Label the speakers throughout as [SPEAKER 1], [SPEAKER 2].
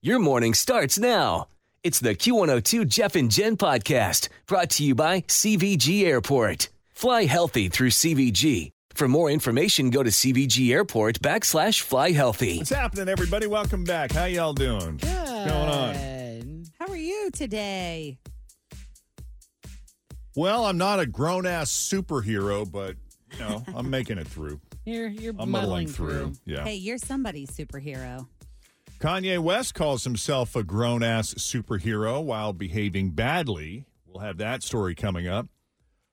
[SPEAKER 1] Your morning starts now. It's the Q102 Jeff and Jen podcast brought to you by CVG Airport. Fly healthy through CVG. For more information, go to CVG Airport backslash fly healthy.
[SPEAKER 2] What's happening, everybody? Welcome back. How y'all doing? Good. What's going on?
[SPEAKER 3] Good. How are you today?
[SPEAKER 2] Well, I'm not a grown ass superhero, but you know, I'm making it through.
[SPEAKER 4] You're you're
[SPEAKER 2] I'm
[SPEAKER 4] muddling
[SPEAKER 2] through. Yeah.
[SPEAKER 3] Hey, you're somebody's superhero.
[SPEAKER 2] Kanye West calls himself a grown ass superhero while behaving badly. We'll have that story coming up.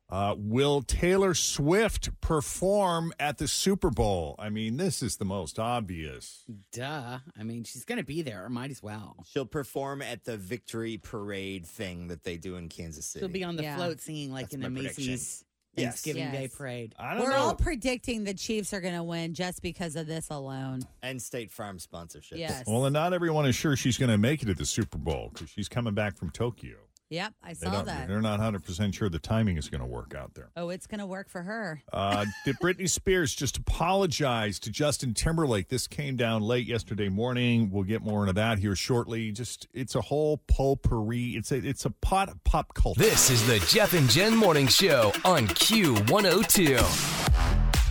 [SPEAKER 2] Uh, will Taylor Swift perform at the Super Bowl? I mean, this is the most obvious.
[SPEAKER 4] Duh. I mean, she's gonna be there. Might as well.
[SPEAKER 5] She'll perform at the victory parade thing that they do in Kansas City.
[SPEAKER 4] She'll be on the
[SPEAKER 3] Yeah.
[SPEAKER 4] float singing like
[SPEAKER 5] That's
[SPEAKER 4] in
[SPEAKER 5] my
[SPEAKER 4] the
[SPEAKER 5] prediction.
[SPEAKER 4] Macy's
[SPEAKER 5] Yes.
[SPEAKER 4] Thanksgiving
[SPEAKER 3] Yes.
[SPEAKER 4] Day parade.
[SPEAKER 2] I don't
[SPEAKER 3] We're
[SPEAKER 2] know.
[SPEAKER 3] all predicting the Chiefs are going to win just because of this alone.
[SPEAKER 5] and State Farm sponsorship.
[SPEAKER 3] Yes.
[SPEAKER 2] well, and not everyone is sure she's going to make it at the Super Bowl because she's coming back from Tokyo.
[SPEAKER 3] Yep, I
[SPEAKER 2] They
[SPEAKER 3] saw
[SPEAKER 2] don't-
[SPEAKER 3] that.
[SPEAKER 2] They're not 100% sure the timing is going to work out there.
[SPEAKER 3] Oh, it's going to work for her.
[SPEAKER 2] Uh, did Britney Spears just apologize to Justin Timberlake? This came down late yesterday morning. We'll get more into that here shortly. Just it's a whole potpourri. It's a it's a pot of pop culture.
[SPEAKER 1] This is the Jeff and Jen Morning Show on Q102.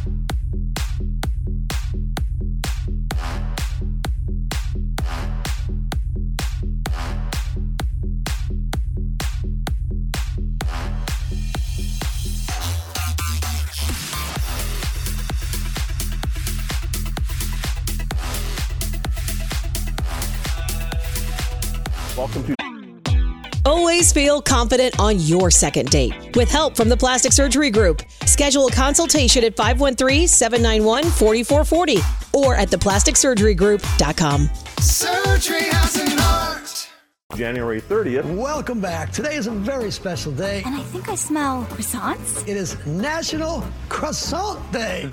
[SPEAKER 6] Always feel confident on your second date. With help from the Plastic Surgery Group, schedule a consultation at 513 791 4440 or at theplasticsurgerygroup.com.
[SPEAKER 7] Surgery has an art.
[SPEAKER 8] January 30th.
[SPEAKER 7] Welcome back. Today is a very special day.
[SPEAKER 9] And I think I smell croissants.
[SPEAKER 7] It is National Croissant Day.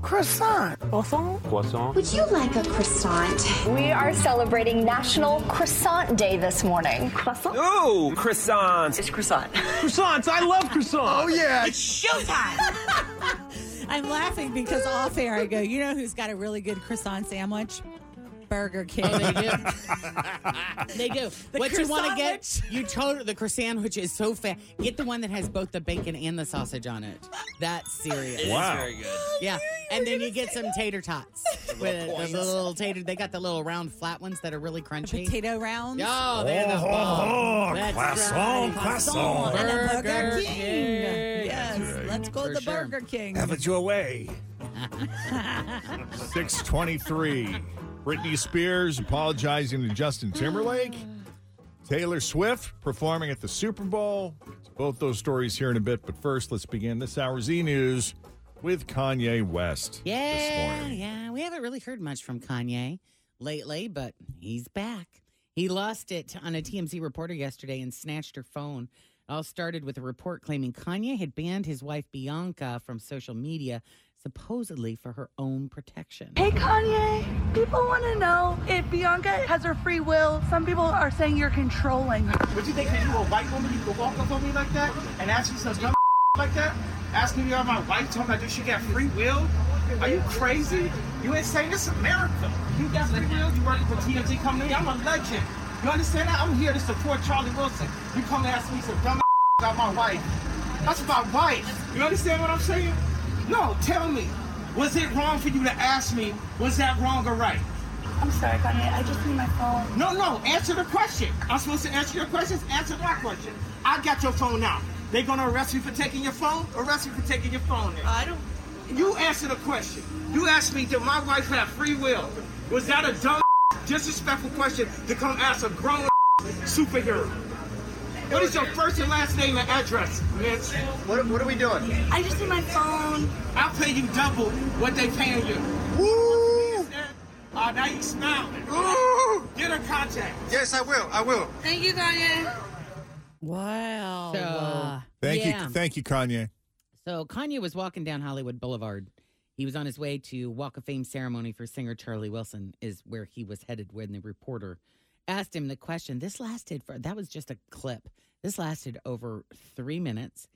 [SPEAKER 7] croissant.
[SPEAKER 9] Would you like a croissant? We are celebrating National Croissant Day this morning. Croissant?
[SPEAKER 8] Ooh, croissants.
[SPEAKER 9] It's croissant.
[SPEAKER 8] Croissants, I love croissants.
[SPEAKER 7] Oh, yeah.
[SPEAKER 3] I'm laughing because off air I go, you know who's got a really good croissant sandwich? Burger King.
[SPEAKER 4] Oh, They do. they do. what you want to get?
[SPEAKER 3] croissant-wich?
[SPEAKER 4] You told the croissant sandwich is so fat. Get the one that has both the bacon and the sausage on it. That's serious.
[SPEAKER 2] wow.
[SPEAKER 4] Yeah, and then Oh, you get some tater tots with the little tater. They got the little round flat ones that are really crunchy.
[SPEAKER 3] Potato rounds.
[SPEAKER 4] Oh, they're the
[SPEAKER 2] Oh,
[SPEAKER 4] bomb.
[SPEAKER 2] oh,
[SPEAKER 4] That's
[SPEAKER 2] croissant,
[SPEAKER 4] right.
[SPEAKER 2] croissant.
[SPEAKER 3] And a Burger,
[SPEAKER 4] Burger
[SPEAKER 3] King.
[SPEAKER 4] King.
[SPEAKER 3] Yes, let's go
[SPEAKER 4] For
[SPEAKER 3] to the
[SPEAKER 4] sure.
[SPEAKER 3] Burger King.
[SPEAKER 2] it your way. 623. Britney Spears apologizing to Justin Timberlake. Taylor Swift performing at the Super Bowl. Both those stories here in a bit, but first let's begin this hour's E News with Kanye West. This
[SPEAKER 4] Yeah,
[SPEAKER 2] morning.
[SPEAKER 4] yeah. We haven't really heard much from Kanye lately, but he's back. He lost it on a TMZ reporter yesterday and snatched her phone. It all started with a report claiming Kanye had banned his wife Bianca from social media, supposedly for her own protection.
[SPEAKER 9] Hey, Kanye. People want to know if Bianca has her free will. Some people are saying you're controlling her.
[SPEAKER 8] Would you think that you were a white woman, you could walk up on me like that and ask me some dumb like that? Ask me if I'm my wife, talking about this, she got free will? Are you crazy? You insane? This is America. You got free will? You working for TMZ Company? I'm a legend. You understand that? I'm here to support Charlie Wilson. You come ask me some dumb about my wife. That's my wife. You understand what I'm saying? No, tell me. Was it wrong for you to ask me, was that wrong or right? I'm sorry, Kanye. I just need my phone. No, no. Answer the question. I'm supposed to answer your questions. Answer my question. I got your phone now. They gonna arrest me for taking your phone? Arrest me for taking your phone? Now. I don't. You answer the question. You asked me, did my wife have free will? Was that a dumb, disrespectful question to come ask a grown superhero? What is your first and last name and address, Vince? What, what are we doing? I just need my phone. I'll pay you double what they paying you. Woo! Oh, now you smiling. Ooh! Get her contact. Yes, I will. I will. Thank you, Kanye.
[SPEAKER 3] Wow.
[SPEAKER 4] So,
[SPEAKER 2] Thank
[SPEAKER 4] yeah.
[SPEAKER 2] you, thank you, Kanye.
[SPEAKER 4] So Kanye was walking down Hollywood Boulevard. He was on his way to Walk of Fame ceremony for singer Charlie Wilson, is where he was headed when the reporter asked him the question. This lasted for that was just a clip. This lasted over three minutes.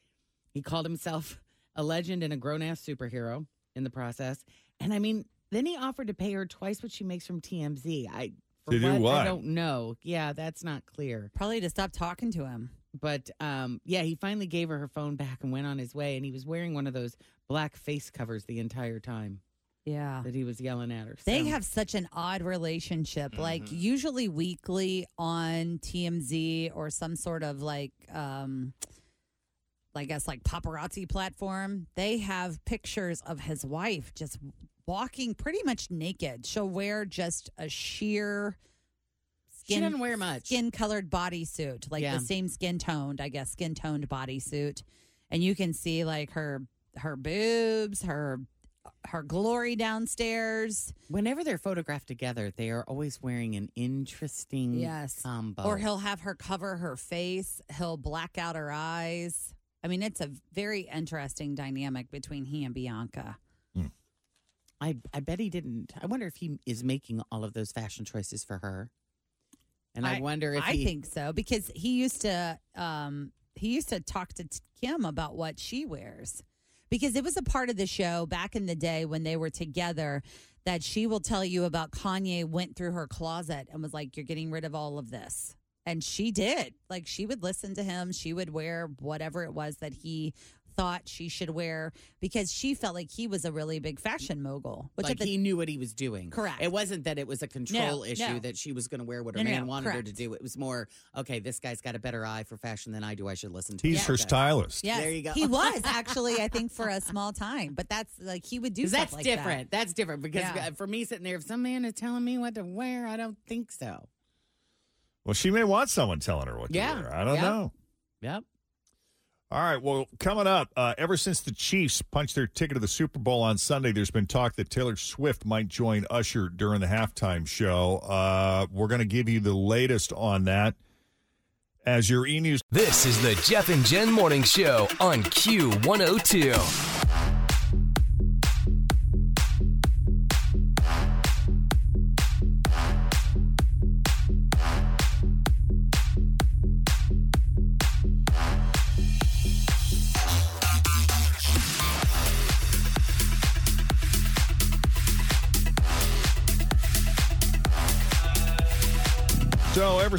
[SPEAKER 4] He called himself a legend and a grown ass superhero in the process. And I mean, then he offered to pay her twice what she makes from TMZ. I for
[SPEAKER 2] To do
[SPEAKER 4] I
[SPEAKER 2] what?
[SPEAKER 4] don't know. Yeah, that's not clear.
[SPEAKER 3] Probably to stop talking to him.
[SPEAKER 4] But um, yeah, he finally gave her her phone back and went on his way. And he was wearing one of those black face covers the entire time
[SPEAKER 3] Yeah.
[SPEAKER 4] that he was yelling at her.
[SPEAKER 3] They
[SPEAKER 4] So- Mm-hmm.
[SPEAKER 3] have such an odd relationship. Like usually weekly on TMZ or some sort of like um I guess like paparazzi platform, they have pictures of his wife just walking pretty much naked. She'll wear just a sheer
[SPEAKER 4] She doesn't wear much.
[SPEAKER 3] skin colored bodysuit, like
[SPEAKER 4] Yeah.
[SPEAKER 3] the same skin toned, I guess, skin toned bodysuit. And you can see like her her boobs, her her glory downstairs.
[SPEAKER 4] Whenever they're photographed together, they are always wearing an interesting
[SPEAKER 3] Yes.
[SPEAKER 4] combo.
[SPEAKER 3] Or he'll have her cover her face. He'll black out her eyes. I mean, it's a very interesting dynamic between he and Bianca.
[SPEAKER 4] I, I bet he didn't. I wonder if he is making all of those fashion choices for her. And I, wonder if
[SPEAKER 3] I
[SPEAKER 4] he,
[SPEAKER 3] think so because he used to um, he used to talk to t- Kim about what she wears because it was a part of the show back in the day when they were together that she will tell you about Kanye went through her closet and was like, "You're getting rid of all of this." And she did. Like she would listen to him. She would wear whatever it was that he thought she should wear because she felt like he was a really big fashion mogul. Which
[SPEAKER 4] like
[SPEAKER 3] at the
[SPEAKER 4] he knew what he was doing.
[SPEAKER 3] Correct.
[SPEAKER 4] It wasn't that it was a control
[SPEAKER 3] No,
[SPEAKER 4] issue
[SPEAKER 3] no.
[SPEAKER 4] that she was going to wear what her
[SPEAKER 3] No, no,
[SPEAKER 4] man
[SPEAKER 3] no,
[SPEAKER 4] wanted her to
[SPEAKER 3] correct.
[SPEAKER 4] do. It was more, okay, this guy's got a better eye for fashion than I do. I should listen to
[SPEAKER 2] He's
[SPEAKER 4] him.
[SPEAKER 2] her
[SPEAKER 4] Okay.
[SPEAKER 2] stylist.
[SPEAKER 3] Yes,
[SPEAKER 4] There you go.
[SPEAKER 3] He was actually, I think, for a small time, but that's like he would do.
[SPEAKER 4] 'Cause
[SPEAKER 3] stuff
[SPEAKER 4] that's
[SPEAKER 3] like that.
[SPEAKER 4] different. That's different because
[SPEAKER 3] Yeah.
[SPEAKER 4] uh, for me sitting there, if some man is telling me what to wear, I don't think so.
[SPEAKER 2] Well, she may want someone telling her what
[SPEAKER 4] Yeah.
[SPEAKER 2] to wear. I don't
[SPEAKER 4] Yep.
[SPEAKER 2] know.
[SPEAKER 4] Yep.
[SPEAKER 2] All right. Well, coming up, uh, ever since the Chiefs punched their ticket to the Super Bowl on Sunday, there's been talk that Taylor Swift might join Usher during the halftime show. Uh, we're going to give you the latest on that as your e news.
[SPEAKER 10] This is the Jeff and Jen Morning Show on Q102.
[SPEAKER 2] So, ever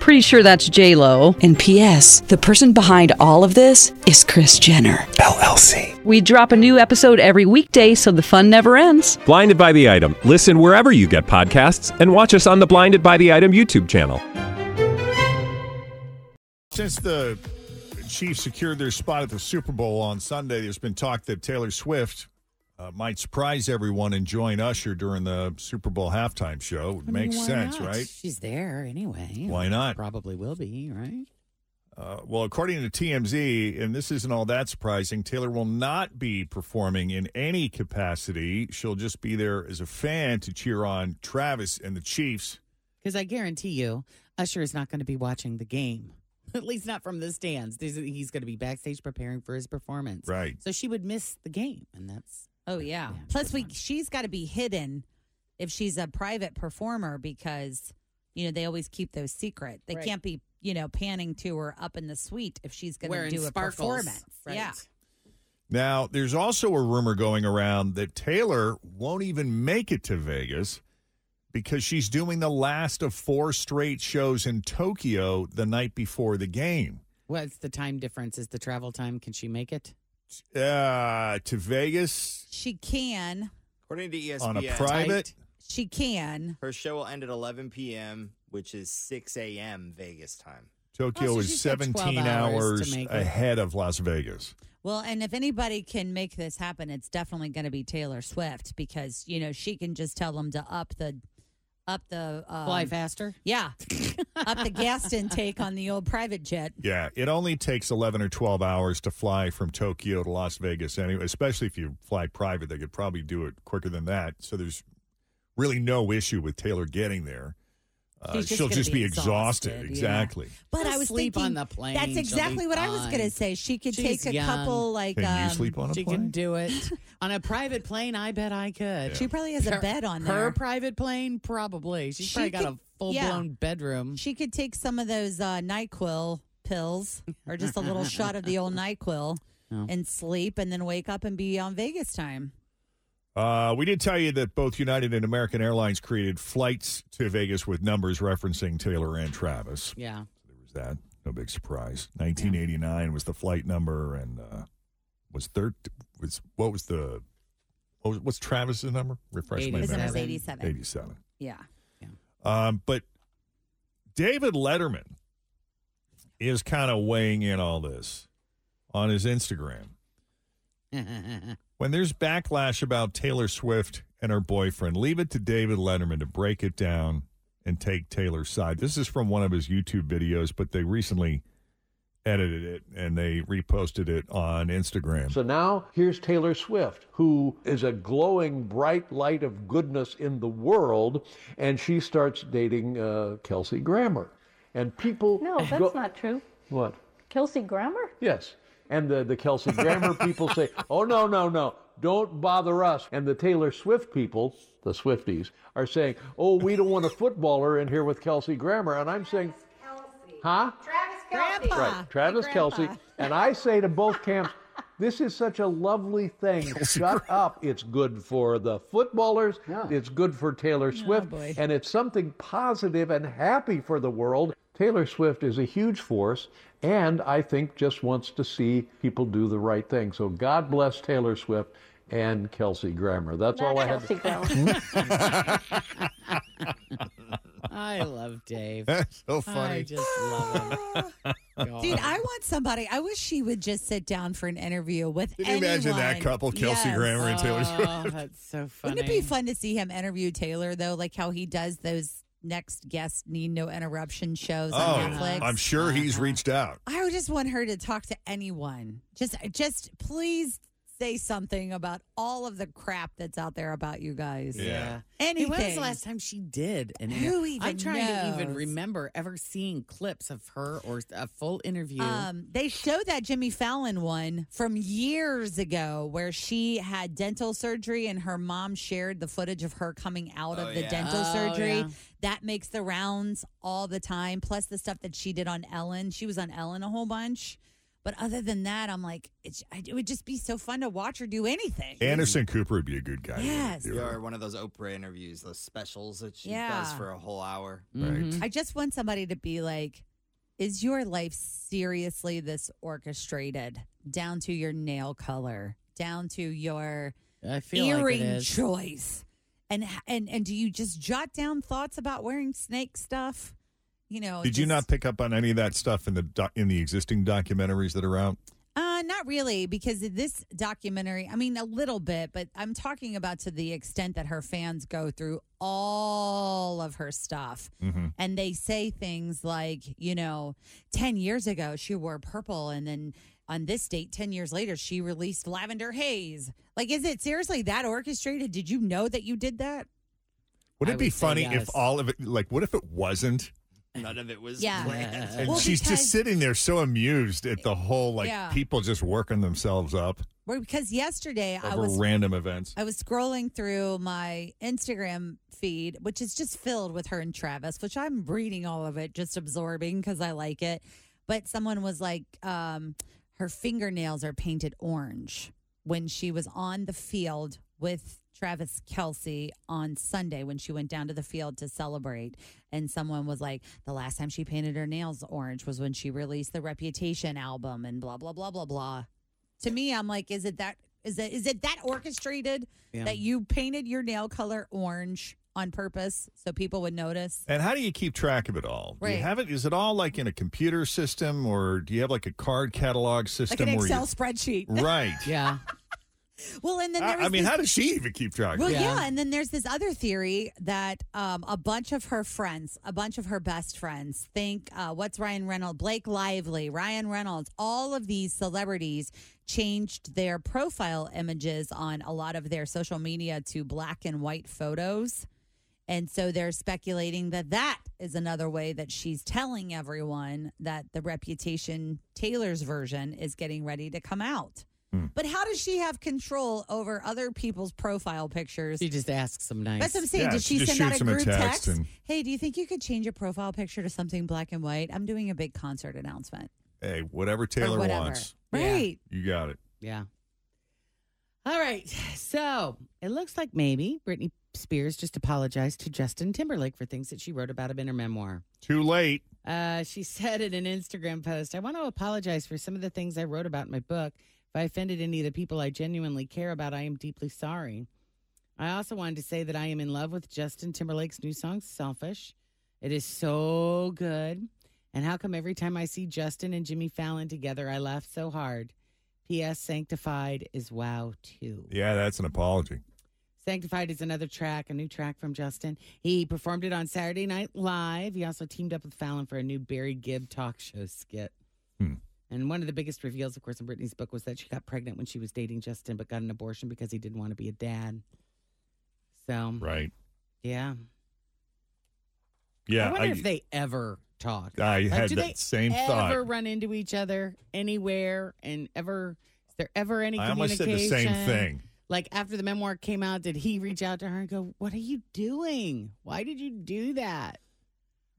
[SPEAKER 11] Pretty sure that's J Lo. And P.S. The person behind all of this is Chris Jenner LLC. We drop a new episode every weekday, so the fun never ends.
[SPEAKER 12] Blinded by the item. Listen wherever you get podcasts, and watch us on the Blinded by the Item YouTube channel.
[SPEAKER 2] Since the Chiefs secured their spot at the Super Bowl on Sunday, there's been talk that Taylor Swift uh, might surprise everyone and join Usher during the Super Bowl halftime show. Would
[SPEAKER 4] I
[SPEAKER 2] make
[SPEAKER 4] mean, why
[SPEAKER 2] sense,
[SPEAKER 4] not?
[SPEAKER 2] right?
[SPEAKER 4] She's there anyway.
[SPEAKER 2] Why not?
[SPEAKER 4] Probably will be, right?
[SPEAKER 2] Uh, well, according to TMZ, and this isn't all that surprising, Taylor will not be performing in any capacity. She'll just be there as a fan to cheer on Travis and the Chiefs.
[SPEAKER 4] Because I guarantee you, Usher is not going to be watching the game. At least not from the stands. These- He's going to be backstage preparing for his performance.
[SPEAKER 2] Right.
[SPEAKER 4] So she would miss the game, and that's
[SPEAKER 3] Oh yeah. Plus, we she's got to be hidden if she's a private performer because you know they always keep those secret. They
[SPEAKER 4] Right.
[SPEAKER 3] can't be you know panning to her up in the suite if she's going to
[SPEAKER 4] wearing
[SPEAKER 3] do a
[SPEAKER 4] sparkles.
[SPEAKER 3] performance.
[SPEAKER 4] Right.
[SPEAKER 3] Yeah.
[SPEAKER 2] Now, there's also a rumor going around that Taylor won't even make it to Vegas because she's doing the last of four straight shows in Tokyo the night before the game.
[SPEAKER 4] What's the time difference? Is the travel time? Can she make it?
[SPEAKER 2] Uh, to Vegas
[SPEAKER 3] She can.
[SPEAKER 5] According to ESPN,
[SPEAKER 2] on a private.
[SPEAKER 3] She can.
[SPEAKER 5] her show will end at 11 p.m., which is 6 a.m. Vegas time.
[SPEAKER 2] Tokyo
[SPEAKER 3] Oh, so
[SPEAKER 2] is
[SPEAKER 3] she's got 12
[SPEAKER 2] 17
[SPEAKER 3] hours to
[SPEAKER 2] hours,
[SPEAKER 3] make it.
[SPEAKER 2] ahead of Las Vegas.
[SPEAKER 3] Well, and if anybody can make this happen, it's definitely going to be Taylor Swift because you know she can just tell them to up the up the um,
[SPEAKER 4] Fly faster?
[SPEAKER 3] Yeah, up the gas intake on the old private jet.
[SPEAKER 2] Yeah, it only takes 11 or 12 hours to fly from Tokyo to Las Vegas anyway, especially if you fly private. They could probably do it quicker than that. So there's really no issue with Taylor getting there. Uh,
[SPEAKER 3] She's just
[SPEAKER 2] she'll
[SPEAKER 3] gonna
[SPEAKER 2] just
[SPEAKER 3] be
[SPEAKER 2] be exhausted.
[SPEAKER 3] exhausted, yeah.
[SPEAKER 2] Exactly.
[SPEAKER 3] But
[SPEAKER 4] She'll
[SPEAKER 3] I was
[SPEAKER 4] sleep
[SPEAKER 3] thinking
[SPEAKER 4] on the plane.
[SPEAKER 3] That's
[SPEAKER 4] She'll
[SPEAKER 3] exactly
[SPEAKER 4] be
[SPEAKER 3] what I was going to
[SPEAKER 4] fine.
[SPEAKER 3] say. She could
[SPEAKER 4] She's
[SPEAKER 3] take a
[SPEAKER 4] young.
[SPEAKER 3] couple like
[SPEAKER 2] Can
[SPEAKER 3] um,
[SPEAKER 2] you sleep on a
[SPEAKER 4] she
[SPEAKER 2] plane?
[SPEAKER 4] can do it on a private plane. I bet I could.
[SPEAKER 3] She probably has a
[SPEAKER 4] Her-
[SPEAKER 3] bed on
[SPEAKER 4] Her
[SPEAKER 3] there.
[SPEAKER 4] private plane, probably. She's
[SPEAKER 3] She
[SPEAKER 4] probably got a
[SPEAKER 3] could-
[SPEAKER 4] full blown bedroom.
[SPEAKER 3] She could take some of those uh, Nyquil pills or just a little shot of the old Nyquil
[SPEAKER 2] Yeah.
[SPEAKER 3] and sleep, and then wake up and be on Vegas time.
[SPEAKER 2] Uh, we did tell you that both United and American Airlines created flights to Vegas with numbers referencing Taylor and Travis.
[SPEAKER 4] Yeah.
[SPEAKER 2] was that. No big surprise. 1989 was the flight number, and uh, was third was what was the what was, what's Travis's number? Refresh my
[SPEAKER 3] His
[SPEAKER 2] memory.
[SPEAKER 3] number's 87.
[SPEAKER 2] 87.
[SPEAKER 3] Yeah.
[SPEAKER 2] Um, but David Letterman is kind of weighing in all this on his Instagram. When there's backlash about Taylor Swift and her boyfriend, leave it to David Letterman to break it down and take Taylor's side. This is from one of his YouTube videos, but they recently edited it and they reposted it on Instagram.
[SPEAKER 13] So now here's Taylor Swift, who is a glowing, bright light of goodness in the world, and she starts dating uh, Kelsey Grammer. And people.
[SPEAKER 14] No, that's
[SPEAKER 13] go-
[SPEAKER 14] not true.
[SPEAKER 13] What?
[SPEAKER 14] Kelsey Grammer?
[SPEAKER 13] Yes. And the, the Kelsey Grammer people say, oh, no, no, no, don't bother us. And the Taylor Swift people, the Swifties, are saying, oh, we don't want a footballer in here with Kelsey Grammer. And I'm saying, huh?
[SPEAKER 14] Travis Kelsey.
[SPEAKER 13] Right, Travis Kelsey. And I say to both camps, this is such a lovely thing. Shut up. It's good for the footballers. It's good for
[SPEAKER 4] Oh,
[SPEAKER 13] Taylor Swift. and it's something positive and happy for the world. Taylor Swift is a huge force and I think just wants to see people do the right thing. So God bless Taylor Swift and Kelsey Grammer. That's all I have to
[SPEAKER 4] I love Dave.
[SPEAKER 2] That's so
[SPEAKER 4] I
[SPEAKER 2] funny.
[SPEAKER 4] just love him.
[SPEAKER 3] Dude, I want somebody. I wish she would just sit down for an interview with
[SPEAKER 2] Can you imagine that
[SPEAKER 3] anyone.
[SPEAKER 2] couple, Kelsey Grammer and Taylor
[SPEAKER 4] Oh, that's so funny.
[SPEAKER 3] Wouldn't it be fun to see him interview Taylor though, like how he does those next guest need no interruption shows on Oh, Netflix?
[SPEAKER 2] Oh,
[SPEAKER 3] Oh,
[SPEAKER 2] I'm sure he's reached out.
[SPEAKER 3] I would just want her to talk to anyone. Just, just please say something about all of the crap that's out there about you guys.
[SPEAKER 4] Yeah.
[SPEAKER 3] anything.
[SPEAKER 4] Hey, when was the last time she did? an
[SPEAKER 3] Who
[SPEAKER 4] interview?
[SPEAKER 3] even
[SPEAKER 4] I'm trying to even
[SPEAKER 3] knows?
[SPEAKER 4] remember ever seeing clips of her or a full interview.
[SPEAKER 3] Um, they showed that Jimmy Fallon one from years ago where she had dental surgery and her mom shared the footage of her coming out
[SPEAKER 4] Oh,
[SPEAKER 3] of the
[SPEAKER 4] yeah.
[SPEAKER 3] dental
[SPEAKER 4] Oh,
[SPEAKER 3] surgery.
[SPEAKER 4] yeah.
[SPEAKER 3] That makes the rounds all the time, plus the stuff that she did on Ellen. She was on Ellen a whole bunch. But other than that, I'm like, it, it would just be so fun to watch her do anything.
[SPEAKER 2] Anderson Cooper would be a good guy.
[SPEAKER 3] Yes.
[SPEAKER 2] Do it.
[SPEAKER 5] Or one of those Oprah interviews, those specials that she
[SPEAKER 3] Yeah. Mm-hmm.
[SPEAKER 5] does for a whole hour.
[SPEAKER 2] Right.
[SPEAKER 3] I just want somebody to be like, is your life seriously this orchestrated down to your nail color, down to your
[SPEAKER 4] I feel like it
[SPEAKER 3] earring
[SPEAKER 4] is.
[SPEAKER 3] choice? And, and and do you just jot down thoughts about wearing snake stuff? You know,
[SPEAKER 2] Did you
[SPEAKER 3] Oh,
[SPEAKER 2] not
[SPEAKER 3] just-
[SPEAKER 2] pick up on any of that stuff in the doc- in the existing documentaries that are out?
[SPEAKER 3] Uh, not really, because this documentary, I mean, a little bit, but I'm talking about to the extent that her fans go through all of her stuff.
[SPEAKER 15] Mhm.
[SPEAKER 3] And they say things like, you know, 10 years ago, she wore purple. And then on this date, 10 years later, she released Lavender Haze. Like, is it seriously that orchestrated? Did you know that you did that?
[SPEAKER 2] Would
[SPEAKER 3] I
[SPEAKER 2] it be
[SPEAKER 3] would say
[SPEAKER 2] funny
[SPEAKER 3] yes.
[SPEAKER 2] if all of it, like, what if it wasn't?
[SPEAKER 5] None of it was
[SPEAKER 3] Yeah.
[SPEAKER 5] planned.
[SPEAKER 2] And
[SPEAKER 3] Well,
[SPEAKER 2] she's
[SPEAKER 3] because-
[SPEAKER 2] just sitting there so amused at the whole, like,
[SPEAKER 3] Yeah.
[SPEAKER 2] people just working themselves up
[SPEAKER 3] Well, because yesterday I
[SPEAKER 2] over
[SPEAKER 3] was
[SPEAKER 2] random events.
[SPEAKER 3] I was scrolling through my Instagram feed, which is just filled with her and Travis, which I'm reading all of it, just absorbing because I like it. But someone was like, um, her fingernails are painted orange. when she was on the field with Travis Kelsey on Sunday when she went down to the field to celebrate. And someone was like, the last time she painted her nails orange was when she released the Reputation album and blah, blah, blah, blah, blah. To me, I'm like, is it that? Is it, is it that orchestrated
[SPEAKER 2] Yeah.
[SPEAKER 3] that you painted your nail color orange on purpose so people would notice?
[SPEAKER 2] And how do you keep track of it all? Do
[SPEAKER 3] Right.
[SPEAKER 2] you have it? Is it all like in a computer system, or do you have like a card catalog
[SPEAKER 3] Like
[SPEAKER 2] system?
[SPEAKER 3] an
[SPEAKER 2] where
[SPEAKER 3] Excel
[SPEAKER 2] you-
[SPEAKER 3] spreadsheet.
[SPEAKER 2] right?
[SPEAKER 4] Yeah.
[SPEAKER 3] Well, and then there
[SPEAKER 2] I,
[SPEAKER 3] was
[SPEAKER 2] I mean,
[SPEAKER 3] this-
[SPEAKER 2] how does she even keep track?
[SPEAKER 3] Well,
[SPEAKER 2] of it?
[SPEAKER 3] yeah. and then there's this other theory that um, a bunch of her friends, a bunch of her best friends, think uh, what's Ryan Reynolds, Blake Lively, Ryan Reynolds, all of these celebrities changed their profile images on a lot of their social media to black and white photos. And so they're speculating that that is another way that she's telling everyone that the Reputation Taylor's version is getting ready to come out. But how does she have control over other people's profile pictures?
[SPEAKER 4] She just asks them nice.
[SPEAKER 3] That's what I'm saying.
[SPEAKER 4] Yeah,
[SPEAKER 3] Did
[SPEAKER 4] she
[SPEAKER 3] she
[SPEAKER 4] just
[SPEAKER 3] send out
[SPEAKER 4] shoots
[SPEAKER 3] a
[SPEAKER 4] him a
[SPEAKER 3] group
[SPEAKER 4] text
[SPEAKER 3] text?
[SPEAKER 4] and-
[SPEAKER 3] Hey, do you think you could change your profile picture to something black and white? I'm doing a big concert announcement.
[SPEAKER 2] Hey, whatever Taylor
[SPEAKER 3] whatever.
[SPEAKER 2] wants,
[SPEAKER 3] Right.
[SPEAKER 2] You got it.
[SPEAKER 4] Yeah. All right. So it looks like maybe Britney Spears just apologized to Justin Timberlake for things that she wrote about him in her memoir.
[SPEAKER 2] Too late.
[SPEAKER 4] Uh, she said in an Instagram post, I want to apologize for some of the things I wrote about in my book. If I offended any of the people I genuinely care about, I am deeply sorry. I also wanted to say that I am in love with Justin Timberlake's new song, Selfish. It is so good. And how come every time I see Justin and Jimmy Fallon together, I laugh so hard? P.S. Sanctified is wow, too.
[SPEAKER 2] Yeah, that's an apology.
[SPEAKER 4] Sanctified is another track, a new track from Justin. He performed it on Saturday Night Live. He also teamed up with Fallon for a new Barry Gibb talk show skit. And one of the biggest reveals, of course, in Britney's book was that she got pregnant when she was dating Justin, but got an abortion because he didn't want to be a dad. So,
[SPEAKER 2] right.
[SPEAKER 4] Yeah.
[SPEAKER 2] Yeah,
[SPEAKER 4] I wonder
[SPEAKER 2] I-
[SPEAKER 4] if they ever talk.
[SPEAKER 2] I
[SPEAKER 4] Like,
[SPEAKER 2] had
[SPEAKER 4] do
[SPEAKER 2] that
[SPEAKER 4] they
[SPEAKER 2] same
[SPEAKER 4] ever
[SPEAKER 2] thought.
[SPEAKER 4] run into each other anywhere and ever? Is there ever any
[SPEAKER 2] I almost said
[SPEAKER 4] communication?
[SPEAKER 2] the same thing.
[SPEAKER 4] Like after the memoir came out, did he reach out to her and go, "What are you doing? Why did you do that?"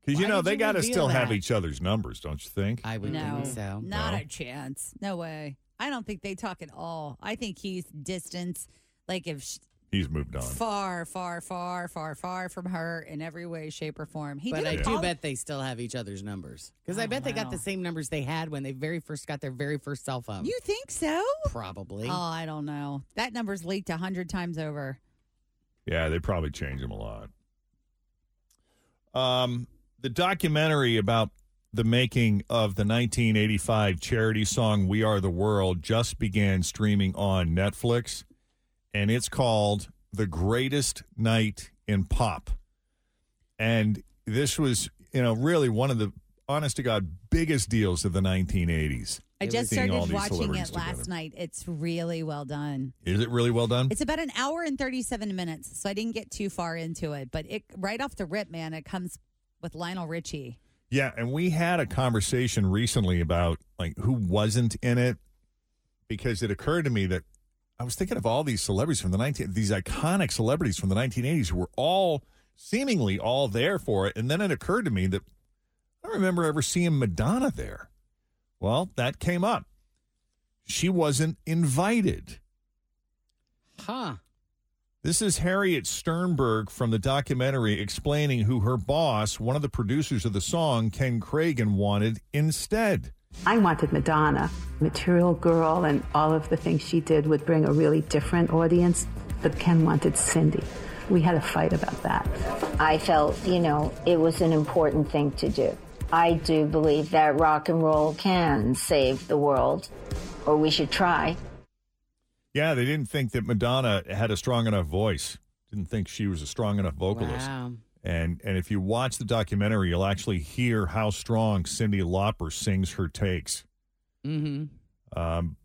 [SPEAKER 2] Because you
[SPEAKER 4] Why
[SPEAKER 2] know
[SPEAKER 4] did
[SPEAKER 2] they
[SPEAKER 4] you
[SPEAKER 2] got to
[SPEAKER 4] reveal
[SPEAKER 2] still have
[SPEAKER 4] that?
[SPEAKER 2] each other's numbers, don't you think?
[SPEAKER 4] I would
[SPEAKER 3] No, not
[SPEAKER 2] No?
[SPEAKER 3] a chance. No way. I don't think they talk at all. I think he's distance. Like if sh
[SPEAKER 2] He's moved on.
[SPEAKER 3] far, far, far, far, far from her in every way, shape, or form. He
[SPEAKER 4] but
[SPEAKER 3] did
[SPEAKER 4] I do
[SPEAKER 3] apol-
[SPEAKER 4] bet they still have each other's numbers because I
[SPEAKER 3] Oh,
[SPEAKER 4] bet they got
[SPEAKER 3] wow.
[SPEAKER 4] the same numbers they had when they very first got their very first cell phone.
[SPEAKER 3] You think so?
[SPEAKER 4] probably?
[SPEAKER 3] Oh, I don't know. That number's leaked a hundred times over.
[SPEAKER 2] Yeah, they probably change them a lot. Um, the documentary about the making of the 1985 charity song "We Are the World" just began streaming on Netflix, and it's called "The Greatest Night in Pop." And this was, you know, really one of the honest to god biggest deals of the 1980s.
[SPEAKER 3] I just
[SPEAKER 2] Seeing
[SPEAKER 3] started
[SPEAKER 2] all these
[SPEAKER 3] watching
[SPEAKER 2] celebrities
[SPEAKER 3] it last
[SPEAKER 2] together.
[SPEAKER 3] night. It's really well done.
[SPEAKER 2] Is it really well done?
[SPEAKER 3] It's about an hour and 37 minutes, so I didn't get too far into it. But it right off the rip, man, it comes with Lionel Richie.
[SPEAKER 2] Yeah, and we had a conversation recently about like who wasn't in it because it occurred to me that I was thinking of all these celebrities from the 19 these iconic celebrities from the 1980s who were all seemingly all there for it and then it occurred to me that I don't remember ever seeing Madonna there. Well, that came up. She wasn't invited.
[SPEAKER 4] Huh.
[SPEAKER 2] This is Harriet Sternberg from the documentary explaining who her boss, one of the producers of the song, Ken Cragen, wanted instead.
[SPEAKER 15] I wanted Madonna, Material Girl, and all of the things she did would bring a really different audience, but Ken wanted Cindy. We had a fight about that.
[SPEAKER 9] I felt, you know, it was an important thing to do. I do believe that rock and roll can save the world, or we should try.
[SPEAKER 2] Yeah, they didn't think that Madonna had a strong enough voice. Didn't think she was a strong enough vocalist.
[SPEAKER 4] Wow.
[SPEAKER 2] And and if you watch the documentary, you'll actually hear how strong Cindy Lauper sings her takes.
[SPEAKER 4] Mm-hmm.
[SPEAKER 2] Um,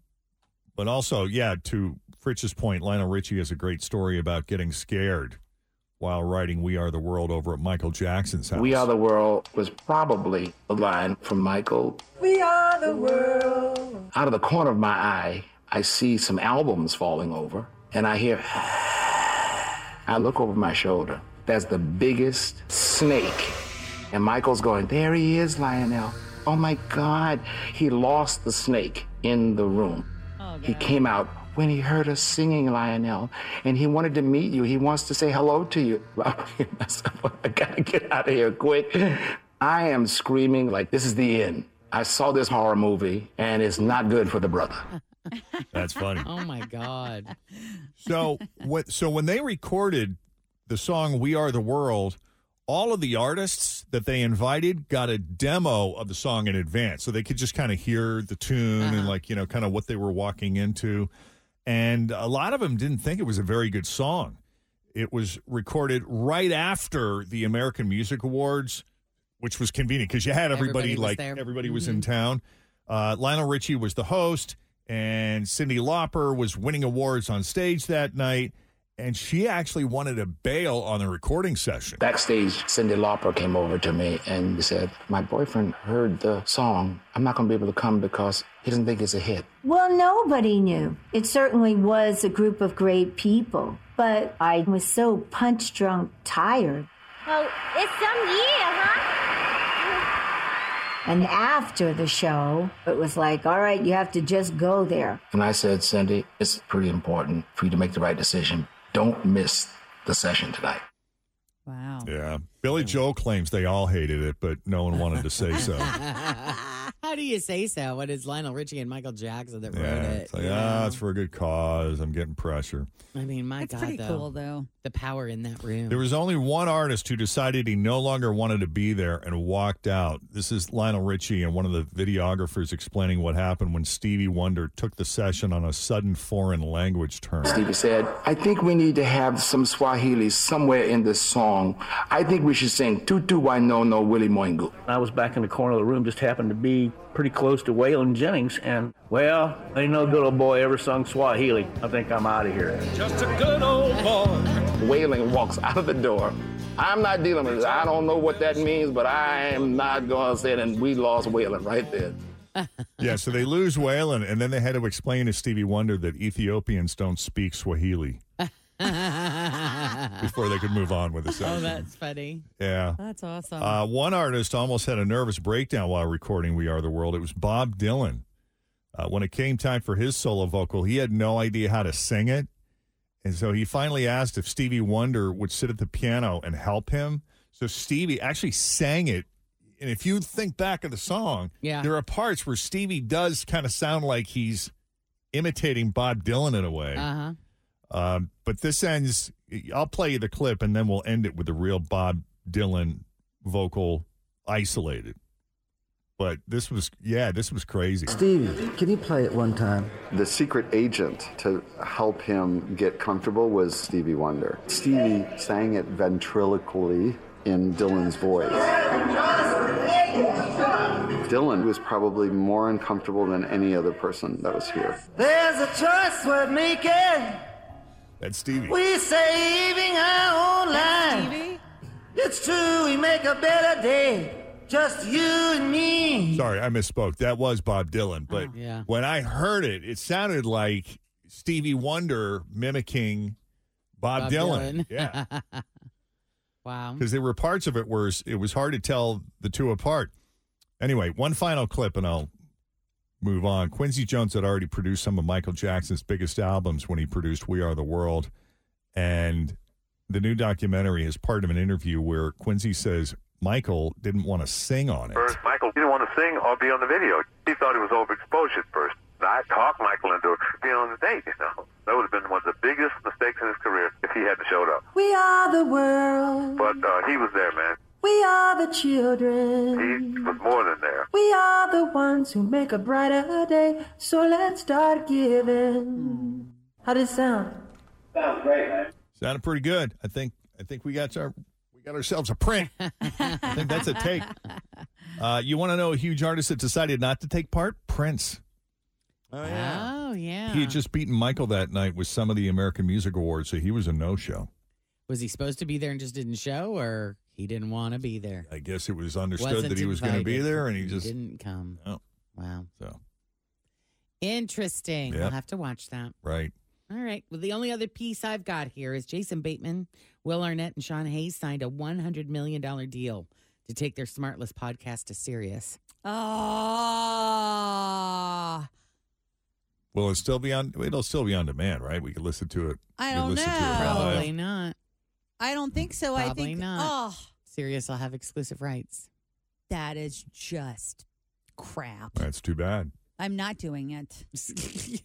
[SPEAKER 2] but also, yeah, to Fritz's point, Lionel Richie has a great story about getting scared while writing "We Are the World" over at Michael Jackson's house.
[SPEAKER 16] We Are the World was probably a line from Michael.
[SPEAKER 7] We are the world.
[SPEAKER 16] Out of the corner of my eye, I see some albums falling over, and I hear. I look over my shoulder. That's the biggest snake. And Michael's going, There he is, Lionel. Oh my God. He lost the snake in the room. he came out when he heard us singing Lionel and he wanted to meet you. He wants to say hello to you. I said, "Well, I gotta get out of here quick. I am screaming like this is the end. I saw this horror movie and it's not good for the brother.
[SPEAKER 2] That's funny.
[SPEAKER 4] Oh my God.
[SPEAKER 2] So what? So when they recorded the song "We Are the World," all of the artists that they invited got a demo of the song in advance, so they could just kind of hear the tune
[SPEAKER 4] Uh-huh.
[SPEAKER 2] and like you know kind of what they were walking into. And a lot of them didn't think it was a very good song. It was recorded right after the American Music Awards, which was convenient because you had everybody,
[SPEAKER 17] Everybody was
[SPEAKER 2] like
[SPEAKER 17] there.
[SPEAKER 2] everybody was in town. Uh, Lionel Richie was the host, and Cindy Lauper was winning awards on stage that night. And she actually wanted to bail on the recording session.
[SPEAKER 16] Backstage, Cindy Lauper came over to me and said, My boyfriend heard the song. I'm not going to be able to come because he doesn't think it's a hit.
[SPEAKER 9] Well, nobody knew. It certainly was a group of great people, but I was so punch drunk tired.
[SPEAKER 14] Well,
[SPEAKER 9] Oh,
[SPEAKER 14] it's some year, huh?
[SPEAKER 9] And after the show, it was like, all right, you have to just go there.
[SPEAKER 16] And I said, Cindy, it's pretty important for you to make the right decision. Don't miss the session tonight.
[SPEAKER 3] Wow.
[SPEAKER 2] Yeah. Billy Joel claims they all hated it, but no one wanted to say so.
[SPEAKER 4] How do you say so? What is Lionel Richie and Michael Jackson that wrote
[SPEAKER 2] Yeah.
[SPEAKER 4] it?
[SPEAKER 2] It's like,
[SPEAKER 4] you
[SPEAKER 2] ah,
[SPEAKER 4] know?
[SPEAKER 2] it's for a good cause. I'm getting pressure.
[SPEAKER 4] I mean, my God,
[SPEAKER 3] pretty
[SPEAKER 4] though,
[SPEAKER 3] cool, though.
[SPEAKER 4] The power in that room. Oh,
[SPEAKER 2] There was only one artist who decided he no longer wanted to be there and walked out. This is Lionel Richie and one of the videographers explaining what happened when Stevie Wonder took the session on a sudden foreign language turn.
[SPEAKER 16] Stevie said, I think we need to have some Swahili somewhere in this song. I think we should sing Tutu Wainono Willy Moingu.
[SPEAKER 18] I was back in the corner of the room, just happened to be pretty close to Waylon Jennings, and well, ain't no good old boy ever sung Swahili. I think I'm out of here.
[SPEAKER 16] Just a good old boy. Wailing walks out of the door. I'm not dealing with this. I don't know what that means, but I am not going to say it. And we lost Wailing right there.
[SPEAKER 2] yeah, so they lose Waylon, and then they had to explain to Stevie Wonder that Ethiopians don't speak Swahili before they could move on with the session.
[SPEAKER 4] oh, that's funny.
[SPEAKER 2] yeah.
[SPEAKER 3] Oh, That's awesome.
[SPEAKER 2] Uh, one artist almost had a nervous breakdown while recording We Are the World. It was Bob Dylan. Uh, when it came time for his solo vocal, he had no idea how to sing it. And so he finally asked if Stevie Wonder would sit at the piano and help him. So Stevie actually sang it. And if you think back of the song,
[SPEAKER 4] Yeah.
[SPEAKER 2] there are parts where Stevie does kind of sound like he's imitating Bob Dylan in a way.
[SPEAKER 4] Uh-huh.
[SPEAKER 2] Um, but this ends. I'll play you the clip, and then we'll end it with the real Bob Dylan vocal isolated. But this was, yeah, this was crazy.
[SPEAKER 19] Stevie, can you play it one time?
[SPEAKER 20] The secret agent to help him get comfortable was Stevie Wonder. Stevie sang it ventriloquially in Dylan's voice. Dylan was probably more uncomfortable than any other person that was here.
[SPEAKER 7] There's a choice we're making.
[SPEAKER 2] That's Stevie.
[SPEAKER 7] We saving our own life. It's true, we make a better day. Just you and me.
[SPEAKER 2] Sorry, I misspoke. That was Bob Dylan. But when I heard it, it sounded like Stevie Wonder mimicking Bob, Dylan. Yeah.
[SPEAKER 4] wow.
[SPEAKER 2] Because there were parts of it where it was hard to tell the two apart. Anyway, one final clip and I'll move on. Quincy Jones had already produced some of Michael Jackson's biggest albums when he produced We Are the World. And the new documentary is part of an interview where Quincy says Michael didn't want to sing on it.
[SPEAKER 21] First, Michael didn't want to sing or be on the video. He thought it was overexposure at first. And I talked Michael into being on the date, you know. That would have been one of the biggest mistakes in his career if he hadn't showed up.
[SPEAKER 7] We are the world.
[SPEAKER 21] But uh, he was there, man.
[SPEAKER 7] We are the children.
[SPEAKER 21] He was more than there.
[SPEAKER 7] We are the ones who make a brighter day. So let's start giving. How does it sound?
[SPEAKER 21] Sounds great, man.
[SPEAKER 2] Sounded pretty good. I think I think we got our we got ourselves a print. I think that's a take. Uh, you want to know a huge artist that decided not to take part? Prince.
[SPEAKER 4] Oh, yeah.
[SPEAKER 2] He had just beaten Michael that night with some of the American Music Awards, so he was a no show.
[SPEAKER 4] was he supposed to be there and just didn't show, or he didn't want to be there?
[SPEAKER 2] I guess it was understood
[SPEAKER 4] Wasn't
[SPEAKER 2] that he was going to be
[SPEAKER 4] invited.
[SPEAKER 2] there, and he just
[SPEAKER 4] didn't come.
[SPEAKER 2] Oh.
[SPEAKER 4] Wow.
[SPEAKER 2] So
[SPEAKER 4] Interesting. We'll
[SPEAKER 2] Yep.
[SPEAKER 4] have to watch that.
[SPEAKER 2] right.
[SPEAKER 4] All right. Well, the only other piece I've got here is Jason Bateman, Will Arnett, and Sean Hayes signed a $100 million deal to take their Smartless podcast to Sirius.
[SPEAKER 3] Oh,
[SPEAKER 2] Will it still be on? It'll still be on demand, right? We could listen to it.
[SPEAKER 3] I
[SPEAKER 2] we could
[SPEAKER 3] don't
[SPEAKER 2] listen to it
[SPEAKER 3] know.
[SPEAKER 2] live.
[SPEAKER 4] Probably not.
[SPEAKER 3] I don't think so. I
[SPEAKER 4] Probably
[SPEAKER 3] think
[SPEAKER 4] not.
[SPEAKER 3] oh,
[SPEAKER 4] Sirius will have exclusive rights.
[SPEAKER 3] that is just crap.
[SPEAKER 2] That's too bad.
[SPEAKER 3] I'm not doing it.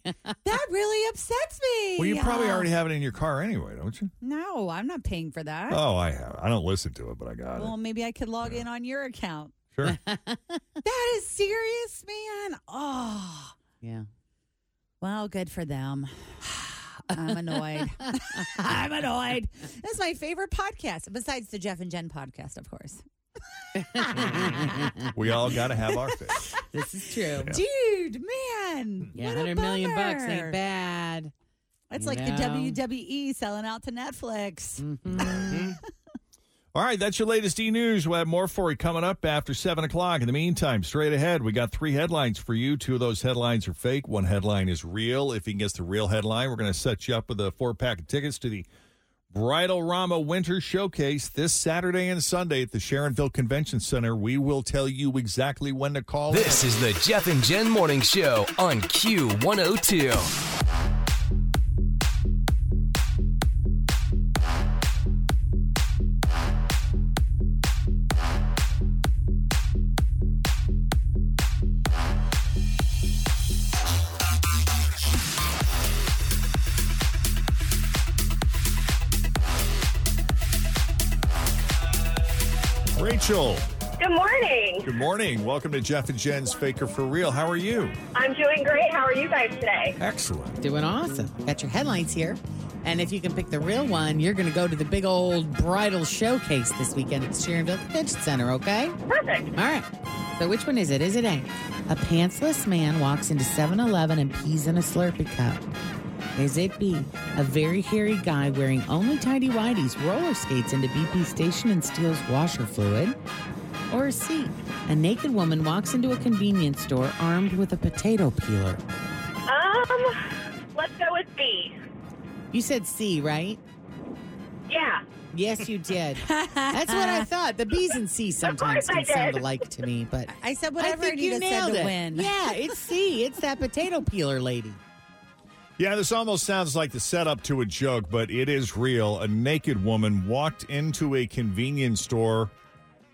[SPEAKER 3] that really upsets me.
[SPEAKER 2] Well, you probably already have it in your car anyway, don't you?
[SPEAKER 3] No, I'm not paying for that.
[SPEAKER 2] Oh, I have. I don't listen to it, but I got
[SPEAKER 3] well, maybe I could log in on your account.
[SPEAKER 2] it. Sure.
[SPEAKER 3] That is serious, man. Oh,
[SPEAKER 4] Yeah.
[SPEAKER 3] well, good for them. I'm annoyed. I'm annoyed. That's my favorite podcast, besides the Jeff and Jen podcast, of course.
[SPEAKER 2] we all got to have our fix.
[SPEAKER 4] This is true.
[SPEAKER 3] Dude, man.
[SPEAKER 4] Yeah,
[SPEAKER 3] what a
[SPEAKER 4] 100 million bucks
[SPEAKER 3] bummer.
[SPEAKER 4] ain't bad.
[SPEAKER 3] It's
[SPEAKER 4] You
[SPEAKER 3] like
[SPEAKER 4] know?
[SPEAKER 3] the WWE selling out to Netflix.
[SPEAKER 4] Mm-hmm.
[SPEAKER 2] All right, that's your latest e news. We'll have more for you coming up after 7 o'clock. In the meantime, straight ahead, we got three headlines for you. Two of those headlines are fake, one headline is real. If you can guess the real headline, we're going to set you up with a four pack of tickets to the Bridal Rama Winter Showcase this Saturday and Sunday at the Sharonville Convention Center. We will tell you exactly when to call.
[SPEAKER 10] This is the Jeff and Jen Morning Show on Q102.
[SPEAKER 2] Rachel,
[SPEAKER 14] Good morning.
[SPEAKER 2] good morning. Welcome to Jeff and Jen's Faker for Real. How are you?
[SPEAKER 14] I'm doing great. How are you guys today?
[SPEAKER 2] Excellent.
[SPEAKER 4] Doing awesome. Got your headlines here. And if you can pick the real one, you're going to go to the big old bridal showcase this weekend at Sharonville Convention Center, okay?
[SPEAKER 14] Perfect.
[SPEAKER 4] All right. So which one is it? Is it A? A pantsless man walks into 7 Eleven and pees in a Slurpee cup. Is it B? A very hairy guy wearing only tidy whities roller skates into BP station and steals washer fluid? Or C? A naked woman walks into a convenience store armed with a potato peeler.
[SPEAKER 14] Um, let's go with B.
[SPEAKER 4] You said C, right?
[SPEAKER 14] Yeah.
[SPEAKER 4] Yes, you did. That's what I thought. The B's and C's sometimes
[SPEAKER 14] course I
[SPEAKER 4] can sound
[SPEAKER 14] did.
[SPEAKER 4] alike to me, but
[SPEAKER 3] I said
[SPEAKER 4] I
[SPEAKER 3] whatever I
[SPEAKER 4] think you
[SPEAKER 3] Anita said
[SPEAKER 4] nailed
[SPEAKER 3] to
[SPEAKER 4] it.
[SPEAKER 3] win.
[SPEAKER 4] Yeah, it's C. It's that potato peeler lady.
[SPEAKER 2] Yeah, this almost sounds like the setup to a joke, but it is real. A naked woman walked into a convenience store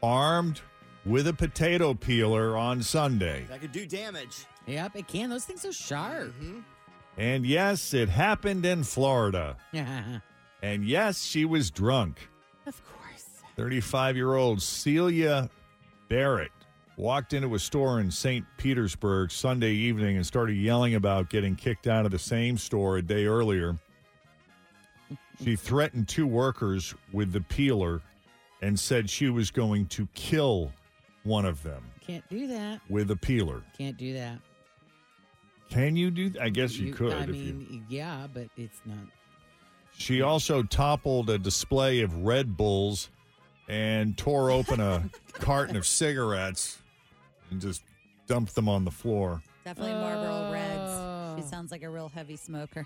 [SPEAKER 2] armed with a potato peeler on Sunday.
[SPEAKER 5] That could do damage.
[SPEAKER 4] Yep, it can. Those things are sharp.
[SPEAKER 2] And yes, it happened in Florida.
[SPEAKER 5] Mm-hmm.
[SPEAKER 4] Yeah.
[SPEAKER 2] And yes, she was drunk.
[SPEAKER 4] Of course.
[SPEAKER 2] 35 year old Celia Barrett walked into a store in St. Petersburg Sunday evening and started yelling about getting kicked out of the same store a day earlier. She threatened two workers with the peeler and said she was going to kill one of them
[SPEAKER 4] Can't do that.
[SPEAKER 2] with a peeler.
[SPEAKER 4] Can't do that.
[SPEAKER 2] Can you do? I guess you, could.
[SPEAKER 4] I
[SPEAKER 2] if you-
[SPEAKER 4] mean, yeah, but it's not.
[SPEAKER 2] She also toppled a display of Red Bulls and tore open a carton of cigarettes and just dumped them on the floor.
[SPEAKER 3] Definitely Marlboro Reds.
[SPEAKER 4] Oh.
[SPEAKER 3] She sounds like a real heavy smoker.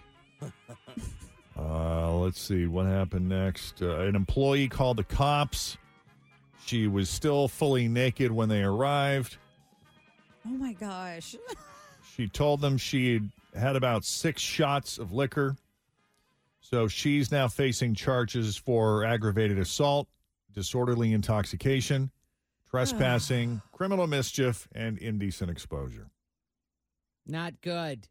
[SPEAKER 2] Uh, let's see what happened next. Uh, an employee called the cops. She was still fully naked when they arrived.
[SPEAKER 3] Oh my gosh.
[SPEAKER 2] She told them she had had about six shots of liquor. So she's now facing charges for aggravated assault, disorderly intoxication, trespassing, criminal mischief, and indecent exposure.
[SPEAKER 4] Not good.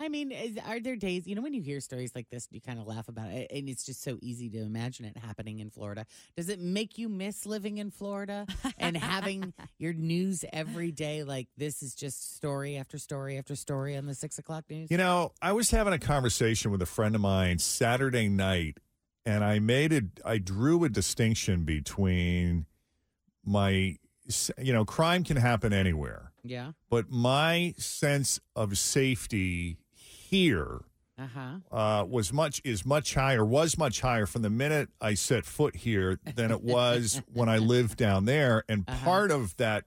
[SPEAKER 4] I mean, is, are there days, you know, when you hear stories like this, you kind of laugh about it, and it's just so easy to imagine it happening in Florida. Does it make you miss living in Florida and having your news every day? Like, this is just story after story after story on the six o'clock news?
[SPEAKER 2] You know, I was having a conversation with a friend of mine Saturday night, and I made it, I drew a distinction between my, you know, crime can happen anywhere.
[SPEAKER 4] yeah.
[SPEAKER 2] but my sense of safety here
[SPEAKER 4] Uh huh.
[SPEAKER 2] uh, was much is much higher was much higher from the minute I set foot here than it was when I lived down there, and
[SPEAKER 4] Uh-huh.
[SPEAKER 2] part of that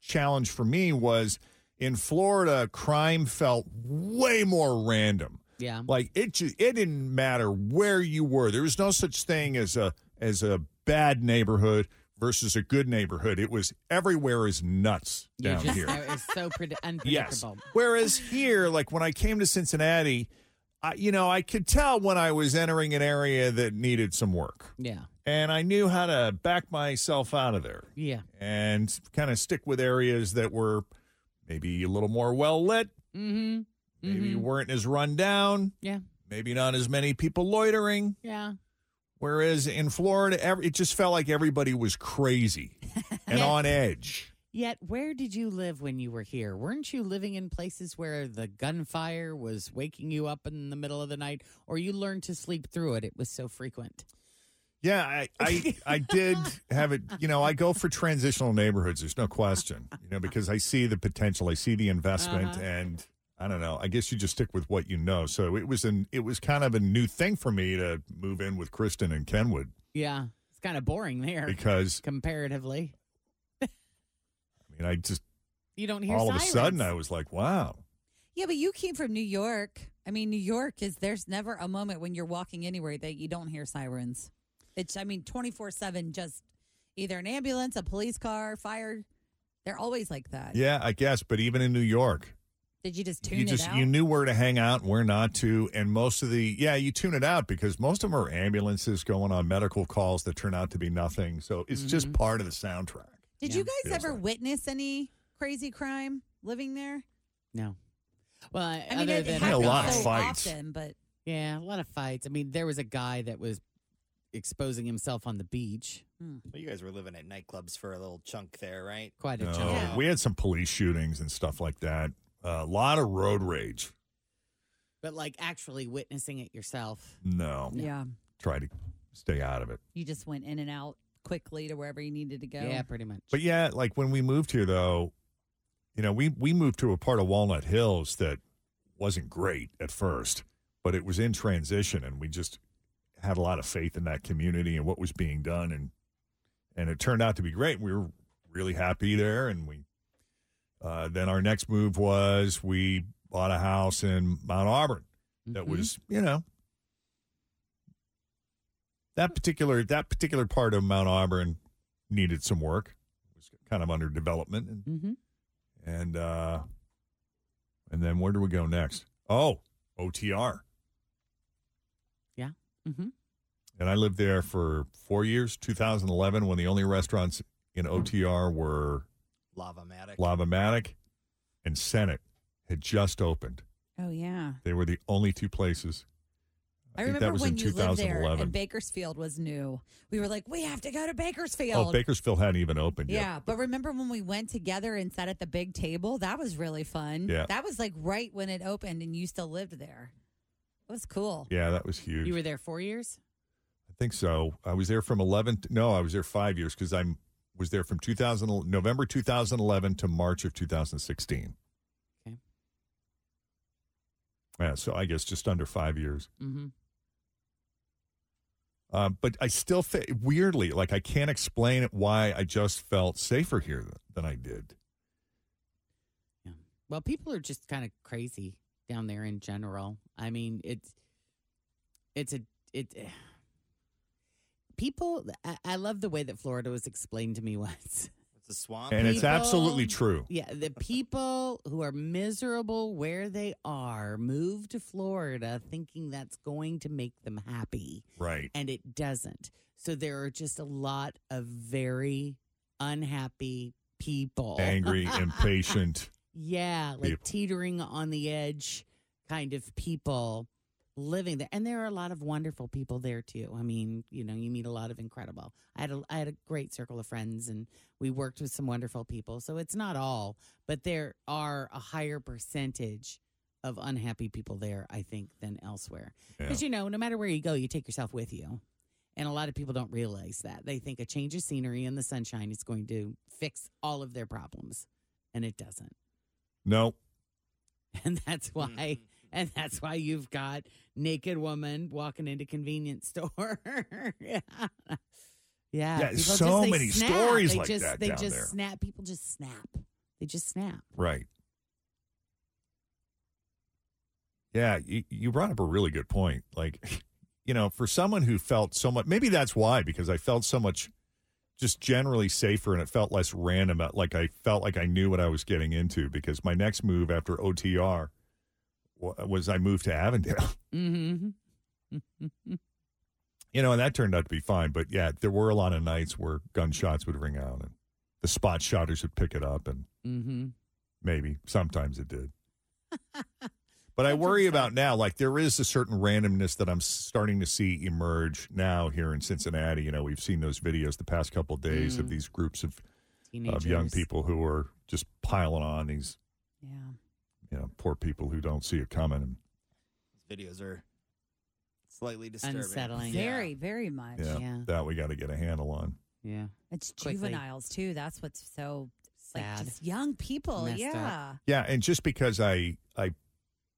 [SPEAKER 2] challenge for me was in Florida, crime felt way more random.
[SPEAKER 4] Yeah.
[SPEAKER 2] Like it ju- it didn't matter where you were. There was no such thing as a as a bad neighborhood versus a good neighborhood. It was everywhere is nuts
[SPEAKER 4] You
[SPEAKER 2] down
[SPEAKER 4] just
[SPEAKER 2] here.
[SPEAKER 4] know it's so pred- unpredictable.
[SPEAKER 2] Yes. Whereas here, like when I came to Cincinnati, I, you know, I could tell when I was entering an area that needed some work.
[SPEAKER 4] Yeah.
[SPEAKER 2] And I knew how to back myself out of there
[SPEAKER 4] Yeah.
[SPEAKER 2] and kind of stick with areas that were maybe a little more well lit,
[SPEAKER 4] Mm-hmm.
[SPEAKER 2] maybe weren't as run down,
[SPEAKER 4] Yeah.
[SPEAKER 2] maybe not as many people loitering.
[SPEAKER 4] Yeah.
[SPEAKER 2] Whereas in Florida, ev- it just felt like everybody was crazy and on edge.
[SPEAKER 4] Yet, where did you live when you were here? Weren't you living in places where the gunfire was waking you up in the middle of the night, or you learned to sleep through it? It was so frequent.
[SPEAKER 2] Yeah, I, I I did have it. You know, I go for transitional neighborhoods. There's no question. You know, because I see the potential, I see the investment,
[SPEAKER 4] Uh-huh.
[SPEAKER 2] and I don't know. I guess you just stick with what you know. So it was an it was kind of a new thing for me to move in with Kristen and Kenwood
[SPEAKER 4] Yeah. It's kind of boring there
[SPEAKER 2] because
[SPEAKER 4] comparatively.
[SPEAKER 2] I mean, I just
[SPEAKER 4] You don't
[SPEAKER 3] hear
[SPEAKER 2] all of
[SPEAKER 3] sirens.
[SPEAKER 2] a sudden I was like, wow,
[SPEAKER 3] Yeah, but you came from New York. I mean, New York is there's never a moment when you're walking anywhere that you don't hear sirens. It's I mean, 24/7 just either an ambulance, a police car, fire. They're always like that.
[SPEAKER 2] yeah, I guess. But even in New York,
[SPEAKER 3] Did you just tune
[SPEAKER 2] you
[SPEAKER 3] it
[SPEAKER 2] just
[SPEAKER 3] out?
[SPEAKER 2] you knew where to hang out and where not to and most of the yeah you tune it out because most of them are ambulances going on medical calls that turn out to be nothing so it's
[SPEAKER 3] Mm-hmm.
[SPEAKER 2] just part of the soundtrack
[SPEAKER 3] Did you guys
[SPEAKER 2] Feels
[SPEAKER 3] ever witness any crazy crime living there?
[SPEAKER 4] No. Well, I,
[SPEAKER 3] I mean,
[SPEAKER 4] other
[SPEAKER 3] it
[SPEAKER 4] than
[SPEAKER 3] happens A lot of so fights. often, but-
[SPEAKER 4] yeah, a lot of fights. I mean, there was a guy that was exposing himself on the beach.
[SPEAKER 3] Hmm.
[SPEAKER 5] Well, you guys were living at nightclubs for a little chunk there, right?
[SPEAKER 4] Quite
[SPEAKER 2] No, we had some police shootings and stuff like that a lot of road rage
[SPEAKER 4] But like actually witnessing it yourself.
[SPEAKER 2] no
[SPEAKER 3] Yeah.
[SPEAKER 2] try to stay out of it
[SPEAKER 3] You just went in and out quickly to wherever you needed to go.
[SPEAKER 4] Yeah, pretty much.
[SPEAKER 2] But yeah, like when we moved here, though, you know, we we moved to a part of Walnut Hills that wasn't great at first, but it was in transition, and we just had a lot of faith in that community and what was being done, and and it turned out to be great. We were really happy there, and we uh, then our next move was we bought a house in Mount Auburn that was you know that particular that particular part of Mount Auburn needed some work. It was kind of under development, and
[SPEAKER 4] Mhm.
[SPEAKER 2] and, uh, and then where do we go next? Oh, OTR,
[SPEAKER 4] Yeah. Mm-hmm.
[SPEAKER 2] and I lived there for four years, 2011, when the only restaurants in OTR were
[SPEAKER 5] Lavamatic.
[SPEAKER 2] Lavamatic and Senate had just opened.
[SPEAKER 3] Oh yeah.
[SPEAKER 2] They were the only two places.
[SPEAKER 3] I,
[SPEAKER 2] think
[SPEAKER 3] remember
[SPEAKER 2] that was
[SPEAKER 3] when
[SPEAKER 2] in
[SPEAKER 3] you lived there
[SPEAKER 2] 2011.
[SPEAKER 3] and Bakersfield was new. We were like, we have to go to Bakersfield.
[SPEAKER 2] Oh, Bakersfield hadn't even opened yet.
[SPEAKER 3] Yeah, but remember when we went together and sat at the big table? That was really fun.
[SPEAKER 2] Yeah.
[SPEAKER 3] That was like right when it opened and you still lived there. It was cool.
[SPEAKER 2] Yeah, that was huge.
[SPEAKER 4] You were there four years?
[SPEAKER 2] I think so. I was there from 11. To, no, I was there five years because I'm was there from 2000 November 2011 to March of 2016.
[SPEAKER 4] Okay.
[SPEAKER 2] Yeah, so I guess just under five years.
[SPEAKER 4] Mm-hmm.
[SPEAKER 2] Uh, but I still fe- weirdly like I can't explain it why I just felt safer here th- than I did.
[SPEAKER 4] Well, people are just kind of crazy down there in general. I mean, it's it's a it people I, I love the way that Florida was explained to me once.
[SPEAKER 5] It's a swamp.
[SPEAKER 2] And it's
[SPEAKER 4] People-
[SPEAKER 2] absolutely true.
[SPEAKER 4] Yeah, the people who are miserable where they are move to Florida thinking that's going to make them happy.
[SPEAKER 2] Right.
[SPEAKER 4] And it doesn't. So there are just a lot of very unhappy people.
[SPEAKER 2] Angry, impatient.
[SPEAKER 4] Yeah, like
[SPEAKER 2] people.
[SPEAKER 4] teetering on the edge kind of people living there. And there are a lot of wonderful people there too. I mean, you know, you meet a lot of incredible. I had a I had a great circle of friends and we worked with some wonderful people. So it's not all, but there are a higher percentage of unhappy people there, I think, than elsewhere.
[SPEAKER 2] Yeah.
[SPEAKER 4] Because you know, no matter where you go, you take yourself with you. And a lot of people don't realize that. They think a change of scenery and the sunshine is going to fix all of their problems. And it doesn't
[SPEAKER 2] No,
[SPEAKER 4] and that's why and that's why you've got naked woman walking into convenience store yeah yeah,
[SPEAKER 2] Yeah,
[SPEAKER 4] people just-
[SPEAKER 2] so
[SPEAKER 4] they
[SPEAKER 2] many
[SPEAKER 4] snap.
[SPEAKER 2] stories
[SPEAKER 4] they
[SPEAKER 2] like
[SPEAKER 4] just,
[SPEAKER 2] that
[SPEAKER 4] they
[SPEAKER 2] down
[SPEAKER 4] just
[SPEAKER 2] there.
[SPEAKER 4] snap people just snap they just snap
[SPEAKER 2] Right. Yeah, you, you brought up a really good point. Like, you know, for someone who felt so much, maybe that's why, because I felt so much just generally safer and it felt less random. Uh, Like I felt like I knew what I was getting into because my next move after OTR wa- was I moved to Avondale.
[SPEAKER 4] Mm-hmm.
[SPEAKER 2] Mm-hmm. You know, and that turned out to be fine. But yeah, there were a lot of nights where gunshots would ring out and the spot shooters would pick it up, and
[SPEAKER 4] Mm-hmm.
[SPEAKER 2] maybe sometimes it did. but I worry about now, like there is a certain randomness that I'm starting to see emerge now here in Cincinnati. You know, we've seen those videos the past couple of days of these groups of of young
[SPEAKER 4] Teenagers.
[SPEAKER 2] people who are just piling on these, you know, poor people who don't see it coming. And
[SPEAKER 5] Videos are slightly disturbing.
[SPEAKER 4] Unsettling.
[SPEAKER 3] Very, very much.
[SPEAKER 2] yeah, that we got to get a handle on.
[SPEAKER 4] Yeah.
[SPEAKER 3] It's
[SPEAKER 4] Quickly.
[SPEAKER 3] juveniles too. That's what's so
[SPEAKER 4] Sad.
[SPEAKER 3] like just young people.
[SPEAKER 4] Messed up.
[SPEAKER 3] yeah.
[SPEAKER 2] Yeah, and just because I I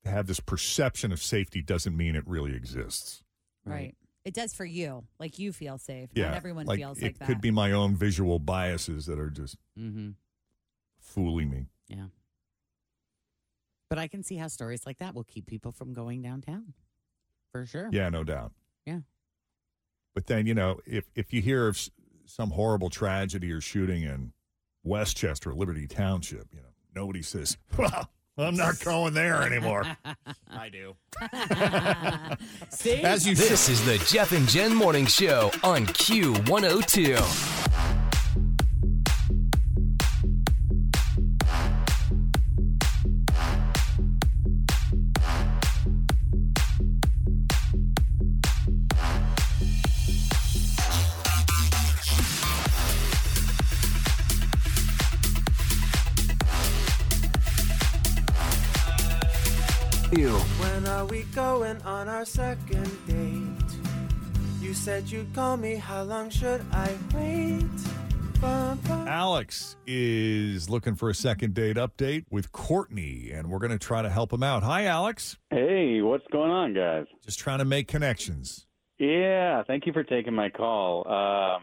[SPEAKER 2] have this perception of safety doesn't mean it really exists.
[SPEAKER 3] Right. It does for you. Like you feel safe.
[SPEAKER 2] Yeah,
[SPEAKER 3] Not everyone
[SPEAKER 2] like,
[SPEAKER 3] feels
[SPEAKER 2] it
[SPEAKER 3] like that.
[SPEAKER 2] could be my own visual biases that are just
[SPEAKER 4] Mm-hmm.
[SPEAKER 2] fooling me.
[SPEAKER 4] Yeah. But I can see how stories like that will keep people from going downtown. For sure.
[SPEAKER 2] Yeah, no doubt.
[SPEAKER 4] Yeah.
[SPEAKER 2] But then you know, if if you hear of s- some horrible tragedy or shooting in Westchester, Liberty Township, you know, nobody says, "Well, I'm not going there anymore."
[SPEAKER 5] I do.
[SPEAKER 4] See?
[SPEAKER 10] This is the Jeff and Jen Morning Show on Q102. You.
[SPEAKER 22] When are we going on our second date? You said you'd call me, how long should I wait? Bum, bum.
[SPEAKER 2] Alex is looking for a second date update with Courtney, and we're going to try to help him out. Hi, Alex.
[SPEAKER 23] Hey, what's going on, guys?
[SPEAKER 2] Just trying to make connections.
[SPEAKER 23] Yeah, thank you for taking my call. Um,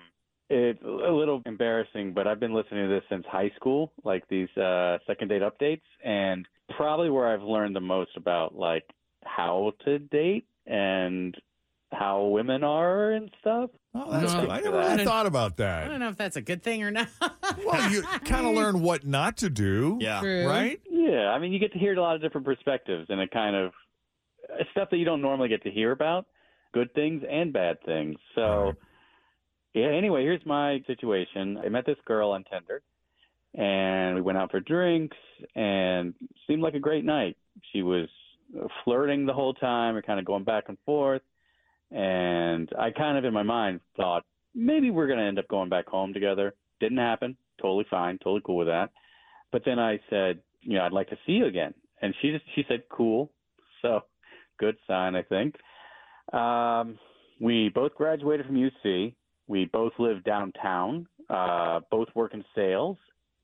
[SPEAKER 23] it's a little embarrassing, but I've been listening to this since high school, like these uh, second date updates, and probably where I've learned the most about like how to date and how women are and stuff.
[SPEAKER 2] Oh, that's good. I never really thought about
[SPEAKER 4] I
[SPEAKER 2] that.
[SPEAKER 4] don't know if that's a good thing or not.
[SPEAKER 2] Well, you kind of learn what not to do.
[SPEAKER 4] True.
[SPEAKER 2] Right?
[SPEAKER 23] Yeah, I mean, you get to hear a lot of different perspectives and it kind of it's stuff that you don't normally get to hear about, good things and bad things. So, yeah. Anyway, here's my situation. I met this girl on Tinder, and we went out for drinks, and seemed like a great night. She was flirting the whole time, and kind of going back and forth, and I kind of in my mind thought maybe we're gonna end up going back home together. Didn't happen. Totally fine. Totally cool with that. But then I said, you know, I'd like to see you again. And she just she said, cool. So good sign, I think. Um, we both graduated from UC. We both live downtown. Uh, both work in sales,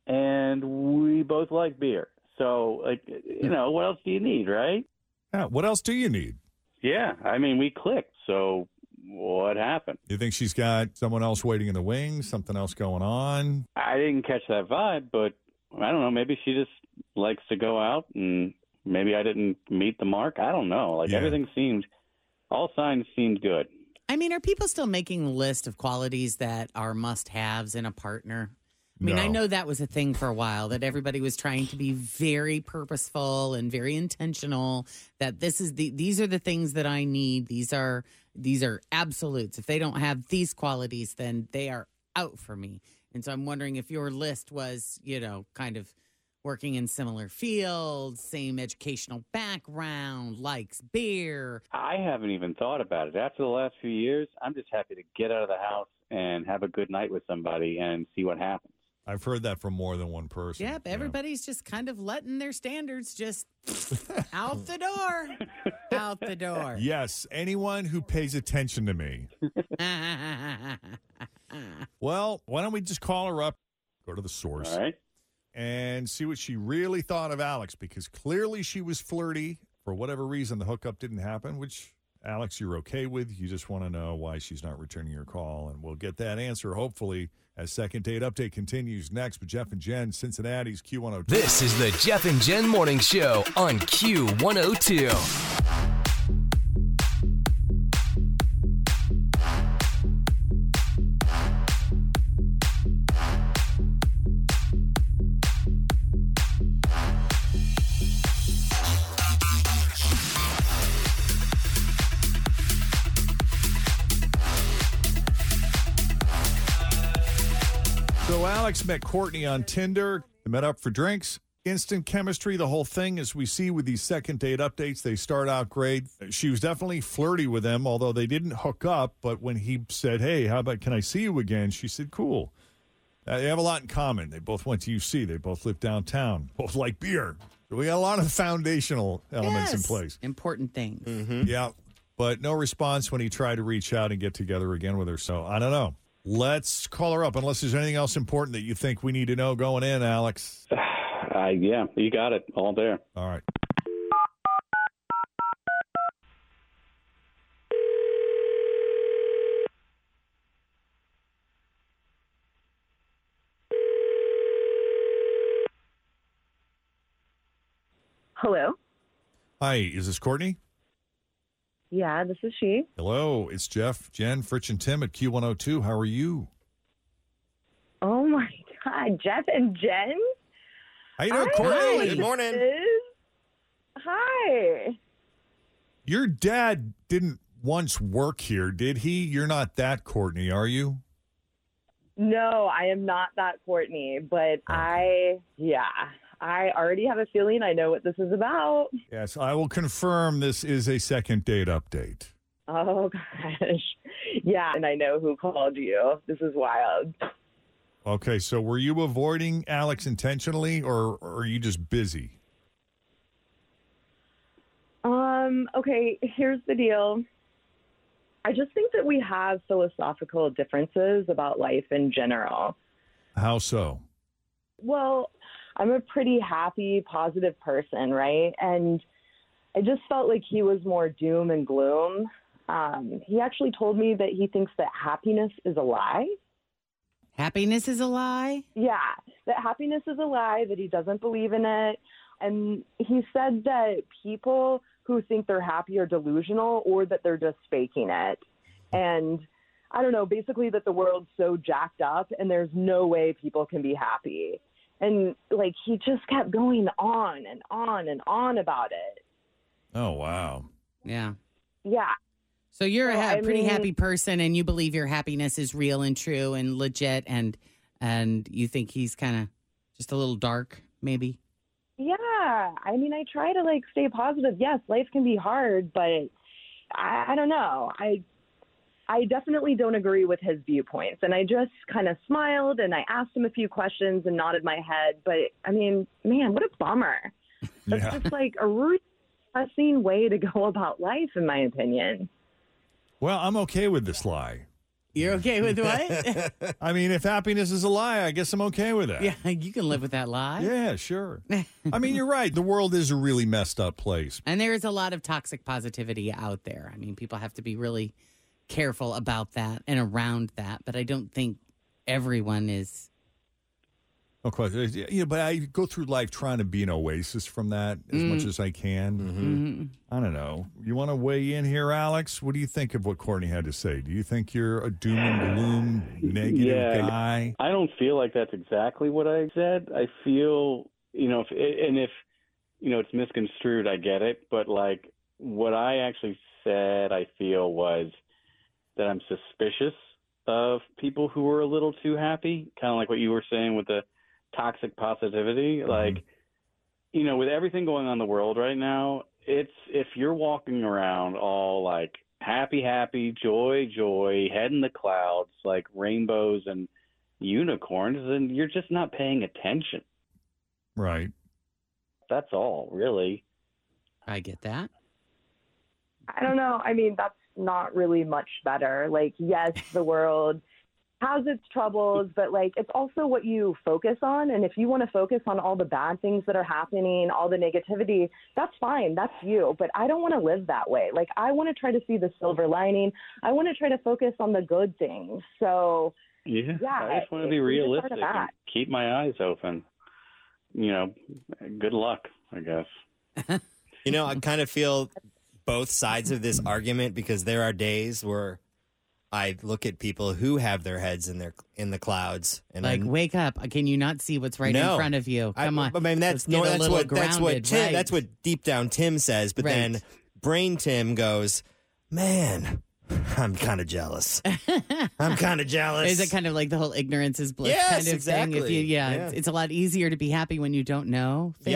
[SPEAKER 23] and we both like beer. So, like, you know, what else do you need, right?
[SPEAKER 2] Yeah. What else do you need?
[SPEAKER 23] Yeah, I mean, we clicked. So, what happened?
[SPEAKER 2] You think she's got someone else waiting in the wings, something else going on?
[SPEAKER 23] I didn't catch that vibe, but I don't know. Maybe she just likes to go out, and maybe I didn't meet the mark. I don't know. Like
[SPEAKER 4] Yeah.
[SPEAKER 23] everything seemed, all signs seemed good.
[SPEAKER 4] I mean, are people still making a list of qualities that are must haves in a partner? I mean, I
[SPEAKER 23] No.
[SPEAKER 4] know that was a thing for a while that everybody was trying to be very purposeful and very intentional that this is the these are the things that I need. These are these are absolutes. If they don't have these qualities, then they are out for me. And so I'm wondering if your list was, you know, kind of working in similar fields, same educational background, likes beer,
[SPEAKER 23] I haven't even thought about it. After the last few years, I'm just happy to get out of the house and have a good night with somebody and see what happens.
[SPEAKER 2] I've heard that from more than one person.
[SPEAKER 4] Yep, everybody's just kind of letting their standards just out the door. out the door.
[SPEAKER 2] Yes, anyone who pays attention to me. well, why don't we just call her up, go to the source,
[SPEAKER 23] All right.
[SPEAKER 2] and see what she really thought of Alex? Because clearly she was flirty. For whatever reason, the hookup didn't happen, which, Alex, you're okay with. You just want to know why she's not returning your call, and we'll get that answer, hopefully, as Second Date Update continues next. But Jeff and Jen, Cincinnati's Q102.
[SPEAKER 10] This is the Jeff and Jen Morning Show on Q102.
[SPEAKER 2] So Alex met Courtney on Tinder. They met up for drinks. Instant chemistry, the whole thing, as we see with these second date updates, they start out great. She was definitely flirty with him, although they didn't hook up. But when he said, Hey, how about can I see you again? She said, Cool. Uh, they have a lot in common. They both went to UC, they both live downtown, both like beer. So we got a lot of foundational elements in
[SPEAKER 4] Yes.
[SPEAKER 2] place.
[SPEAKER 4] Important things.
[SPEAKER 2] Yeah. But no response when he tried to reach out and get together again with her. So I don't know. Let's call her up unless there's anything else important that you think we need to know going in, Alex.
[SPEAKER 23] Uh, yeah, you got it all there.
[SPEAKER 2] All right.
[SPEAKER 24] Hello.
[SPEAKER 2] Hi, is this Courtney?
[SPEAKER 24] Yeah, this is she.
[SPEAKER 2] Hello, it's Jeff, Jen, Fritch, and Tim at Q102. How are you?
[SPEAKER 24] Oh my God, Jeff and Jen.
[SPEAKER 2] How you doing,
[SPEAKER 24] I
[SPEAKER 2] Courtney?
[SPEAKER 24] know what
[SPEAKER 2] Good
[SPEAKER 24] this
[SPEAKER 2] morning.
[SPEAKER 24] is. Hi.
[SPEAKER 2] Your dad didn't once work here, did he? You're not that Courtney, are you?
[SPEAKER 24] No, I am not that Courtney, but
[SPEAKER 2] Oh.
[SPEAKER 24] I, yeah, I already have a feeling I know what this is about.
[SPEAKER 2] Yes, I will confirm this is a second date update.
[SPEAKER 24] Oh gosh. Yeah, and I know who called you. This is wild.
[SPEAKER 2] Okay, so were you avoiding Alex intentionally or, or are you just busy?
[SPEAKER 24] Um, okay, here's the deal. I just think that we have philosophical differences about life in general.
[SPEAKER 2] How so?
[SPEAKER 24] Well, I'm a pretty happy, positive person, right? And I just felt like he was more doom and gloom. Um, he actually told me that he thinks that happiness is a lie.
[SPEAKER 4] Happiness is a lie?
[SPEAKER 24] Yeah, that happiness is a lie, that he doesn't believe in it. And he said that people who think they're happy are delusional or that they're just faking it. And I don't know, basically that the world's so jacked up and there's no way people can be happy. And like he just kept going on and on and on about it.
[SPEAKER 2] Oh, wow.
[SPEAKER 4] Yeah.
[SPEAKER 24] Yeah.
[SPEAKER 4] So you're a
[SPEAKER 24] So,
[SPEAKER 4] ha-
[SPEAKER 24] I
[SPEAKER 4] pretty
[SPEAKER 24] mean-
[SPEAKER 4] happy person and you believe your happiness is real and true and legit and and you think he's kind of just a little dark maybe.
[SPEAKER 24] Yeah. I mean, I try to like stay positive. Yes, life can be hard, but I, I don't know. I I definitely don't agree with his viewpoints. And I just kind of smiled and I asked him a few questions and nodded my head. But I mean, man, what a bummer. That's just like a really depressing way to go about life, in my opinion.
[SPEAKER 2] Well, I'm okay with this lie.
[SPEAKER 4] You're okay with what?
[SPEAKER 2] I mean, if happiness is a lie, I guess I'm okay with that.
[SPEAKER 4] Yeah, you can live with that lie.
[SPEAKER 2] Yeah, sure. I mean, you're right. The world is a really messed up place.
[SPEAKER 4] And there is a lot of toxic positivity out there. I mean, people have to be really careful about that and around that, but I don't think everyone is
[SPEAKER 2] No question. Yeah, yeah, but I go through life trying to be an oasis from that as
[SPEAKER 4] Mm.
[SPEAKER 2] much as I can. Mm-hmm.
[SPEAKER 4] Mhm.
[SPEAKER 2] I don't know. You want to weigh in here, Alex? What do you think of what Courtney had to say? Do you think you're a doom and gloom negative
[SPEAKER 23] Yeah.
[SPEAKER 2] guy?
[SPEAKER 23] I don't feel like that's exactly what I said. I feel, you know, if, and if, you know, it's misconstrued, I get it. But like what I actually said, I feel was that I'm suspicious of people who are a little too happy, kind of like what you were saying with the toxic positivity.
[SPEAKER 2] Mm-hmm.
[SPEAKER 23] Like, you know, with everything going on in the world right now, it's if you're walking around all like happy, happy, joy, joy, head in the clouds, like rainbows and unicorns, then you're just not paying attention.
[SPEAKER 2] Right.
[SPEAKER 23] That's all, really.
[SPEAKER 4] I get that.
[SPEAKER 24] I don't know. I mean, that's not really much better. Like, yes, the world has its troubles, but like, it's also what you focus on. And if you want to focus on all the bad things that are happening, all the negativity, that's fine. That's you. But I don't want to live that way. Like, I want to try to see the silver lining. I want to try to focus on the good things. So,
[SPEAKER 23] Yeah. I
[SPEAKER 24] Yeah,
[SPEAKER 23] just want to be
[SPEAKER 24] it's really part
[SPEAKER 23] realistic
[SPEAKER 24] of
[SPEAKER 23] and
[SPEAKER 24] that.
[SPEAKER 23] keep my eyes open. You know, good luck, I guess.
[SPEAKER 5] You know, I kind of feel both sides of this argument because there are days where I look at people who have their heads in their in the clouds and
[SPEAKER 4] like,
[SPEAKER 5] I
[SPEAKER 4] wake up. Can you not see what's right
[SPEAKER 5] No.
[SPEAKER 4] in front of you?
[SPEAKER 5] I-
[SPEAKER 4] Come on.
[SPEAKER 5] I mean,
[SPEAKER 4] Let's
[SPEAKER 5] that's
[SPEAKER 4] get
[SPEAKER 5] no,
[SPEAKER 4] a
[SPEAKER 5] that's
[SPEAKER 4] little
[SPEAKER 5] what that's what
[SPEAKER 4] grounded,
[SPEAKER 5] Tim,
[SPEAKER 4] right.
[SPEAKER 5] that's what deep down Tim says, but
[SPEAKER 4] Right.
[SPEAKER 5] then brain Tim goes, man. I'm kind of jealous. I'm kind of jealous.
[SPEAKER 4] Is it kind of like the whole ignorance is bliss
[SPEAKER 5] Yes,
[SPEAKER 4] kind of thing? If
[SPEAKER 5] exactly.
[SPEAKER 4] you, yeah,
[SPEAKER 5] Yeah.
[SPEAKER 4] It's, it's a lot easier to be happy when you don't know. Things.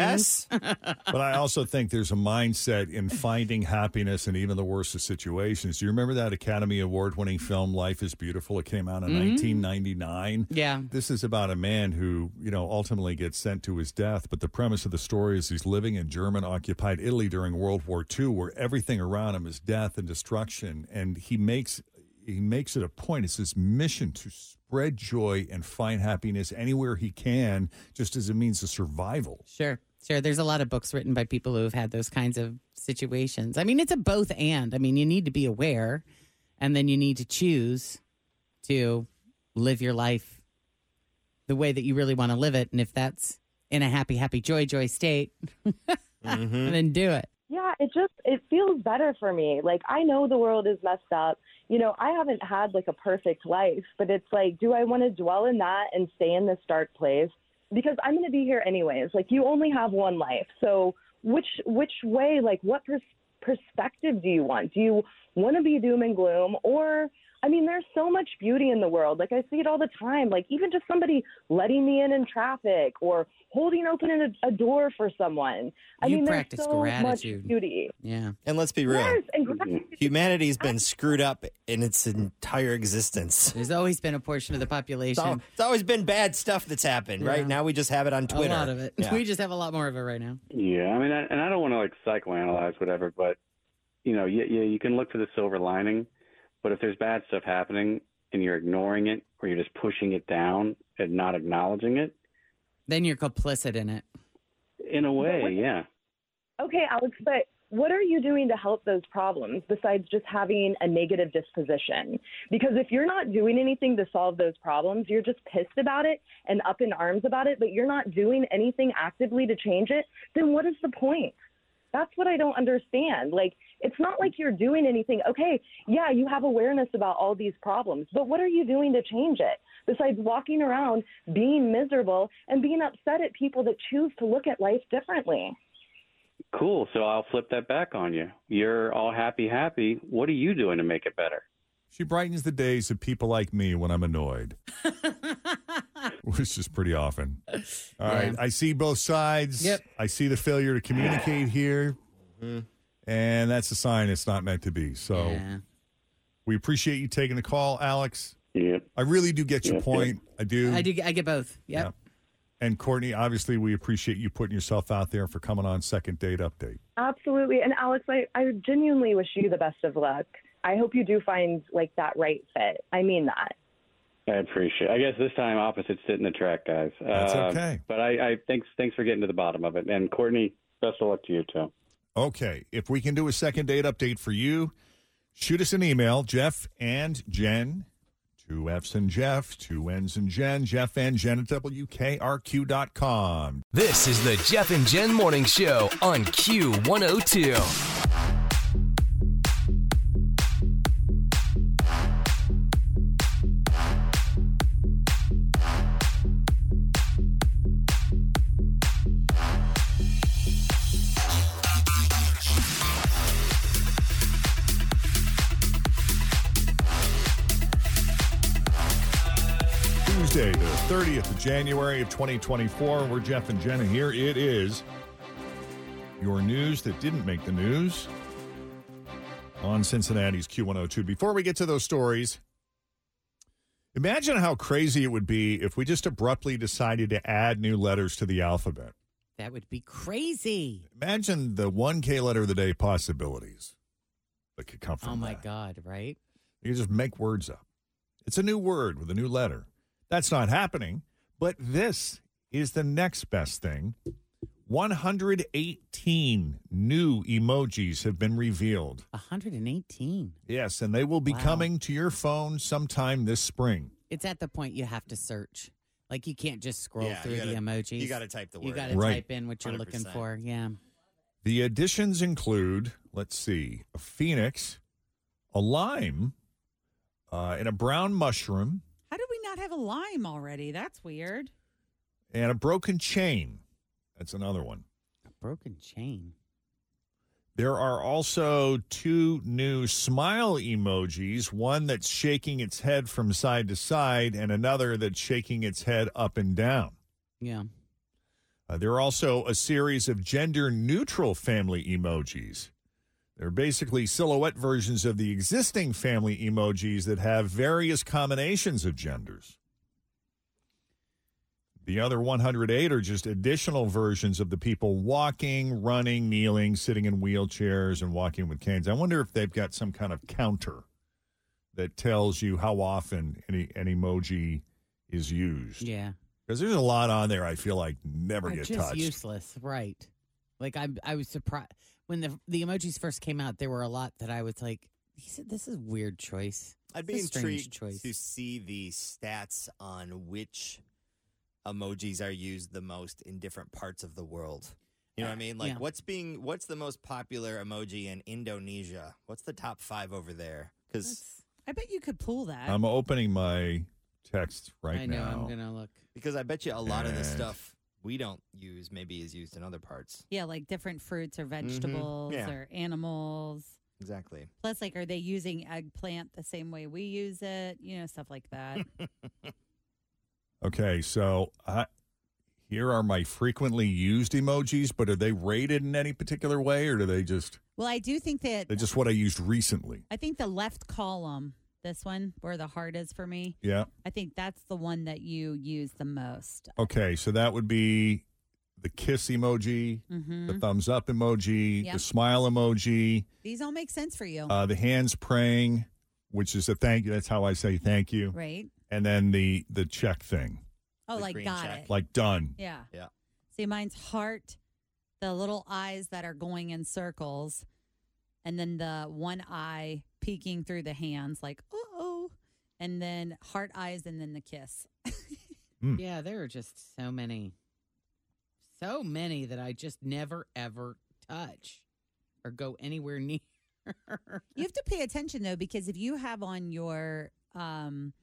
[SPEAKER 5] Yes.
[SPEAKER 2] but I also think there's a mindset in finding happiness in even the worst of situations. Do you remember that Academy Award winning film, Life is Beautiful? It came out in
[SPEAKER 4] Mhm.
[SPEAKER 2] 1999.
[SPEAKER 4] Yeah.
[SPEAKER 2] This is about a man who, you know, ultimately gets sent to his death. But the premise of the story is he's living in German occupied Italy during World War II, where everything around him is death and destruction. And he makes. He makes it a point. It's his mission to spread joy and find happiness anywhere he can, just as a means of survival.
[SPEAKER 4] Sure, sure. There's a lot of books written by people who have had those kinds of situations. I mean, it's a both and. I mean, you need to be aware, and then you need to choose to live your life the way that you really want to live it. And if that's in a happy, happy, joy, joy state,
[SPEAKER 5] Mm-hmm.
[SPEAKER 4] then do it.
[SPEAKER 24] Yeah, it just it feels better for me. Like I know the world is messed up. You know, I haven't had like a perfect life, but it's like do I want to dwell in that and stay in this dark place because I'm going to be here anyways. Like you only have one life. So which which way like what pers- perspective do you want? Do you want to be doom and gloom or I mean, there's so much beauty in the world. Like I see it all the time. Like even just somebody letting me in in traffic or holding open a, a door for someone. I
[SPEAKER 5] You
[SPEAKER 24] mean, there's
[SPEAKER 5] practice
[SPEAKER 24] so
[SPEAKER 5] gratitude.
[SPEAKER 24] much beauty.
[SPEAKER 4] Yeah.
[SPEAKER 5] And let's be real.
[SPEAKER 24] Yes, and gratitude.
[SPEAKER 5] Humanity's been screwed up in its entire existence.
[SPEAKER 4] There's always been a portion of the
[SPEAKER 5] It's,
[SPEAKER 4] population.
[SPEAKER 5] al- it's always been bad stuff that's happened,
[SPEAKER 4] Yeah.
[SPEAKER 5] right? Now we just have it on
[SPEAKER 4] A
[SPEAKER 5] Twitter.
[SPEAKER 4] lot of it.
[SPEAKER 5] Yeah.
[SPEAKER 4] We just have a lot more of it right now.
[SPEAKER 23] Yeah, I mean, I, and I don't want to like psychoanalyze whatever, but you know, yeah, yeah, you can look for the silver lining, but if there's bad stuff happening and you're ignoring it or you're just pushing it down and not acknowledging it,
[SPEAKER 4] Then you're complicit in it.
[SPEAKER 23] in a way, yeah.
[SPEAKER 24] Okay, Alex, but what are you doing to help those problems besides just having a negative disposition? Because if you're not doing anything to solve those problems, you're just pissed about it and up in arms about it, but you're not doing anything actively to change it, then what is the point? That's what I don't understand. Like, it's not like you're doing anything. Okay, yeah, you have awareness about all these problems, but what are you doing to change it besides walking around being miserable and being upset at people that choose to look at life differently?
[SPEAKER 23] Cool. So I'll flip that back on you. You're all happy, happy. What are you doing to make it better?
[SPEAKER 2] She brightens the days of people like me when I'm annoyed, which is pretty often. All right. I see both sides. Yep. I see the failure to communicate here. And that's a sign it's not meant to be. So we appreciate you taking the call, Alex.
[SPEAKER 23] Yeah.
[SPEAKER 2] I really do get your
[SPEAKER 4] Yep, yep.
[SPEAKER 2] point. I do.
[SPEAKER 4] I do. I get both. Yep.
[SPEAKER 2] And Courtney, obviously, we appreciate you putting yourself out there for coming on Second Date Update.
[SPEAKER 24] Absolutely. And Alex, I, I genuinely wish you the best of luck. I hope you do find like that right fit. I mean that.
[SPEAKER 23] I appreciate. I guess this time opposites sit in the track, guys. Uh,
[SPEAKER 2] That's okay.
[SPEAKER 23] But I, I thanks thanks for getting to the bottom of it. And Courtney, best of luck to you too.
[SPEAKER 2] Okay. If we can do a second date update for you, shoot us an email, Jeff and Jen, two F's and Jeff, two N's and Jen, Jeff and Jen at WKRQ.com.
[SPEAKER 10] This is the Jeff and Jen Morning Show on Q102.
[SPEAKER 2] Tuesday, the 30th of January of 2024. We're Jeff and Jenna here. It is your news that didn't make the news on Cincinnati's Q102. Before we get to those stories, imagine how crazy it would be if we just abruptly decided to add new letters to the alphabet.
[SPEAKER 4] That would be crazy.
[SPEAKER 2] Imagine the 1K letter of the day possibilities that could come from
[SPEAKER 4] Oh my
[SPEAKER 2] that.
[SPEAKER 4] God, right?
[SPEAKER 2] You just make words up. It's a new word with a new letter. That's not happening, but this is the next best thing. 118 new emojis have been revealed.
[SPEAKER 4] Uh-huh. 118.
[SPEAKER 2] Yes, and they will be
[SPEAKER 4] Wow.
[SPEAKER 2] coming to your phone sometime this spring.
[SPEAKER 4] It's at the point you have to search. Like you can't just scroll
[SPEAKER 5] Yeah,
[SPEAKER 4] through
[SPEAKER 5] you
[SPEAKER 4] the
[SPEAKER 5] gotta-
[SPEAKER 4] emojis.
[SPEAKER 5] you gotta type the
[SPEAKER 4] You
[SPEAKER 5] word
[SPEAKER 4] got to
[SPEAKER 2] in. Right.
[SPEAKER 4] type in what you're looking
[SPEAKER 5] 100%.
[SPEAKER 4] for. Yeah.
[SPEAKER 2] The additions include, let's see, a phoenix, a lime, uh, and a brown mushroom,
[SPEAKER 3] How did we not have a lime already? That's weird.
[SPEAKER 2] and a broken chain. That's another one.
[SPEAKER 4] A broken chain.
[SPEAKER 2] There are also two new smile emojis one that's shaking its head from side to side, and another that's shaking its head up and down.
[SPEAKER 4] Yeah.
[SPEAKER 2] Uh, there are also a series of gender neutral family emojis. They're basically silhouette versions of the existing family emojis that have various combinations of genders. The other 108 are just additional versions of the people walking, running, kneeling, sitting in wheelchairs, and walking with canes. I wonder if they've got some kind of counter that tells you how often any an emoji is used.
[SPEAKER 4] Yeah.
[SPEAKER 2] Because there's a lot on there I feel like never
[SPEAKER 4] Are
[SPEAKER 2] get
[SPEAKER 4] just
[SPEAKER 2] touched.
[SPEAKER 4] useless, right? Like I, I was surprised when the the emojis first came out. There were a lot that I was like, "This is- "This is a weird choice."
[SPEAKER 5] I'd be
[SPEAKER 4] This is a strange
[SPEAKER 5] intrigued to see the stats on which emojis are used the most in different parts of the world. You know what I mean? Like
[SPEAKER 4] yeah.
[SPEAKER 5] what's being what's the most popular emoji in Indonesia? What's the top 5 over there? Cuz
[SPEAKER 3] I bet you could pull that.
[SPEAKER 2] I'm opening my text right
[SPEAKER 5] I know,
[SPEAKER 2] now.
[SPEAKER 5] I'm
[SPEAKER 4] gonna look.
[SPEAKER 5] Because I bet you a lot of the
[SPEAKER 2] And-
[SPEAKER 5] stuff we don't use maybe is used in other parts.
[SPEAKER 3] Yeah, like different fruits or
[SPEAKER 2] Mm-hmm.
[SPEAKER 3] vegetables
[SPEAKER 5] Yeah.
[SPEAKER 3] or animals.
[SPEAKER 5] Exactly.
[SPEAKER 3] Plus, like, are they using eggplant the same way we use it? You know, stuff like that.
[SPEAKER 2] Okay, so I, here are my frequently used emojis, but are they rated in any particular way, or do they just
[SPEAKER 3] well, I do think that
[SPEAKER 2] they just what I used recently?
[SPEAKER 3] I think the left column, this one where the heart is for me,
[SPEAKER 2] Yeah.
[SPEAKER 3] I think that's the one that you use the most.
[SPEAKER 2] Okay, so that would be the kiss emoji, the
[SPEAKER 3] hmm
[SPEAKER 2] thumbs up emoji,
[SPEAKER 3] Yeah.
[SPEAKER 2] the smile emoji,
[SPEAKER 3] These all make sense for you,
[SPEAKER 2] uh, the hands praying, which is a thank you. That's how I say thank you,
[SPEAKER 3] right?
[SPEAKER 2] and then the the check thing,
[SPEAKER 3] Oh, like got it.
[SPEAKER 2] like done.
[SPEAKER 3] Yeah.
[SPEAKER 5] Yeah.
[SPEAKER 3] See, mine's heart, the little eyes that are going in circles, and then the one eye peeking through the hands, like, uh oh. And then heart eyes, and then the kiss.
[SPEAKER 2] Hmm.
[SPEAKER 4] Yeah, there are just so many, so many that I just never ever touch or go anywhere near.
[SPEAKER 3] You have to pay attention, though, because if you have on your um,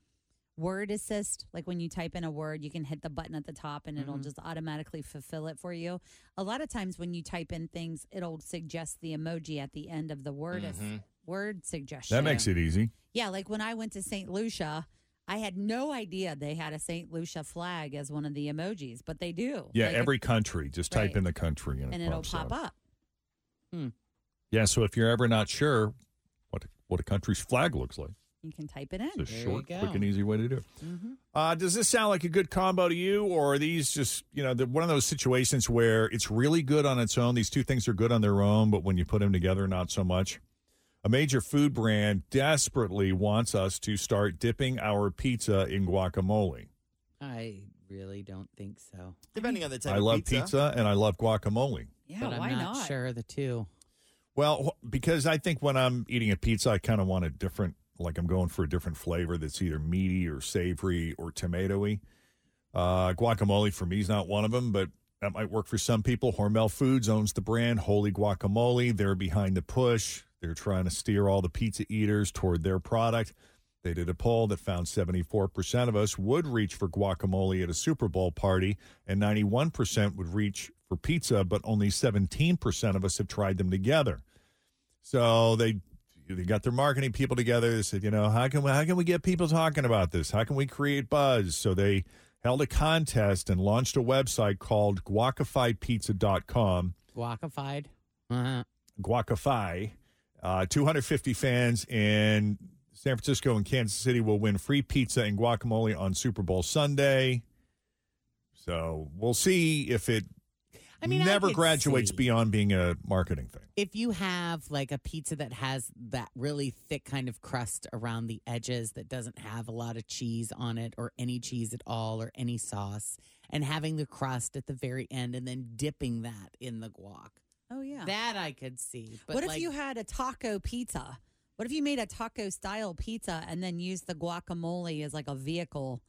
[SPEAKER 3] word assist, like when you type in a word, you can hit the button at the top and it'll
[SPEAKER 8] Mhm.
[SPEAKER 3] just automatically fulfill it for you. A lot of times when you type in things, it'll suggest the emoji at the end of the word, as-
[SPEAKER 2] Mhm.
[SPEAKER 3] word suggestion.
[SPEAKER 2] That makes it easy.
[SPEAKER 3] Yeah, like when I went to St. Lucia, I had no idea they had a St. Lucia flag as one of the emojis, but they do.
[SPEAKER 2] Yeah,
[SPEAKER 3] Like,
[SPEAKER 2] every country. Just type
[SPEAKER 3] Right.
[SPEAKER 2] in the country and,
[SPEAKER 3] and
[SPEAKER 2] it
[SPEAKER 3] it'll
[SPEAKER 2] pops
[SPEAKER 3] pop
[SPEAKER 2] up.
[SPEAKER 3] up.
[SPEAKER 2] Yeah, so if you're ever not sure what what a country's flag looks like,
[SPEAKER 3] You can type it in.
[SPEAKER 2] it's a short, quick, and easy way to do it. Uh, does this sound like a good combo to you, or are these just you know the, one of those situations where it's really good on its own? These two things are good on their own, but when you put them together, not so much. A major food brand desperately wants us to start dipping our pizza in guacamole.
[SPEAKER 4] I really don't think so.
[SPEAKER 5] Depending on the type
[SPEAKER 2] I
[SPEAKER 5] of
[SPEAKER 2] love
[SPEAKER 5] pizza.
[SPEAKER 2] pizza. and I love guacamole.
[SPEAKER 3] Yeah,
[SPEAKER 4] but I'm
[SPEAKER 3] why
[SPEAKER 4] not,
[SPEAKER 3] not?
[SPEAKER 4] Sure, of the two.
[SPEAKER 2] Well, wh- because I think when I'm eating a pizza, I kind of want a different, like I'm going for a different flavor that's either meaty or savory or tomatoey. Uh, guacamole for me is not one of them, but that might work for some people. Hormel Foods owns the brand Holy Guacamole. They're behind the push. They're trying to steer all the pizza eaters toward their product. They did a poll that found 74% of us would reach for guacamole at a Super Bowl party, and 91% would reach for pizza, but only 17% of us have tried them together. So they they got their marketing people together. They said, you know, how can we, how can we get people talking about this? How can we create buzz? So they held a contest and launched a website called guacafiedpizza.com.
[SPEAKER 4] Guacafied. Uh-huh.
[SPEAKER 2] Guacafy. Uh, 250 fans in San Francisco and Kansas City will win free pizza and guacamole on Super Bowl Sunday. So we'll see if it
[SPEAKER 4] I mean, I
[SPEAKER 2] never
[SPEAKER 4] could
[SPEAKER 2] graduates
[SPEAKER 4] see.
[SPEAKER 2] beyond being a marketing thing.
[SPEAKER 4] If you have like a pizza that has that really thick kind of crust around the edges that doesn't have a lot of cheese on it or any cheese at all or any sauce, and having the crust at the very end and then dipping that in the guac,
[SPEAKER 3] Oh, yeah.
[SPEAKER 4] that I could see. But
[SPEAKER 3] what
[SPEAKER 4] like-
[SPEAKER 3] if you had a taco pizza? What if you made a taco style pizza and then used the guacamole as like a vehicle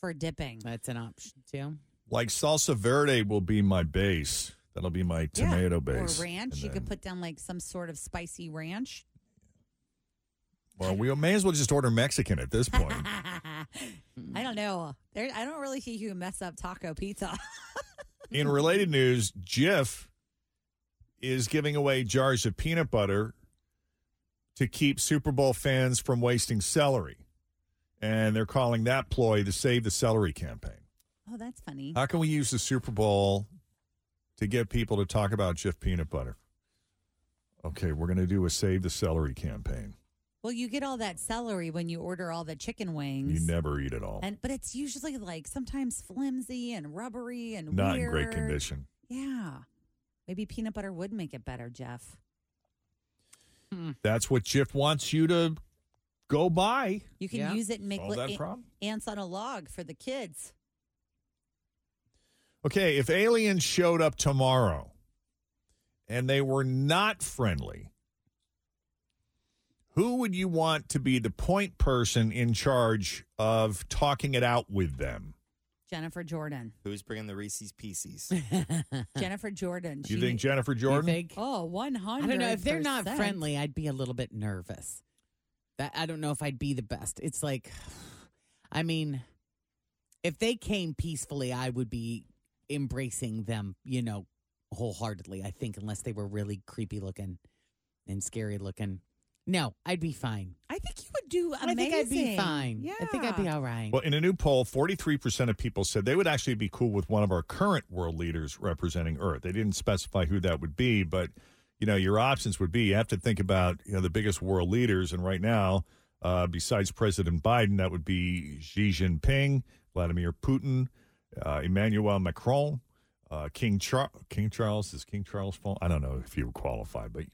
[SPEAKER 3] for dipping?
[SPEAKER 4] That's an option too.
[SPEAKER 2] Like salsa verde will be my base. That'll be my tomato base.
[SPEAKER 3] Or ranch.
[SPEAKER 2] And
[SPEAKER 3] you
[SPEAKER 2] then-
[SPEAKER 3] could put down like some sort of spicy ranch.
[SPEAKER 2] well, we may as well just order Mexican at this point.
[SPEAKER 3] I don't know. There, I don't really see you mess up taco pizza.
[SPEAKER 2] In related news, Jif is giving away jars of peanut butter to keep Super Bowl fans from wasting celery. And they're calling that ploy the Save the Celery campaign.
[SPEAKER 3] Oh, that's funny.
[SPEAKER 2] How can we use the Super Bowl to get people to talk about Jif peanut butter? Okay, we're going to do a Save the Celery campaign.
[SPEAKER 3] Well, you get all that celery when you order all the chicken
[SPEAKER 2] You
[SPEAKER 3] wings.
[SPEAKER 2] never eat it all.
[SPEAKER 3] And but it's usually like sometimes flimsy and rubbery and
[SPEAKER 2] Not in great
[SPEAKER 3] weird.
[SPEAKER 2] condition.
[SPEAKER 3] Yeah. Maybe peanut butter would make it better, Jeff.
[SPEAKER 2] That's what Jif wants you to go buy.
[SPEAKER 3] You can use it and make
[SPEAKER 2] Solve
[SPEAKER 3] li-
[SPEAKER 2] that
[SPEAKER 3] a-
[SPEAKER 2] problem.
[SPEAKER 3] ants on a log for the kids.
[SPEAKER 2] Okay, if aliens showed up tomorrow and they were not friendly, who would you want to be the point person in charge of talking it out with them?
[SPEAKER 3] Jennifer Jordan.
[SPEAKER 5] Who's bringing the Reese's Pieces?
[SPEAKER 3] Jennifer Jordan.
[SPEAKER 2] You think Jennifer Jordan?
[SPEAKER 3] Oh, 100
[SPEAKER 4] I don't know if they're not friendly. I'd be a little bit nervous. That I don't know if I'd be the best. It's like, I mean, if they came peacefully, I would be embracing them, you know, wholeheartedly. I think unless they were really creepy looking and scary looking. No, I'd be fine.
[SPEAKER 3] I think you would do
[SPEAKER 4] I
[SPEAKER 3] amazing.
[SPEAKER 4] think I'd be fine.
[SPEAKER 3] Yeah.
[SPEAKER 4] I think I'd be all right.
[SPEAKER 2] Well, in a new poll, 43% of people said they would actually be cool with one of our current world leaders representing Earth. They didn't specify who that would be, but you know, your options would be you have to think about, you know, the biggest world leaders and right now, uh, besides President Biden, that would be Xi Jinping, Vladimir Putin, uh, Emmanuel Macron, uh, King Charles. King Charles is King Charles fault? I don't know if you qualify, but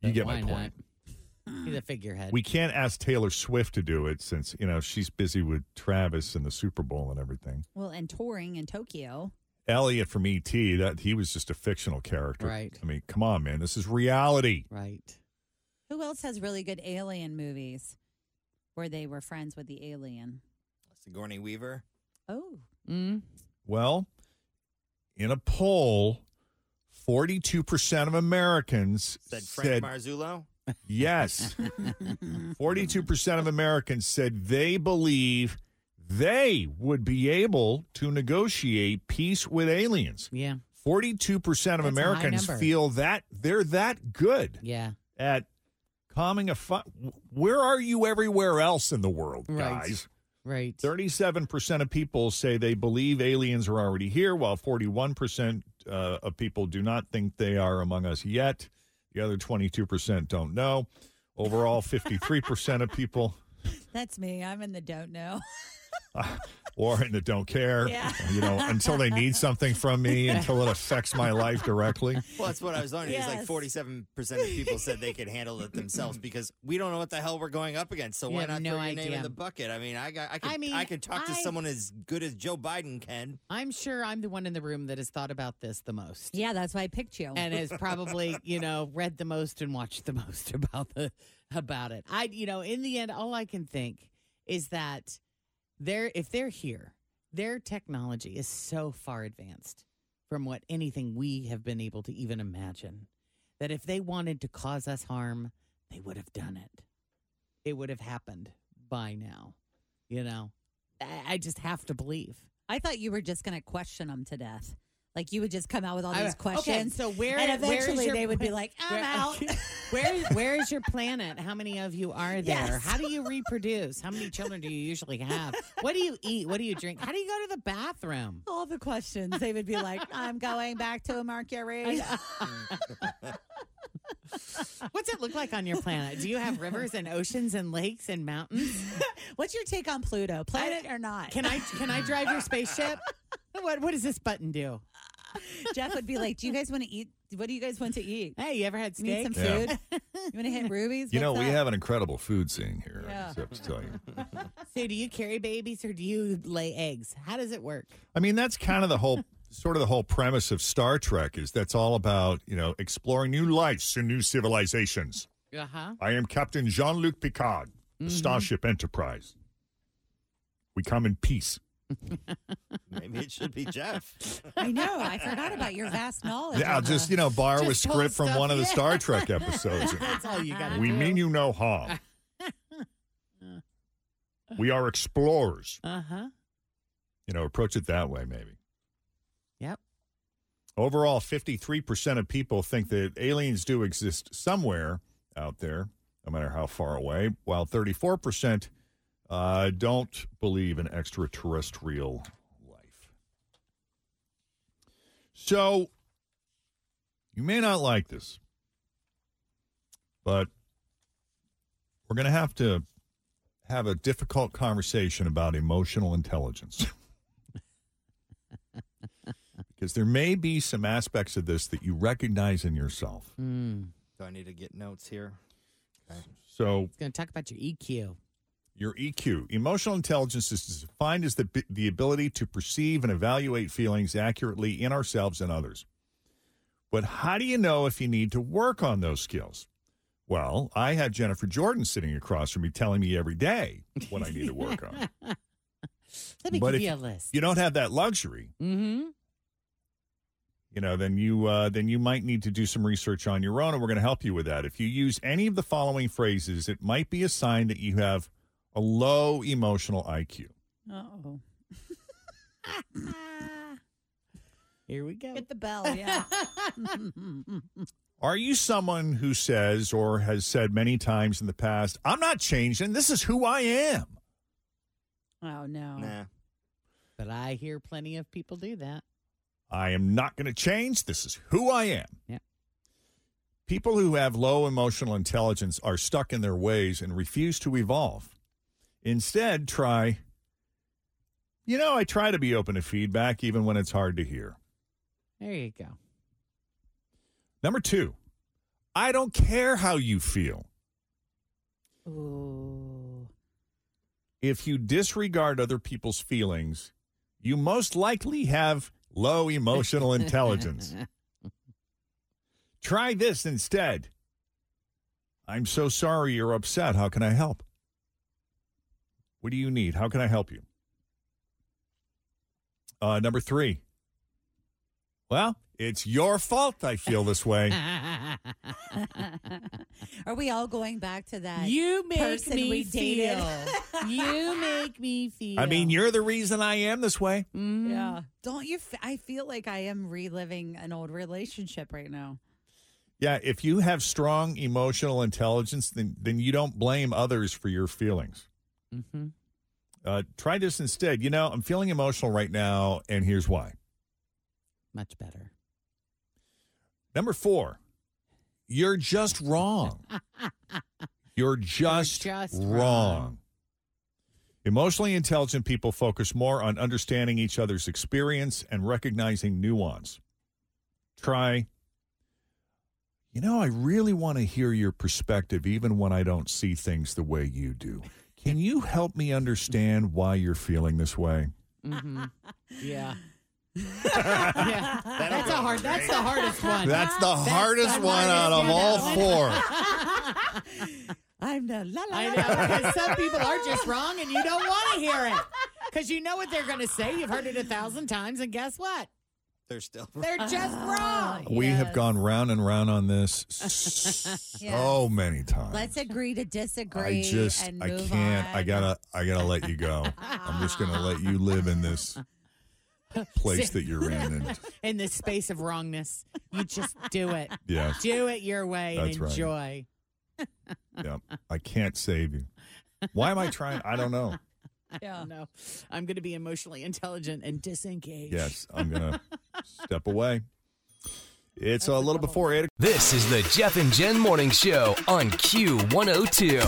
[SPEAKER 2] you get my
[SPEAKER 4] Why
[SPEAKER 2] point.
[SPEAKER 4] not? Be the figurehead.
[SPEAKER 2] We can't ask Taylor Swift to do it since, you know, she's busy with Travis and the Super Bowl and everything.
[SPEAKER 3] Well, and touring in Tokyo.
[SPEAKER 2] Elliot from ET, that he was just a fictional character.
[SPEAKER 3] Right.
[SPEAKER 2] I mean, come on, man. This is reality.
[SPEAKER 4] Right.
[SPEAKER 3] Who else has really good alien movies where they were friends with the alien?
[SPEAKER 5] Sigourney Weaver.
[SPEAKER 3] Oh.
[SPEAKER 4] Mm-hmm.
[SPEAKER 2] Well, in a poll, 42% of Americans
[SPEAKER 5] Said Frank
[SPEAKER 2] said
[SPEAKER 5] Marzullo.
[SPEAKER 2] yes. 42% of Americans said they believe they would be able to negotiate peace with aliens.
[SPEAKER 4] Yeah.
[SPEAKER 2] 42% of
[SPEAKER 4] That's a high
[SPEAKER 2] Americans
[SPEAKER 4] number.
[SPEAKER 2] feel that they're that good
[SPEAKER 4] Yeah.
[SPEAKER 2] at calming a fi- Where are you everywhere else in the world,
[SPEAKER 4] Right.
[SPEAKER 2] guys?
[SPEAKER 4] Right.
[SPEAKER 2] 37% of people say they believe aliens are already here, while 41% uh, of people do not think they are among us yet. The other 22% don't know. Overall, 53% of people
[SPEAKER 3] That's me. I'm in the don't know.
[SPEAKER 2] or in the don't care, you know, until they need something from me, until it affects my life directly.
[SPEAKER 5] Well, that's what I was learning. It's like
[SPEAKER 3] Yes.
[SPEAKER 5] forty-seven percent of people said they could handle it themselves because we don't know what the hell we're going up against. So
[SPEAKER 4] You
[SPEAKER 5] why
[SPEAKER 4] have
[SPEAKER 5] not
[SPEAKER 4] no
[SPEAKER 5] throw your name
[SPEAKER 4] idea.
[SPEAKER 5] in the bucket? I mean, I got, I can,
[SPEAKER 4] I
[SPEAKER 5] I,
[SPEAKER 4] mean,
[SPEAKER 5] can talk to
[SPEAKER 4] I-
[SPEAKER 5] someone as good as Joe Biden can.
[SPEAKER 4] I'm sure I'm the one in the room that has thought about this the most.
[SPEAKER 3] Yeah, that's why I picked you.
[SPEAKER 4] and has probably you know read the most and watched the most about the about it. I you know in the end, all I can think is that they're if they're here, their technology is so far advanced from what anything we have been able to even imagine that if they wanted to cause us harm, they would have done it. It would have happened by now. You know, I, I just have to believe.
[SPEAKER 3] I thought you were just going to question them to death. Like you would just come out with all
[SPEAKER 4] I-
[SPEAKER 3] these
[SPEAKER 4] okay,
[SPEAKER 3] questions.
[SPEAKER 4] so where
[SPEAKER 3] and
[SPEAKER 4] where is
[SPEAKER 3] eventually
[SPEAKER 4] your
[SPEAKER 3] they would be
[SPEAKER 4] pla-
[SPEAKER 3] like, "I'm
[SPEAKER 4] where-
[SPEAKER 3] out."
[SPEAKER 4] where where is your planet? How many of you are there?
[SPEAKER 3] Yes.
[SPEAKER 4] How do you reproduce? How many children do you usually have? What do you eat? What do you drink? How do you go to the bathroom?
[SPEAKER 3] all the questions. They would be like, "I'm going back to Mercury."
[SPEAKER 4] What's it look like on your planet? Do you have rivers and oceans and lakes and mountains?
[SPEAKER 3] What's your take on Pluto, planet or not?
[SPEAKER 4] Can I can I drive your spaceship? What what does this button do?
[SPEAKER 3] Jeff would be like, "Do you guys want to eat? What do you guys want to eat?
[SPEAKER 4] Hey, you ever had
[SPEAKER 3] Need
[SPEAKER 4] steak?
[SPEAKER 3] some
[SPEAKER 2] Yeah.
[SPEAKER 3] food? You want to hit rubies?
[SPEAKER 2] You know,
[SPEAKER 3] What's
[SPEAKER 2] we
[SPEAKER 3] up?"
[SPEAKER 2] have an incredible food scene here.
[SPEAKER 4] Yeah.
[SPEAKER 2] I just have to tell you.
[SPEAKER 4] So do you carry babies or do you lay eggs? How does it work?
[SPEAKER 2] I mean, that's kind of the whole sort of the whole premise of Star Trek is that's all about, you know, exploring new lives and new civilizations.
[SPEAKER 4] Uh huh.
[SPEAKER 2] I am Captain Jean-Luc Picard, the
[SPEAKER 4] Mhm.
[SPEAKER 3] Mm-hmm.
[SPEAKER 2] Starship Enterprise. We come in peace.
[SPEAKER 5] Maybe it should be Jeff.
[SPEAKER 3] I know. I forgot about your vast knowledge.
[SPEAKER 2] yeah, I'll
[SPEAKER 3] on
[SPEAKER 2] just,
[SPEAKER 3] the-
[SPEAKER 2] you know, borrow a
[SPEAKER 3] Just pull
[SPEAKER 2] script from
[SPEAKER 3] stuff-
[SPEAKER 2] one of the
[SPEAKER 3] yeah.
[SPEAKER 2] Star Trek episodes.
[SPEAKER 4] That's all Oh, you got.
[SPEAKER 2] we mean you no harm. we are explorers.
[SPEAKER 4] Uh huh.
[SPEAKER 2] You know, approach it that way, maybe.
[SPEAKER 4] Yep.
[SPEAKER 2] Overall, 53% of people think that aliens do exist somewhere out there, no matter how far away, while 34% uh, don't believe in extraterrestrial life. So, you may not like this, but we're going to have to have a difficult conversation about emotional intelligence. because there may be some aspects of this that you recognize in yourself.
[SPEAKER 4] Hmm.
[SPEAKER 5] Do I need to get notes here?
[SPEAKER 2] So,
[SPEAKER 4] It's going to talk about your E EQ.
[SPEAKER 2] your EQ, emotional intelligence, is defined as the, the ability to perceive and evaluate feelings accurately in ourselves and others. But how do you know if you need to work on those skills? Well, I had Jennifer Jordan sitting across from me telling me every day what I need to work on.
[SPEAKER 4] Let me
[SPEAKER 2] But
[SPEAKER 4] give
[SPEAKER 2] if
[SPEAKER 4] you a list.
[SPEAKER 2] You don't have that luxury.
[SPEAKER 4] Mm-hmm.
[SPEAKER 2] you know, then you uh, then you might need to do some research on your own, and we're going to help you with that. If you use any of the following phrases, it might be a sign that you have a low emotional IQ.
[SPEAKER 3] Oh,
[SPEAKER 4] Here we go.
[SPEAKER 3] hit the bell. Yeah.
[SPEAKER 2] Are you someone who says or has said many times in the past, "I'm not changing. This is who I am."
[SPEAKER 3] oh no.
[SPEAKER 4] But I hear plenty of people do that.
[SPEAKER 2] I am not going to change. This is who I am.
[SPEAKER 4] Yeah.
[SPEAKER 2] People who have low emotional intelligence are stuck in their ways and refuse to evolve. Instead, try, you know, I try to be open to feedback even when it's hard to hear.
[SPEAKER 4] There you go.
[SPEAKER 2] Number two, I don't care how you feel.
[SPEAKER 3] Ooh.
[SPEAKER 2] If you disregard other people's feelings, you most likely have low emotional intelligence. Try this instead. I'm so sorry you're upset. How can I help? What do you need? How can I help you? Uh, number three. Well, it's your fault I feel this way.
[SPEAKER 3] Are we all going back to that?
[SPEAKER 4] You make
[SPEAKER 3] person
[SPEAKER 4] me
[SPEAKER 3] we dated?
[SPEAKER 4] feel. you make me feel.
[SPEAKER 2] I mean, you're the reason I am this way.
[SPEAKER 3] Mm. Yeah. Mm-hmm. Don't you? F- I feel like I am reliving an old relationship right now.
[SPEAKER 2] Yeah, if you have strong emotional intelligence, then, then you don't blame others for your feelings.
[SPEAKER 4] Mhm.
[SPEAKER 2] Uh, try this instead. You know, I'm feeling emotional right now, and here's why.
[SPEAKER 4] Much better.
[SPEAKER 2] Number four, you're just wrong. you're just,
[SPEAKER 4] just
[SPEAKER 2] wrong.
[SPEAKER 4] wrong.
[SPEAKER 2] Emotionally intelligent people focus more on understanding each other's experience and recognizing nuance. Try, you know, I really want to hear your perspective even when I don't see things the way you do. Can you help me understand why you're feeling this way?
[SPEAKER 4] Mm-hmm. Yeah. yeah. That's a hard. That's the hardest one.
[SPEAKER 2] That's the hardest one out of all four.
[SPEAKER 3] I'm the la la
[SPEAKER 4] I
[SPEAKER 3] la,
[SPEAKER 4] know because some people are just wrong, and you don't want to hear it because you know what they're going to say. You've heard it a thousand times, and guess what?
[SPEAKER 5] They're still.
[SPEAKER 4] They're just wrong.
[SPEAKER 2] We have gone round and round on this so many times.
[SPEAKER 3] Let's agree to disagree.
[SPEAKER 2] Oh, I just
[SPEAKER 3] and
[SPEAKER 2] I
[SPEAKER 3] move
[SPEAKER 2] can't.
[SPEAKER 3] On.
[SPEAKER 2] I gotta I gotta let you go. I'm just gonna let you live in this place that you're in. And
[SPEAKER 4] in the space of wrongness. You just do it.
[SPEAKER 2] Yes.
[SPEAKER 4] Do it your way and
[SPEAKER 2] That's right.
[SPEAKER 4] enjoy.
[SPEAKER 2] yeah, I can't save you. Why am I trying? I don't know.
[SPEAKER 4] Yeah. No. I'm going to be emotionally intelligent and disengaged.
[SPEAKER 2] Yes, I'm gonna step away. It's a little before eight.
[SPEAKER 10] This is the Jeff and Jen Morning Show on Q102.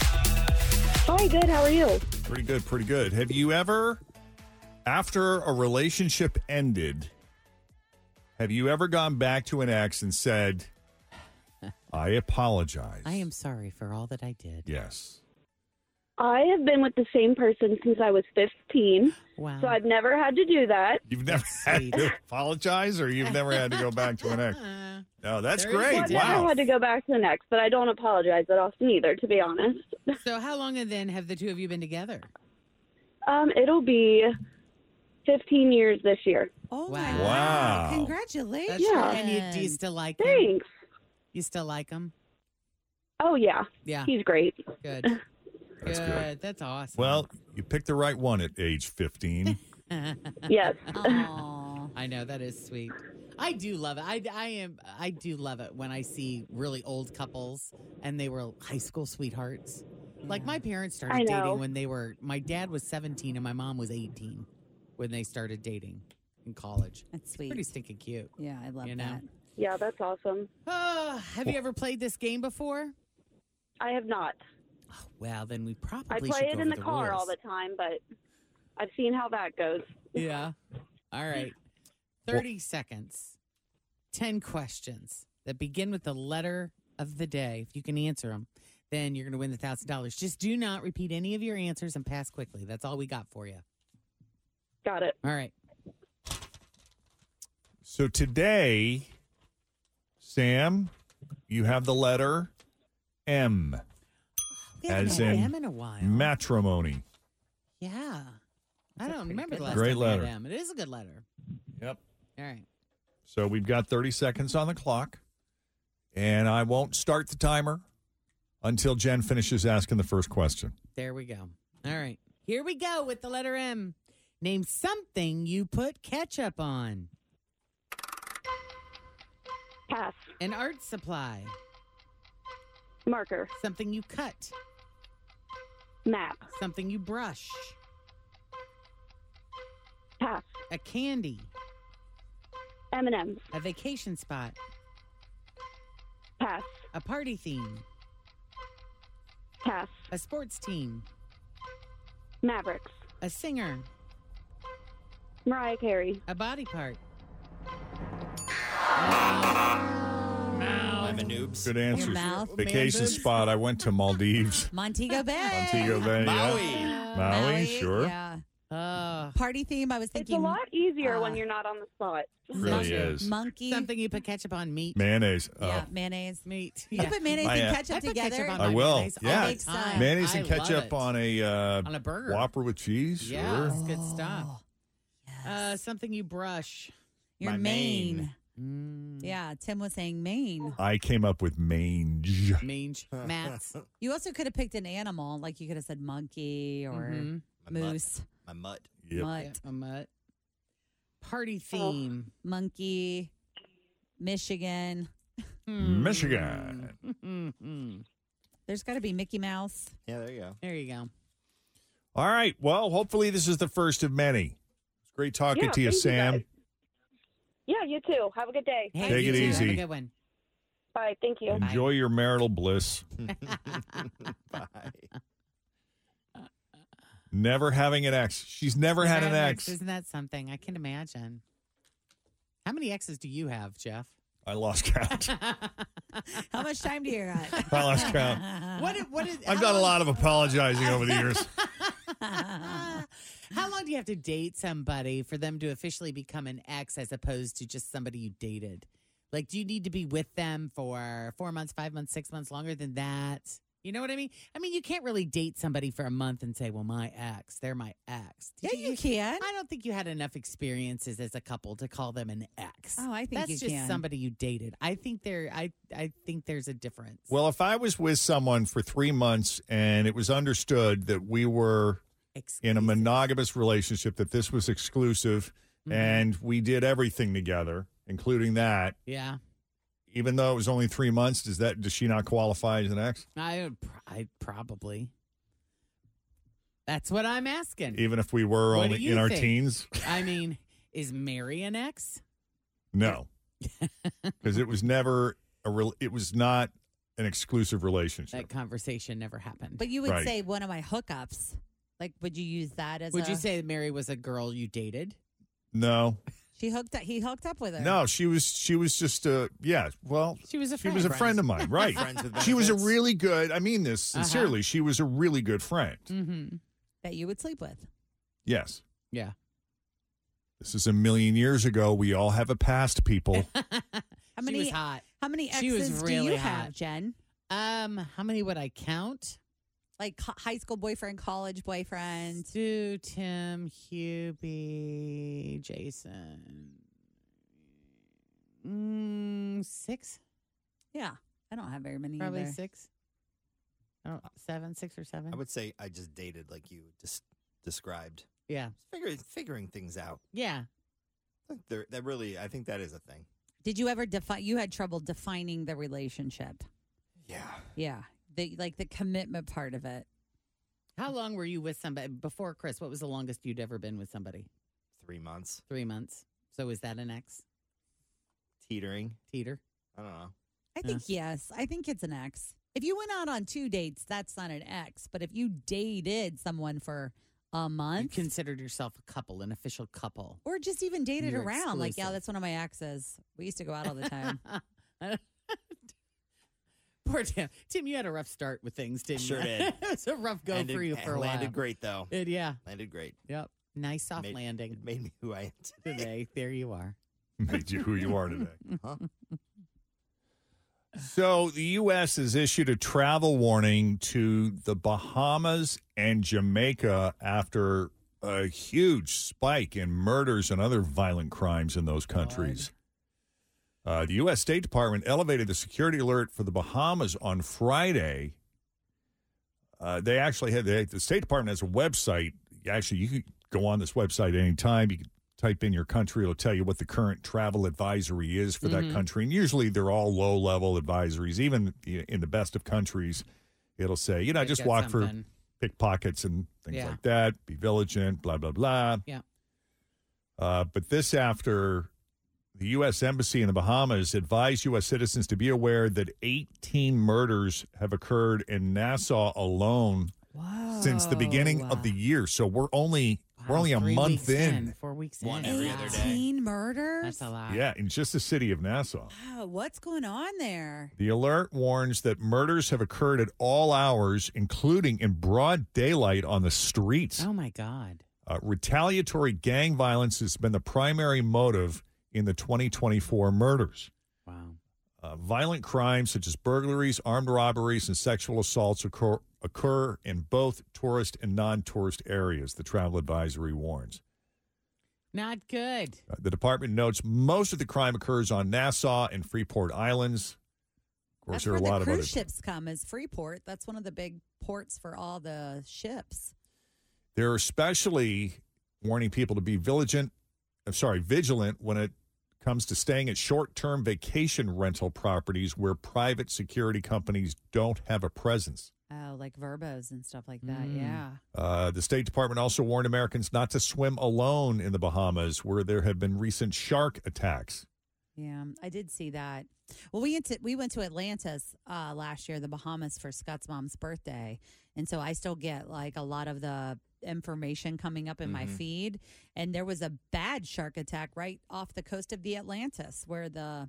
[SPEAKER 24] Hi, good. How are you?
[SPEAKER 2] Pretty good, pretty good. Have you ever, after a relationship ended, have you ever gone back to an ex and said, "I apologize"?
[SPEAKER 4] I am sorry for all that I did.
[SPEAKER 2] Yes.
[SPEAKER 8] I have been with the same person since I was 15.
[SPEAKER 4] Wow.
[SPEAKER 8] So I've never had to do that.
[SPEAKER 2] You've never had to apologize, or you've never had to go back to an ex. No, that's
[SPEAKER 4] There is
[SPEAKER 2] great.
[SPEAKER 4] a
[SPEAKER 8] I've
[SPEAKER 2] wow.
[SPEAKER 8] never had to go back to the next, but I don't apologize that often either, to be honest.
[SPEAKER 4] So, how long and then have the two of you been together?
[SPEAKER 8] Um, it'll be 15 years this year.
[SPEAKER 3] Oh
[SPEAKER 4] Wow.
[SPEAKER 3] wow. Congratulations.
[SPEAKER 4] That's
[SPEAKER 8] Yeah.
[SPEAKER 4] right. And you, do you still like him?
[SPEAKER 8] Thanks.
[SPEAKER 4] You still like him?
[SPEAKER 8] Oh yeah.
[SPEAKER 4] Yeah.
[SPEAKER 8] He's great.
[SPEAKER 4] Good.
[SPEAKER 2] That's good.
[SPEAKER 4] That's awesome.
[SPEAKER 2] Well, you picked the right one at age 15.
[SPEAKER 8] yes.
[SPEAKER 4] I know that is sweet. I do love it. I, I am. I do love it when I see really old couples and they were high school sweethearts. Like my parents
[SPEAKER 8] I
[SPEAKER 4] started
[SPEAKER 8] know.
[SPEAKER 4] dating when they were. My dad was seventeen and my mom was eighteen when they started dating in college.
[SPEAKER 3] That's sweet.
[SPEAKER 4] Pretty stinking cute.
[SPEAKER 3] Yeah, I love
[SPEAKER 4] You know?
[SPEAKER 3] that.
[SPEAKER 8] Yeah, that's awesome.
[SPEAKER 4] Uh, have you ever played this game before?
[SPEAKER 8] I have not.
[SPEAKER 4] Well, then we probably
[SPEAKER 8] I
[SPEAKER 4] should
[SPEAKER 8] play it
[SPEAKER 4] go
[SPEAKER 8] in
[SPEAKER 4] over
[SPEAKER 8] the, car all
[SPEAKER 4] rules.
[SPEAKER 8] the time, but I've seen how that goes.
[SPEAKER 4] Yeah. All right. 30 seconds. 10 questions that begin with the letter of the day. If you can answer them, then you're going to win the $1,000. Just do not repeat any of your answers and pass quickly. That's all we got for you.
[SPEAKER 8] Got it.
[SPEAKER 4] All right.
[SPEAKER 2] So today, Sam, you have the letter M.
[SPEAKER 4] We haven't had M in a while.
[SPEAKER 2] matrimony.
[SPEAKER 4] Yeah. I don't remember the last
[SPEAKER 2] letter. Great
[SPEAKER 4] time we had
[SPEAKER 2] letter.
[SPEAKER 4] M. It is a good letter.
[SPEAKER 2] Yep.
[SPEAKER 4] All right.
[SPEAKER 2] So we've got 30 seconds on the clock, and I won't start the timer until Jen finishes asking the first question.
[SPEAKER 4] There we go. All right. Here we go with the letter M. Name something you put ketchup on.
[SPEAKER 8] Pass.
[SPEAKER 4] An art supply.
[SPEAKER 8] Marker.
[SPEAKER 4] Something you cut.
[SPEAKER 8] Map.
[SPEAKER 4] Something you brush.
[SPEAKER 8] Pass.
[SPEAKER 4] A candy.
[SPEAKER 8] M&M's.
[SPEAKER 4] A vacation spot.
[SPEAKER 8] Pass.
[SPEAKER 4] A party theme.
[SPEAKER 8] Pass.
[SPEAKER 4] A sports team.
[SPEAKER 8] Mavericks.
[SPEAKER 4] A singer.
[SPEAKER 8] Mariah Carey.
[SPEAKER 4] A body part.
[SPEAKER 5] I'm a noobs.
[SPEAKER 2] Good answers.
[SPEAKER 3] mouth,
[SPEAKER 2] Vacation
[SPEAKER 3] man.
[SPEAKER 2] spot. I went to Maldives.
[SPEAKER 3] Montego Bay.
[SPEAKER 2] Montego Bay.
[SPEAKER 5] Maui.
[SPEAKER 2] Yeah. Maui, sure.
[SPEAKER 3] Yeah. Oh.
[SPEAKER 4] Uh,
[SPEAKER 3] Party theme, I was
[SPEAKER 8] It's
[SPEAKER 3] thinking.
[SPEAKER 8] a lot easier
[SPEAKER 3] uh,
[SPEAKER 8] when you're not on the spot.
[SPEAKER 2] Really is.
[SPEAKER 3] Monkey.
[SPEAKER 4] Something you put ketchup on meat.
[SPEAKER 2] Mayonnaise. Oh.
[SPEAKER 3] Yeah, mayonnaise.
[SPEAKER 4] Meat.
[SPEAKER 3] You
[SPEAKER 4] Yeah.
[SPEAKER 3] put mayonnaise
[SPEAKER 2] I, uh,
[SPEAKER 3] and
[SPEAKER 4] I
[SPEAKER 3] ketchup
[SPEAKER 4] put
[SPEAKER 3] together.
[SPEAKER 4] ketchup on
[SPEAKER 2] I
[SPEAKER 4] my
[SPEAKER 2] will.
[SPEAKER 4] mayonnaise all
[SPEAKER 2] Yeah.
[SPEAKER 4] the time.
[SPEAKER 2] Mayonnaise
[SPEAKER 4] I
[SPEAKER 2] and
[SPEAKER 4] love
[SPEAKER 2] ketchup
[SPEAKER 4] it.
[SPEAKER 2] on a, uh,
[SPEAKER 4] On a burger.
[SPEAKER 2] Whopper with cheese.
[SPEAKER 4] Yeah,
[SPEAKER 2] Sure.
[SPEAKER 4] it's good stuff. Uh, something you brush.
[SPEAKER 3] Your
[SPEAKER 5] My
[SPEAKER 3] Maine.
[SPEAKER 5] mane.
[SPEAKER 4] Mm,
[SPEAKER 3] Yeah, Tim was saying Maine.
[SPEAKER 2] I came up with mange.
[SPEAKER 4] mange. Mats.
[SPEAKER 3] You also could have picked an animal, like you could have said monkey or
[SPEAKER 4] Mhm.
[SPEAKER 5] My mutt.
[SPEAKER 3] moose,
[SPEAKER 5] My mutt.
[SPEAKER 2] Yep.
[SPEAKER 3] mutt, Oh.
[SPEAKER 4] Yeah, a mutt. Party theme.
[SPEAKER 3] monkey, Michigan.
[SPEAKER 4] Hmm.
[SPEAKER 2] Michigan.
[SPEAKER 4] Mhm.
[SPEAKER 3] There's got to be Mickey Mouse.
[SPEAKER 5] Yeah, there you go.
[SPEAKER 4] There you go.
[SPEAKER 2] All right. Well, hopefully this is the first of many. It's great talking
[SPEAKER 8] Yeah,
[SPEAKER 2] to you,
[SPEAKER 8] thank you,
[SPEAKER 2] Sam.
[SPEAKER 8] guys. Yeah, you too. Have a good day.
[SPEAKER 4] Hey,
[SPEAKER 2] Take
[SPEAKER 4] you
[SPEAKER 2] it
[SPEAKER 4] too. Have
[SPEAKER 2] easy.
[SPEAKER 4] a good one.
[SPEAKER 8] Bye. Thank you.
[SPEAKER 2] Enjoy your marital bliss.
[SPEAKER 5] Bye.
[SPEAKER 2] Never having an ex. She's never had an
[SPEAKER 4] Fireworks,
[SPEAKER 2] ex.
[SPEAKER 4] Isn't that something? I can imagine. How many exes do you have, Jeff?
[SPEAKER 2] I lost count.
[SPEAKER 3] How much time do you got?
[SPEAKER 2] I lost count.
[SPEAKER 4] What? i- What is?
[SPEAKER 2] I've done a lot of apologizing over the years.
[SPEAKER 4] How long do you have to date somebody for them to officially become an ex, as opposed to just somebody you dated? Like, do you need to be with them for four months, five months, six months, longer than that? You know what I mean? I mean, you can't really date somebody for a month and say, "Well, my ex, they're my ex." Did
[SPEAKER 3] yeah, you can.
[SPEAKER 4] I don't think you had enough experiences as a couple to call them an ex.
[SPEAKER 3] Oh, I think
[SPEAKER 4] that's
[SPEAKER 3] you
[SPEAKER 4] just
[SPEAKER 3] can.
[SPEAKER 4] somebody you dated. I think there, I, I think there's a difference.
[SPEAKER 2] Well, if I was with someone for three months and it was understood that we were in a monogamous relationship, that this was exclusive,
[SPEAKER 4] Mhm.
[SPEAKER 2] and we did everything together, including that,
[SPEAKER 4] yeah,
[SPEAKER 2] even though it was only three months, does that does she not qualify as an ex?
[SPEAKER 4] I, would pr- I probably. That's what I'm asking.
[SPEAKER 2] Even if we were
[SPEAKER 4] What do
[SPEAKER 2] only
[SPEAKER 4] you
[SPEAKER 2] in our
[SPEAKER 4] think?
[SPEAKER 2] teens?
[SPEAKER 4] I mean, is Mary an ex?
[SPEAKER 2] No, because it was never a real. It was not an exclusive relationship.
[SPEAKER 4] That conversation never happened.
[SPEAKER 3] But you would
[SPEAKER 2] Right.
[SPEAKER 3] say one of my hookups. Like, would you use that as?
[SPEAKER 4] would
[SPEAKER 3] a,
[SPEAKER 4] you say that Mary was a girl you dated?
[SPEAKER 2] no,
[SPEAKER 3] she hooked up? He hooked up with her.
[SPEAKER 2] no, she was she was just a yeah. Well,
[SPEAKER 4] She was a
[SPEAKER 2] she
[SPEAKER 4] friend.
[SPEAKER 2] was a friend of mine, right?
[SPEAKER 5] Friends with
[SPEAKER 2] she was a
[SPEAKER 5] benefits.
[SPEAKER 2] really good. I mean this
[SPEAKER 4] Uh-huh.
[SPEAKER 2] sincerely. She was a really good friend.
[SPEAKER 4] Mm-hmm.
[SPEAKER 3] that you would sleep with.
[SPEAKER 2] Yes,
[SPEAKER 4] Yeah.
[SPEAKER 2] this is a million years ago. We all have a past, people.
[SPEAKER 3] How
[SPEAKER 4] She
[SPEAKER 3] many?
[SPEAKER 4] was hot.
[SPEAKER 3] How many
[SPEAKER 4] She was
[SPEAKER 3] exes do
[SPEAKER 4] really
[SPEAKER 3] you
[SPEAKER 4] hot.
[SPEAKER 3] have, Jen?
[SPEAKER 4] Um, how many would I count?
[SPEAKER 3] Like co- high school boyfriend, college boyfriend.
[SPEAKER 4] Stu, Tim, Hubie, Jason. Mm, six?
[SPEAKER 3] Yeah. I don't have very many.
[SPEAKER 4] Probably
[SPEAKER 3] either.
[SPEAKER 4] six. I don't, seven, six or seven.
[SPEAKER 5] I would say I just dated like you just described.
[SPEAKER 4] Yeah.
[SPEAKER 5] Figuring figuring things out.
[SPEAKER 4] Yeah.
[SPEAKER 5] Like, there- that really, I think that is a thing.
[SPEAKER 3] Did you ever define? You had trouble defining the relationship.
[SPEAKER 5] Yeah.
[SPEAKER 3] Yeah. The like the commitment part of it.
[SPEAKER 4] How long were you with somebody before Chris? What was the longest you'd ever been with somebody?
[SPEAKER 5] Three months.
[SPEAKER 4] Three months. So is that an ex?
[SPEAKER 5] Teetering.
[SPEAKER 4] Teeter.
[SPEAKER 5] I don't know.
[SPEAKER 3] I think yes. I think it's an ex. If you went out on two dates, that's not an ex. But if you dated someone for a
[SPEAKER 4] You
[SPEAKER 3] month
[SPEAKER 4] considered yourself a couple, an official couple.
[SPEAKER 3] or just even dated
[SPEAKER 4] You're
[SPEAKER 3] around, like yeah,
[SPEAKER 4] exclusive.
[SPEAKER 3] that's one of my exes. We used to go out all the time.
[SPEAKER 4] Poor Tim. Tim, you had a rough start with things, didn't
[SPEAKER 5] Sure
[SPEAKER 4] you?
[SPEAKER 5] did.
[SPEAKER 4] it was a rough go
[SPEAKER 5] Landed-
[SPEAKER 4] for you
[SPEAKER 5] eh,
[SPEAKER 4] for a while.
[SPEAKER 5] Landed great though.
[SPEAKER 4] It- yeah.
[SPEAKER 5] Landed great.
[SPEAKER 4] Yep. Nice soft
[SPEAKER 5] Made-
[SPEAKER 4] landing.
[SPEAKER 5] It made me who I am today.
[SPEAKER 4] today. There you are.
[SPEAKER 2] Made you who you are today.
[SPEAKER 5] Huh?
[SPEAKER 2] So the U.S. has issued a travel warning to the Bahamas and Jamaica after a huge spike in murders and other violent crimes in those countries. Uh, the U.S. State Department elevated the security alert for the Bahamas on Friday. Uh, they actually had they, the State Department has a website. Actually, you could go on this website anytime. You could type in your country; it'll tell you what the current travel advisory is for
[SPEAKER 4] Mm-hmm.
[SPEAKER 2] that
[SPEAKER 25] Mhm.
[SPEAKER 2] country. And usually, they're all low-level advisories. Even in the best of countries, it'll say, you know,
[SPEAKER 4] They've
[SPEAKER 2] just
[SPEAKER 4] got
[SPEAKER 2] watch for
[SPEAKER 4] something.
[SPEAKER 2] pickpockets and things
[SPEAKER 4] Yeah.
[SPEAKER 2] like that. Be vigilant, blah blah blah.
[SPEAKER 4] Yeah.
[SPEAKER 2] Uh, but this after the U.S. Embassy in the Bahamas advised U.S. citizens to be aware that 18 murders have occurred in Nassau alone since the beginning of the year. So we're only we're only a
[SPEAKER 4] Three
[SPEAKER 2] month
[SPEAKER 4] weeks
[SPEAKER 2] in.
[SPEAKER 4] Four weeks
[SPEAKER 5] One
[SPEAKER 4] in.
[SPEAKER 5] every other day.
[SPEAKER 3] Teen murders.
[SPEAKER 4] That's a lot.
[SPEAKER 2] Yeah, in just the city of Nassau.
[SPEAKER 3] Wow, what's going on there?
[SPEAKER 2] The alert warns that murders have occurred at all hours, including in broad daylight on the streets.
[SPEAKER 4] Oh my God.
[SPEAKER 2] Uh, retaliatory gang violence has been the primary motive in the 2024 murders.
[SPEAKER 4] Wow.
[SPEAKER 2] Uh, violent crimes such as burglaries, armed robberies, and sexual assaults occur, occur in both tourist and non tourist areas, the travel advisory warns.
[SPEAKER 4] Not good.
[SPEAKER 2] Uh, the department notes most of the crime occurs on Nassau and Freeport Islands. Of course,
[SPEAKER 3] That's
[SPEAKER 2] there are
[SPEAKER 3] where
[SPEAKER 2] a lot
[SPEAKER 3] the
[SPEAKER 2] of
[SPEAKER 3] cruise
[SPEAKER 2] other.
[SPEAKER 3] ships come is Freeport. That's one of the big ports for all the ships.
[SPEAKER 2] They're especially warning people to be vigilant. I'm sorry, vigilant when it comes to staying at short-term vacation rental properties where private security companies don't have a presence.
[SPEAKER 3] Oh, like Verbos and stuff like that.
[SPEAKER 4] Mm.
[SPEAKER 3] Yeah.
[SPEAKER 2] Uh, the State Department also warned Americans not to swim alone in the Bahamas, where there have been recent shark attacks.
[SPEAKER 3] Yeah, I did see that. Well, we went to, we went to Atlantis uh, last year, the Bahamas for Scott's mom's birthday, and so I still get like a lot of the information coming up in
[SPEAKER 2] Mm-hmm.
[SPEAKER 3] my
[SPEAKER 11] Mhm.
[SPEAKER 3] feed. And there was a bad shark attack right off the coast of the Atlantis, where the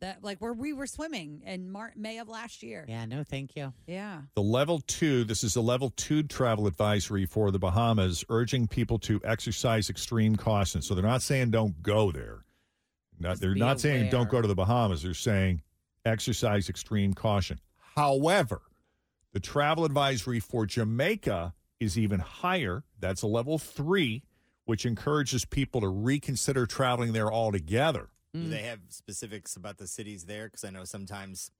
[SPEAKER 3] that like where we were swimming in Mar- May of last year.
[SPEAKER 4] Yeah. No, thank you.
[SPEAKER 3] Yeah.
[SPEAKER 2] The level two, this is a level two travel advisory for the Bahamas, urging people to exercise extreme caution. So they're not saying don't go there. Not- they're
[SPEAKER 25] be
[SPEAKER 2] not saying don't
[SPEAKER 25] aware.
[SPEAKER 2] go to the Bahamas. They're saying exercise extreme caution. However, the travel advisory for Jamaica is even higher. That's a level three, which encourages people to reconsider traveling there altogether.
[SPEAKER 4] Mm.
[SPEAKER 5] Do they have specifics about the cities there? Because I know sometimes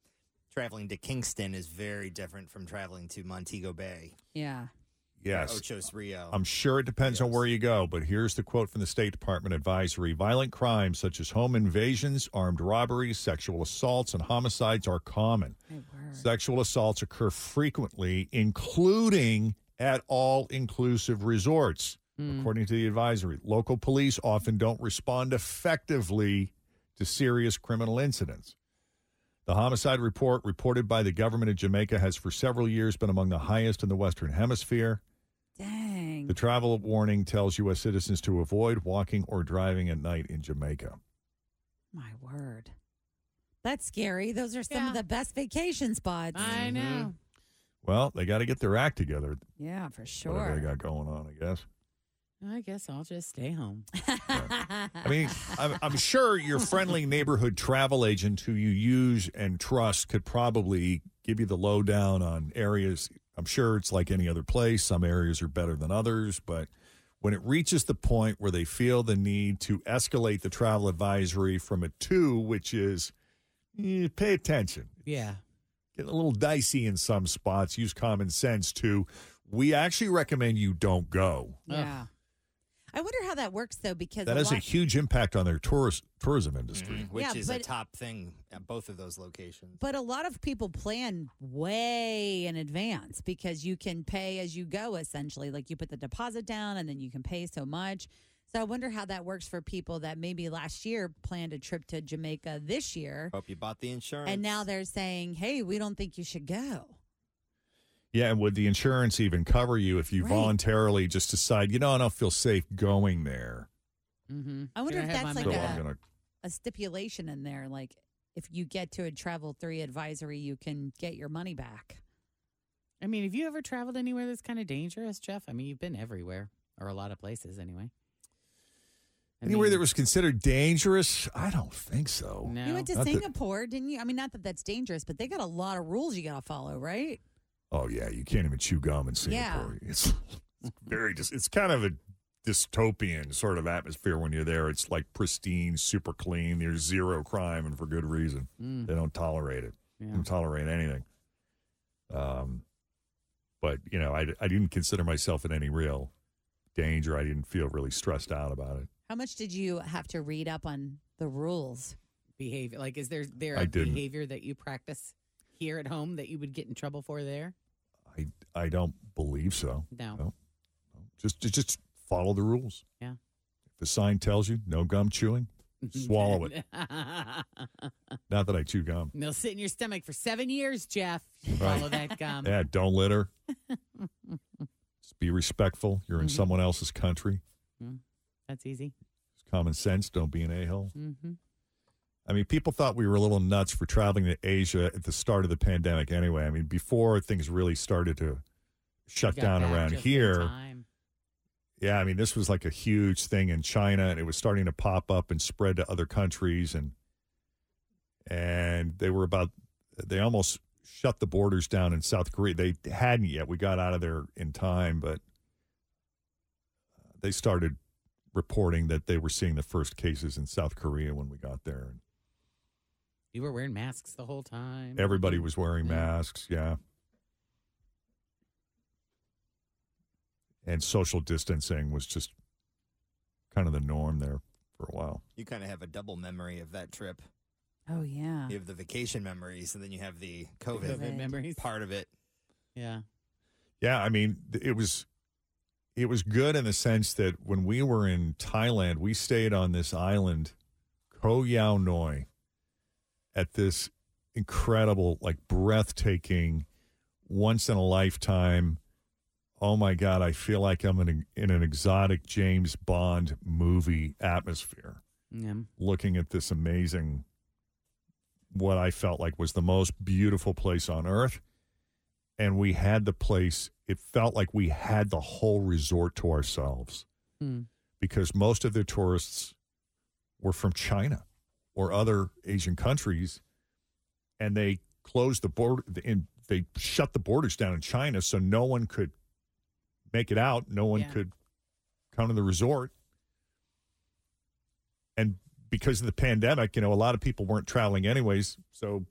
[SPEAKER 5] traveling to Kingston is very different from traveling to Montego Bay.
[SPEAKER 3] Yeah.
[SPEAKER 2] Yes. Um,
[SPEAKER 5] Or Ochos Rio.
[SPEAKER 2] I'm sure it depends on where you go, but here's the quote from the State Department advisory. Violent crimes such as home invasions, armed robberies, sexual assaults, and homicides are common. Sexual assaults occur frequently, including at all inclusive resorts. According to the advisory, local police often don't respond effectively to serious criminal incidents. The homicide report reported by the government of Jamaica has for several years been among the highest in the Western Hemisphere.
[SPEAKER 3] Dang.
[SPEAKER 2] The travel warning tells U.S. citizens to avoid walking or driving at night in Jamaica.
[SPEAKER 3] My word. That's scary. Those are some of the best vacation spots.
[SPEAKER 4] I
[SPEAKER 2] Mm-hmm.
[SPEAKER 4] know.
[SPEAKER 2] Well, they got to get their act together.
[SPEAKER 3] Yeah, for
[SPEAKER 2] Whatever
[SPEAKER 3] sure.
[SPEAKER 2] they got going on, I guess.
[SPEAKER 4] I guess I'll just stay home.
[SPEAKER 2] I mean, I'm, I'm sure your friendly neighborhood travel agent who you use and trust could probably give you the lowdown on areas I'm sure it's like any other place. Some areas are better than others, but when it reaches the point where they feel the need to escalate the travel advisory from a two, which is eh, pay attention,
[SPEAKER 4] Yeah.
[SPEAKER 2] getting a little dicey in some spots, use common sense, to we actually recommend you don't go.
[SPEAKER 3] Yeah. I wonder how that works though, because
[SPEAKER 2] That
[SPEAKER 3] a
[SPEAKER 2] has a
[SPEAKER 3] lot-
[SPEAKER 2] huge impact on their tourist tourism industry.
[SPEAKER 5] Mm-hmm, which
[SPEAKER 3] Yeah,
[SPEAKER 5] is a
[SPEAKER 3] but-
[SPEAKER 5] top thing Mm, at both of those locations.
[SPEAKER 3] But a lot of people plan way in advance because you can pay as you go, essentially. Like you put the deposit down and then you can pay so much. So I wonder how that works for people that maybe last year planned a trip to Jamaica this year.
[SPEAKER 5] Hope you bought the insurance.
[SPEAKER 3] And now they're saying, hey, we don't think you should go.
[SPEAKER 2] Yeah, and would the insurance even cover you if you
[SPEAKER 3] Right.
[SPEAKER 2] voluntarily just decide, you know, I don't feel safe going there?
[SPEAKER 4] Mm-hmm.
[SPEAKER 3] I wonder if that's like
[SPEAKER 2] so I'm
[SPEAKER 3] a,
[SPEAKER 2] gonna
[SPEAKER 3] a stipulation in there. Like if you get to a travel three advisory, you can get your money back.
[SPEAKER 4] I mean, have you ever traveled anywhere that's kind of dangerous, Jeff? I mean, you've been everywhere or a lot of places anyway. I
[SPEAKER 2] anywhere
[SPEAKER 4] mean-
[SPEAKER 2] that was considered dangerous. I don't think so.
[SPEAKER 4] No.
[SPEAKER 3] You went to
[SPEAKER 2] Not that-
[SPEAKER 3] Singapore, didn't you? I mean, not that that's dangerous, but they got a lot of rules you got to follow, right?
[SPEAKER 2] oh yeah, you can't even chew gum in
[SPEAKER 3] Yeah.
[SPEAKER 2] Singapore. It's, it's very just. It's kind of a dystopian sort of atmosphere when you're there. It's like pristine, super clean. There's zero crime, and for good reason.
[SPEAKER 4] Mm.
[SPEAKER 2] They don't tolerate it. They
[SPEAKER 4] Yeah.
[SPEAKER 2] Don't tolerate anything. Um, but you know, I I didn't consider myself in any real danger. I didn't feel really stressed out about it.
[SPEAKER 3] How much did you have to read up on the rules?
[SPEAKER 4] behavior? Like, is there there
[SPEAKER 2] I
[SPEAKER 4] a
[SPEAKER 2] didn't.
[SPEAKER 4] behavior that you practice here at home that you would get in trouble for there?
[SPEAKER 2] I I don't believe so.
[SPEAKER 4] No.
[SPEAKER 2] Just just, just follow the rules.
[SPEAKER 4] Yeah.
[SPEAKER 2] If the sign tells you no gum chewing, swallow it. Not that I chew gum.
[SPEAKER 4] They'll sit in your stomach for seven years, Jeff.
[SPEAKER 2] Right.
[SPEAKER 4] Follow that gum.
[SPEAKER 2] yeah, don't litter. just be respectful. You're in
[SPEAKER 4] Mhm.
[SPEAKER 2] someone else's country.
[SPEAKER 4] Mm, That's easy.
[SPEAKER 2] It's common sense. Don't be an a hole.
[SPEAKER 4] Mm-hmm.
[SPEAKER 2] I mean, people thought we were a little nuts for traveling to Asia at the start of the pandemic. Anyway, I mean, before things really started to shut down around here. Yeah, I mean, this was like a huge thing in China, and it was starting to pop up and spread to other countries, and and they were about they almost shut the borders down in South Korea. They hadn't yet. We got out of there in time, but they started reporting that they were seeing the first cases in South Korea when we got there, and
[SPEAKER 4] You were wearing masks the whole time.
[SPEAKER 2] everybody was wearing
[SPEAKER 4] Yeah.
[SPEAKER 2] masks. Yeah. And social distancing was just kind of the norm there for a while.
[SPEAKER 5] You kind of have a double memory of that trip.
[SPEAKER 3] Oh, yeah.
[SPEAKER 5] You have the vacation memories, and then you have the COVID,
[SPEAKER 4] COVID memories.
[SPEAKER 5] part of it.
[SPEAKER 4] Yeah.
[SPEAKER 2] Yeah, I mean, th- it was it was good in the sense that when we were in Thailand, we stayed on this island, Koh Yao Noi, at this incredible, like breathtaking, once in a lifetime. Oh my God, I feel like I'm in, a, in an exotic James Bond movie atmosphere
[SPEAKER 4] Yeah.
[SPEAKER 2] looking at this amazing what I felt like was the most beautiful place on earth and we had the place it felt like we had the whole resort to ourselves
[SPEAKER 4] Hmm.
[SPEAKER 2] because most of the tourists were from China or other Asian countries and they closed the border and they shut the borders down in China so no one could make it out no one
[SPEAKER 4] Yeah.
[SPEAKER 2] could come to the resort and because of the pandemic, you know, a lot of people weren't traveling anyways. So,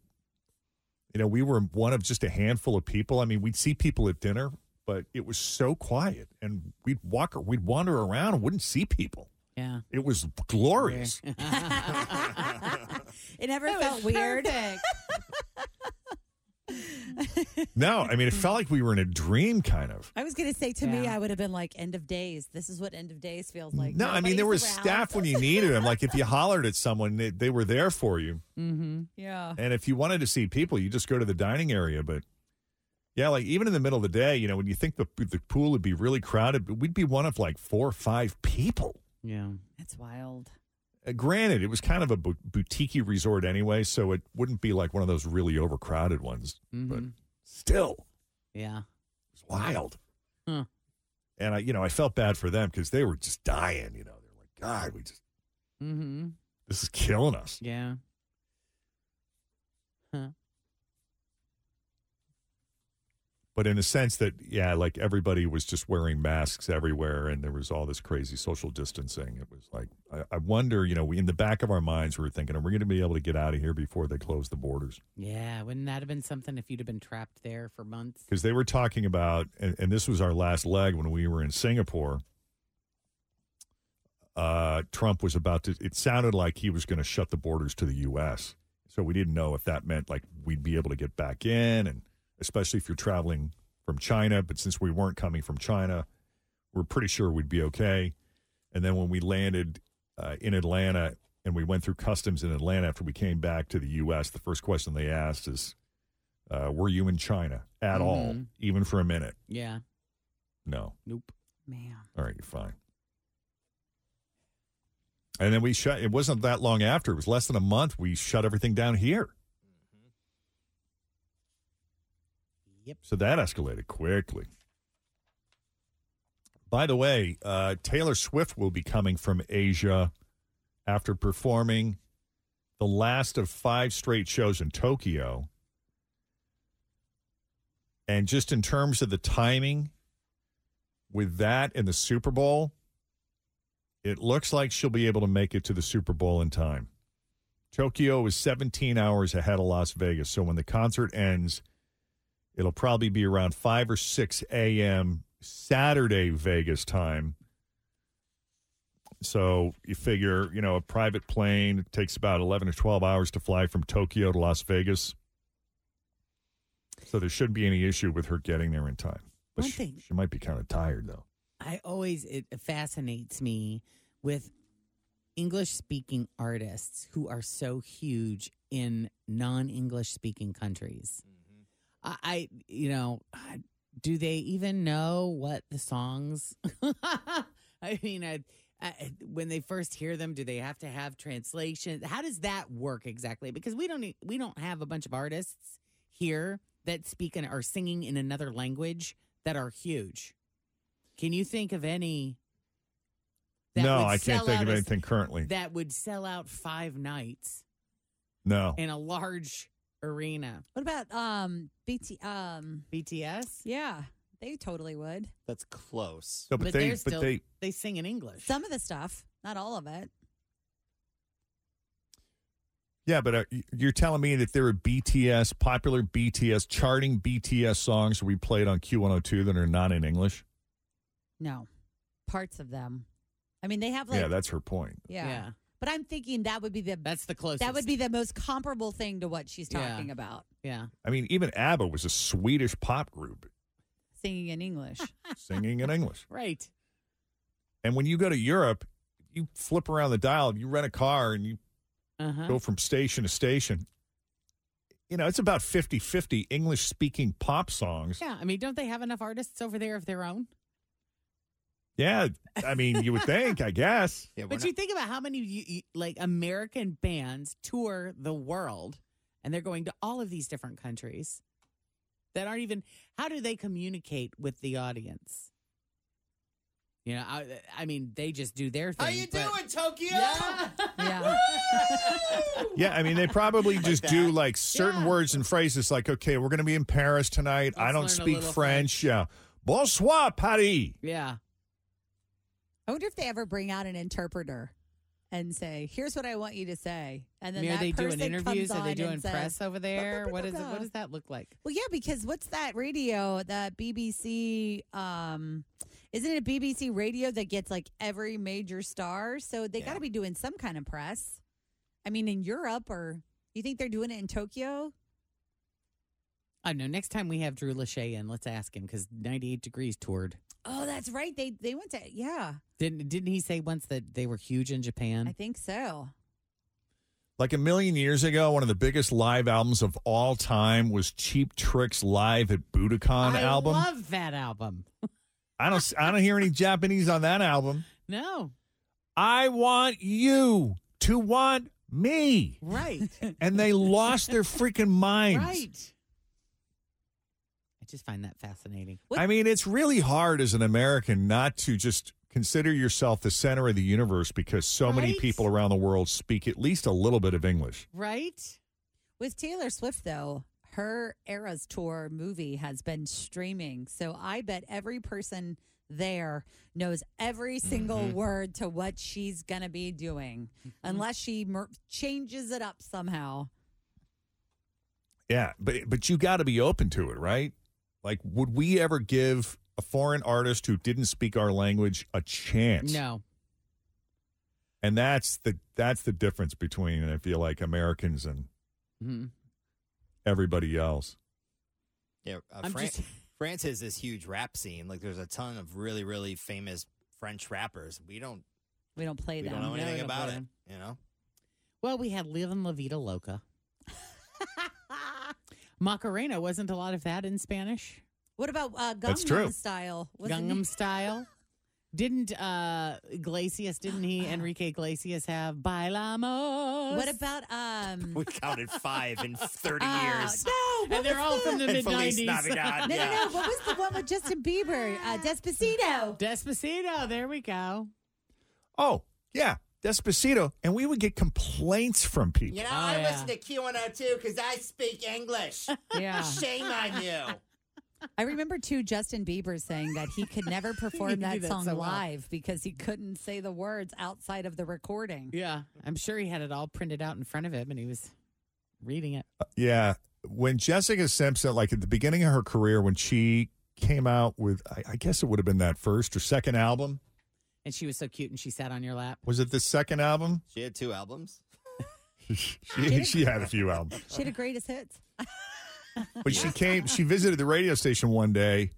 [SPEAKER 2] you know, we were one of just a handful of people. I mean, we'd see people at dinner, but it was so quiet, and we'd walk or we'd wander around and wouldn't see people.
[SPEAKER 4] Yeah.
[SPEAKER 2] It was glorious.
[SPEAKER 3] It never felt weird.
[SPEAKER 2] no, I mean, it felt like we were in a dream, kind of.
[SPEAKER 3] I was going to say to me, I would have been like, end of days. This is what end of days feels like.
[SPEAKER 2] no, I mean, there was
[SPEAKER 3] Nobody's around.
[SPEAKER 2] staff when you needed them. Like if you hollered at someone, they, they were there for you.
[SPEAKER 4] Mm-hmm.
[SPEAKER 3] Yeah.
[SPEAKER 2] And if you wanted to see people, you just go to the dining area. But yeah, like even in the middle of the day, you know, when you think the the pool would be really crowded, but we'd be one of like four or five people.
[SPEAKER 4] Yeah.
[SPEAKER 3] That's wild.
[SPEAKER 2] Uh, granted, it was kind of a bu- boutique resort anyway, so it wouldn't be like one of those really overcrowded ones. But still,
[SPEAKER 4] Mm-hmm. Yeah.
[SPEAKER 2] it's wild.
[SPEAKER 4] Huh.
[SPEAKER 2] And I, you know, I felt bad for them because they were just dying. You know, they're like, God, we just
[SPEAKER 4] Mm-hmm.
[SPEAKER 2] this is killing us.
[SPEAKER 4] Yeah. Huh.
[SPEAKER 2] but in a sense that yeah, like everybody was just wearing masks everywhere, and there was all this crazy social distancing. It was like I, I wonder, you know, we, in the back of our minds, we were thinking, are we going to be able to get out of here before they close the borders?
[SPEAKER 4] Yeah, wouldn't that have been something if you'd have been trapped there for months?
[SPEAKER 2] Because they were talking about, and, and this was our last leg when we were in Singapore. Uh, Trump was about to. It sounded like he was going to shut the borders to the U.S. So we didn't know if that meant like we'd be able to get back in, and especially if you're traveling from China. But since we weren't coming from China, we're pretty sure we'd be okay. And then when we landed uh, in Atlanta and we went through customs in Atlanta after we came back to the U.S., the first question they asked is, uh, "Were you in China at all,
[SPEAKER 4] Mhm.
[SPEAKER 2] even for a minute?"
[SPEAKER 4] Yeah.
[SPEAKER 2] No.
[SPEAKER 4] Nope. Man.
[SPEAKER 2] All right, you're fine. And then we shut. It wasn't that long after. It was less than a month. We shut everything down here.
[SPEAKER 4] Mm-hmm. Yep.
[SPEAKER 2] So that escalated quickly. By the way, uh, Taylor Swift will be coming from Asia after performing the last of five straight shows in Tokyo. And just in terms of the timing with that and the Super Bowl, it looks like she'll be able to make it to the Super Bowl in time. Tokyo is 17 hours ahead of Las Vegas. So when the concert ends, it'll probably be around 5 or 6 a.m. Saturday Vegas time. So you figure, you know, a private plane it takes about 11 or 12 hours to fly from Tokyo to Las Vegas. So there shouldn't be any issue with her getting there in time. But
[SPEAKER 4] One
[SPEAKER 2] she-
[SPEAKER 4] thing-
[SPEAKER 2] she might be kind of tired, though.
[SPEAKER 4] I always it fascinates me with English speaking artists who are so huge in non English speaking countries. I, I, you know, I- do they even know what the songs? I mean, I, I, when they first hear them, do they have to have translation? How does that work exactly? Because we don't e- we don't have a bunch of artists here that speak and are singing in another language that are huge. Can you think of any? that
[SPEAKER 2] no,
[SPEAKER 4] would
[SPEAKER 2] I can't
[SPEAKER 4] sell
[SPEAKER 2] think
[SPEAKER 4] out
[SPEAKER 2] of
[SPEAKER 4] a-
[SPEAKER 2] anything currently.
[SPEAKER 4] that would sell out five nights
[SPEAKER 2] no.
[SPEAKER 4] in a large arena.
[SPEAKER 3] What about um BT um
[SPEAKER 4] BTS?
[SPEAKER 3] Yeah, they totally would.
[SPEAKER 5] That's close.
[SPEAKER 2] No, but But they- they're but still- they-
[SPEAKER 4] they sing in English.
[SPEAKER 3] Some of the stuff, not all of it.
[SPEAKER 2] Yeah, but uh, y- you're telling me that there are BTS, popular BTS, charting BTS songs we played on Q102 that are not in English?
[SPEAKER 3] No, parts of them. I mean, they have like
[SPEAKER 2] yeah, that's her point.
[SPEAKER 3] Yeah. But I'm thinking that would be the
[SPEAKER 4] that's the closest.
[SPEAKER 3] That would be the most comparable thing to what she's
[SPEAKER 4] Yeah.
[SPEAKER 3] talking about,
[SPEAKER 4] Yeah.
[SPEAKER 2] I mean, even ABBA was a Swedish pop group
[SPEAKER 3] singing in English.
[SPEAKER 2] singing in English.
[SPEAKER 4] Right.
[SPEAKER 2] And when you go to Europe, you flip around the dial, you rent a car, and you
[SPEAKER 4] Uh-huh.
[SPEAKER 2] go from station to station. You know, it's about 50 50 English speaking pop songs.
[SPEAKER 4] Yeah. I mean, don't they have enough artists over there of their own?
[SPEAKER 2] Yeah, I mean, you would think, I guess.
[SPEAKER 4] but you think about how many you, you- like American bands tour the world and they're going to all of these different countries that aren't even how do they communicate with the audience? You know, I, I mean, they just do their thing.
[SPEAKER 7] How you
[SPEAKER 4] but-
[SPEAKER 7] doing, Tokyo?
[SPEAKER 3] Yeah.
[SPEAKER 2] Yeah, I mean, they probably just do like certain words and phrases like, okay, we're going to be in Paris tonight. I don't
[SPEAKER 4] learn a
[SPEAKER 2] speak
[SPEAKER 4] little
[SPEAKER 2] French. Yeah. Bonsoir, Paris.
[SPEAKER 4] Yeah.
[SPEAKER 3] I wonder if they ever bring out an interpreter and say, "Here's what I want you to say," and then
[SPEAKER 4] I mean, are
[SPEAKER 3] that
[SPEAKER 4] they doing
[SPEAKER 3] person
[SPEAKER 4] interviews?
[SPEAKER 3] comes
[SPEAKER 4] Are they
[SPEAKER 3] on
[SPEAKER 4] doing
[SPEAKER 3] and says-
[SPEAKER 4] press over there? What is it? What does that look like?
[SPEAKER 3] Well, yeah, because what's that radio? That BBC. Um, isn't it BBC Radio that gets like every major star? So they got to be doing some kind of press. I mean, in Europe, or you think they're doing it in Tokyo?
[SPEAKER 4] I don't know. Next time we have Drew Lachey in, let's ask him because 98 Degrees toured.
[SPEAKER 3] Oh, that's right. They they went to yeah.
[SPEAKER 4] Didn't didn't he say once that they were huge in Japan?
[SPEAKER 3] I think so.
[SPEAKER 2] Like a million years ago, one of the biggest live albums of all time was Cheap Tricks Live at Budokan
[SPEAKER 4] I
[SPEAKER 2] album.
[SPEAKER 4] love that album.
[SPEAKER 2] I don't s- I don't hear any Japanese on that album.
[SPEAKER 4] No,
[SPEAKER 2] I want you to want me.
[SPEAKER 4] right,
[SPEAKER 2] And they lost their freaking minds.
[SPEAKER 4] right. I just find that fascinating.
[SPEAKER 2] I mean, it's really hard as an American not to just consider yourself the center of the universe because so many
[SPEAKER 4] Right?
[SPEAKER 2] people around the world speak at least a little bit of English.
[SPEAKER 4] Right?
[SPEAKER 3] With Taylor Swift though, her Eras Tour movie has been streaming. So I bet every person there knows every single
[SPEAKER 4] Mm-hmm.
[SPEAKER 3] word to what she's going to be doing, unless she mer- changes it up somehow.
[SPEAKER 2] Yeah, but but you got to be open to it, right? Like, would we ever give a foreign artist who didn't speak our language a chance?
[SPEAKER 4] No.
[SPEAKER 2] And that's the that's the difference between I feel like Americans and
[SPEAKER 4] Mhm.
[SPEAKER 2] everybody else.
[SPEAKER 5] Yeah, uh,
[SPEAKER 4] I'm
[SPEAKER 5] Fran-
[SPEAKER 4] just-
[SPEAKER 5] France has this huge rap scene. Like, there's a ton of really, really famous French rappers. We don't,
[SPEAKER 3] We don't play
[SPEAKER 5] we
[SPEAKER 3] that.
[SPEAKER 5] don't know anything about
[SPEAKER 4] play
[SPEAKER 5] it.
[SPEAKER 4] them.
[SPEAKER 5] You know,
[SPEAKER 4] Well, we had Live and La Vida Loca. Macarena wasn't a lot of that in Spanish.
[SPEAKER 3] What about uh,
[SPEAKER 4] That's
[SPEAKER 3] Gangnam
[SPEAKER 4] true.
[SPEAKER 3] Style?
[SPEAKER 4] Gangnam Style. Didn't uh Glacius, didn't he, Enrique Glacius, have Bailamos?
[SPEAKER 3] What about um?
[SPEAKER 5] we counted five in 30
[SPEAKER 3] Uh,
[SPEAKER 5] years.
[SPEAKER 3] No, what
[SPEAKER 4] And they're
[SPEAKER 3] was
[SPEAKER 4] all from the
[SPEAKER 5] And Feliz
[SPEAKER 4] mid-90s.
[SPEAKER 5] Navidad,
[SPEAKER 3] No,
[SPEAKER 5] yeah.
[SPEAKER 3] no, no. What was the one with Justin Bieber? Uh, Despacito.
[SPEAKER 4] Despacito. There we go.
[SPEAKER 2] Oh yeah, Despacito, and we would get complaints from people.
[SPEAKER 7] You know,
[SPEAKER 3] Oh,
[SPEAKER 7] I listen to Q102 because I speak English.
[SPEAKER 4] Yeah.
[SPEAKER 7] Shame on you.
[SPEAKER 3] I remember too Justin Bieber saying that he could never
[SPEAKER 4] He
[SPEAKER 3] perform
[SPEAKER 4] knew
[SPEAKER 3] that,
[SPEAKER 4] that
[SPEAKER 3] song
[SPEAKER 4] so well.
[SPEAKER 3] live because he couldn't say the words outside of the recording.
[SPEAKER 4] Yeah. I'm sure he had it all printed out in front of him and he was reading it.
[SPEAKER 2] Yeah. When Jessica Simpson, like at the beginning of her career, when she came out with, I, I guess it would have been that first or second album.
[SPEAKER 4] And she was so cute and she sat on your lap.
[SPEAKER 2] Was it the second album?
[SPEAKER 5] She had two albums.
[SPEAKER 2] She, she had a few albums.
[SPEAKER 3] She had a greatest hits.
[SPEAKER 2] But she came, she visited the radio station one day,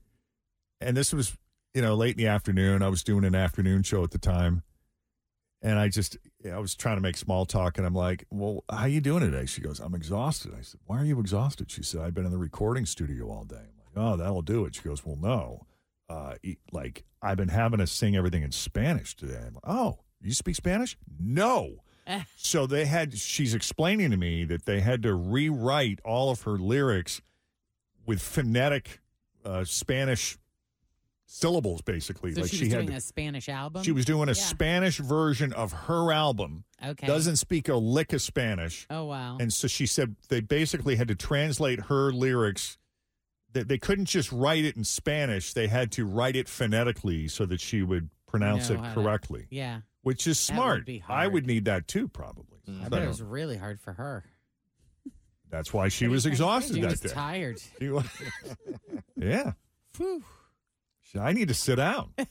[SPEAKER 2] and this was, you know, late in the afternoon. I was doing an afternoon show at the time. And I just, I was trying to make small talk, and I'm like, "Well, how you doing today?" She goes, "I'm exhausted." I said, "Why are you exhausted?" She said, "I've been in the recording studio all day." I'm like, "Oh, that'll do it." She goes, "Well, no, uh, e- like I've been having us sing everything in Spanish today." I'm like, "Oh, you speak Spanish?" No. so they had. She's explaining to me that they had to rewrite all of her lyrics with phonetic uh, Spanish syllables, basically.
[SPEAKER 4] So
[SPEAKER 2] like
[SPEAKER 4] she
[SPEAKER 2] she
[SPEAKER 4] was
[SPEAKER 2] had
[SPEAKER 4] doing
[SPEAKER 2] to
[SPEAKER 4] a Spanish album.
[SPEAKER 2] she was doing a
[SPEAKER 4] Yeah.
[SPEAKER 2] Spanish version of her album.
[SPEAKER 4] Okay.
[SPEAKER 2] Doesn't speak a lick of Spanish.
[SPEAKER 4] Oh wow.
[SPEAKER 2] And so she said they basically had to translate her lyrics. That they couldn't just write it in Spanish. They had to write it phonetically so that she would pronounce
[SPEAKER 4] Know
[SPEAKER 2] it
[SPEAKER 4] how to-
[SPEAKER 2] correctly.
[SPEAKER 4] yeah.
[SPEAKER 2] Which is
[SPEAKER 4] That would
[SPEAKER 2] smart.
[SPEAKER 4] be
[SPEAKER 2] I
[SPEAKER 4] hard. Mm-hmm.
[SPEAKER 2] would need that too, probably.
[SPEAKER 4] I
[SPEAKER 2] So
[SPEAKER 4] bet it was really hard for her.
[SPEAKER 2] that's why she was exhausted
[SPEAKER 4] She
[SPEAKER 2] that
[SPEAKER 4] was
[SPEAKER 2] day.
[SPEAKER 4] tired.
[SPEAKER 2] She wa- yeah. She- I need to sit down.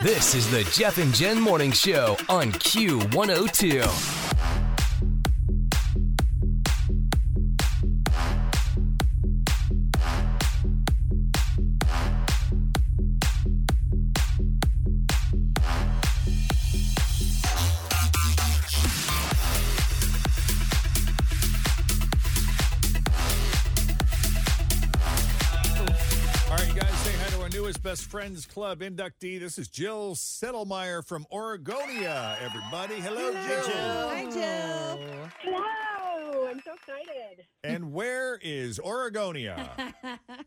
[SPEAKER 10] This is the Jeff and Jen Morning Show on Q102.
[SPEAKER 2] All right, you guys, say hi to our newest Best Friends Club inductee. This is Jill Settlemeyer from Oregonia, everybody. Hello, Jill.
[SPEAKER 3] Hi, Jill.
[SPEAKER 25] Hello! I'm so excited.
[SPEAKER 2] And where is Oregonia?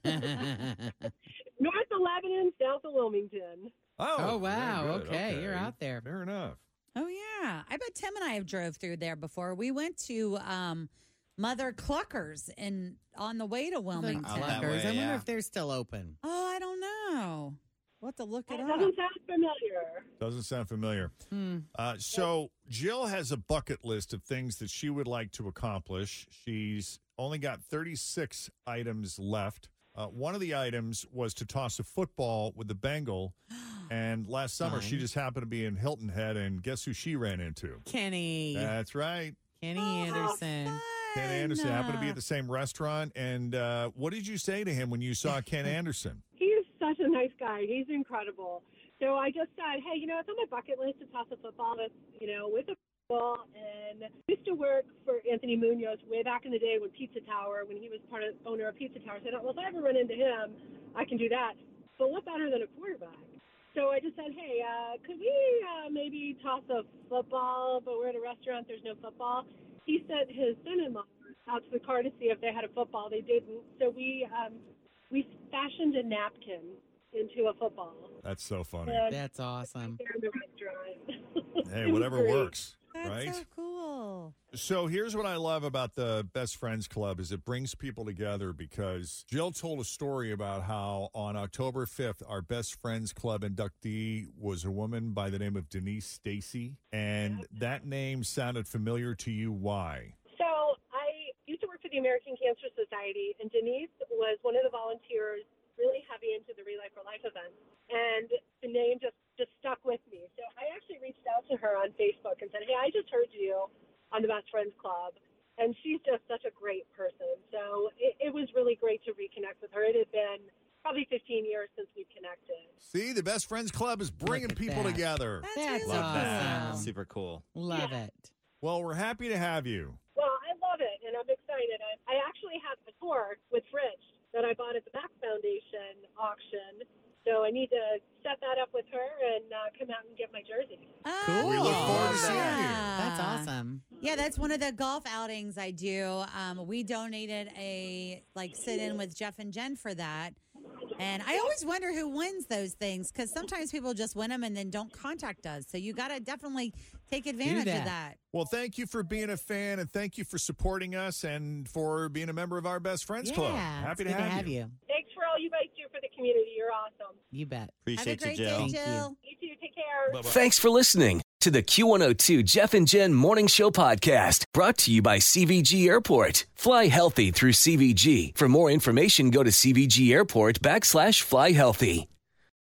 [SPEAKER 25] North of Lebanon, south of Wilmington.
[SPEAKER 2] Oh,
[SPEAKER 4] Oh, wow.
[SPEAKER 2] very good.
[SPEAKER 4] Okay, you're out there.
[SPEAKER 2] Fair enough.
[SPEAKER 3] Oh yeah, I bet Tim and I have drove through there before. We went to um, Mother Cluckers and on the way to Wilmington.
[SPEAKER 5] Out that
[SPEAKER 4] Cluckers. I
[SPEAKER 5] way,
[SPEAKER 4] wonder
[SPEAKER 5] yeah.
[SPEAKER 4] if they're still open.
[SPEAKER 3] Oh, I don't know. We'll have to look it
[SPEAKER 25] That
[SPEAKER 3] up. Hmm.
[SPEAKER 25] doesn't sound familiar.
[SPEAKER 2] Doesn't sound familiar.
[SPEAKER 4] Hmm.
[SPEAKER 2] Uh, so, Jill has a bucket list of things that she would like to accomplish. She's only got 36 items left. Uh, one of the items was to toss a football with the Bengal. And last summer, she just happened to be in Hilton Head, and guess who she ran into?
[SPEAKER 4] Kenny.
[SPEAKER 2] That's right.
[SPEAKER 4] Kenny
[SPEAKER 3] Oh, how
[SPEAKER 4] Anderson.
[SPEAKER 2] Ken Anderson happened to be at the same restaurant. And uh, what did you say to him when you saw Ken Anderson?
[SPEAKER 25] He is such a nice guy. He's incredible. So I just said, hey, you know, it's on my bucket list to toss a football with, you know, with a football. And I used to work for Anthony Munoz way back in the day when Pizza Tower, when he was part of owner of Pizza Tower. So I thought, well, if I ever run into him, I can do that. But what better than a quarterback? So I just said, hey, uh, could we uh, maybe toss a football? But we're at a restaurant, there's no football. He sent his son-in-law out to the car to see if they had a football. They didn't. So we um, we fashioned a napkin into a football.
[SPEAKER 2] That's so funny.
[SPEAKER 25] And
[SPEAKER 4] That's awesome.
[SPEAKER 25] there in the restaurant.
[SPEAKER 2] Mm. Hey, whatever
[SPEAKER 25] Great.
[SPEAKER 2] works,
[SPEAKER 3] That's
[SPEAKER 2] right?
[SPEAKER 3] so cool.
[SPEAKER 2] So here's what I love about the Best Friends Club is it brings people together because Jill told a story about how on October 5th our Best Friends Club inductee was a woman by the name of Denise Stacy and that name sounded familiar to you why?
[SPEAKER 25] So I used to work for the American Cancer Society, and Denise was one of the volunteers really heavy into the Relife for Life event. And the name just, just stuck with me. So I actually reached out to her on Facebook and said, Hey, I just heard you on the Best Friends Club. And she's just such a great person. So it, it was really great to reconnect with her. It had been probably 15 years since we connected.
[SPEAKER 2] See, the Best Friends Club is bringing people
[SPEAKER 4] that.
[SPEAKER 2] together.
[SPEAKER 4] That's Love awesome. that.
[SPEAKER 5] Super cool.
[SPEAKER 4] Love it.
[SPEAKER 2] Well, we're happy to have you.
[SPEAKER 25] Well, I love it, and I'm excited. I, I actually have a tour with Rich that I bought at the Mac Foundation auction. So I need to set that up with her and uh, come out and get my jersey.
[SPEAKER 2] Cool. We look forward to seeing you.
[SPEAKER 4] That's awesome.
[SPEAKER 3] Yeah, that's one of the golf outings I do. Um, we donated a like sit in with Jeff and Jen for that. And I always wonder who wins those things because sometimes people just win them and then don't contact us. So you got to definitely take advantage of
[SPEAKER 4] that.
[SPEAKER 3] that.
[SPEAKER 2] Well, thank you for being a fan and thank you for supporting us and for being a member of our Best Friends Club.
[SPEAKER 4] Yeah,
[SPEAKER 2] Happy
[SPEAKER 4] it's
[SPEAKER 2] to
[SPEAKER 4] good
[SPEAKER 2] have, you.
[SPEAKER 25] Thanks for all you guys do for the community. You're awesome.
[SPEAKER 4] You bet.
[SPEAKER 5] Appreciate
[SPEAKER 3] Have a
[SPEAKER 5] you,
[SPEAKER 3] great day,
[SPEAKER 5] Jill.
[SPEAKER 3] Jill.
[SPEAKER 25] You too. Take care.
[SPEAKER 10] Thanks for listening to the Q102 Jeff and Jen Morning Show podcast brought to you by CVG Airport. Fly healthy through CVG. For more information, go to CVG Airport backslash fly healthy.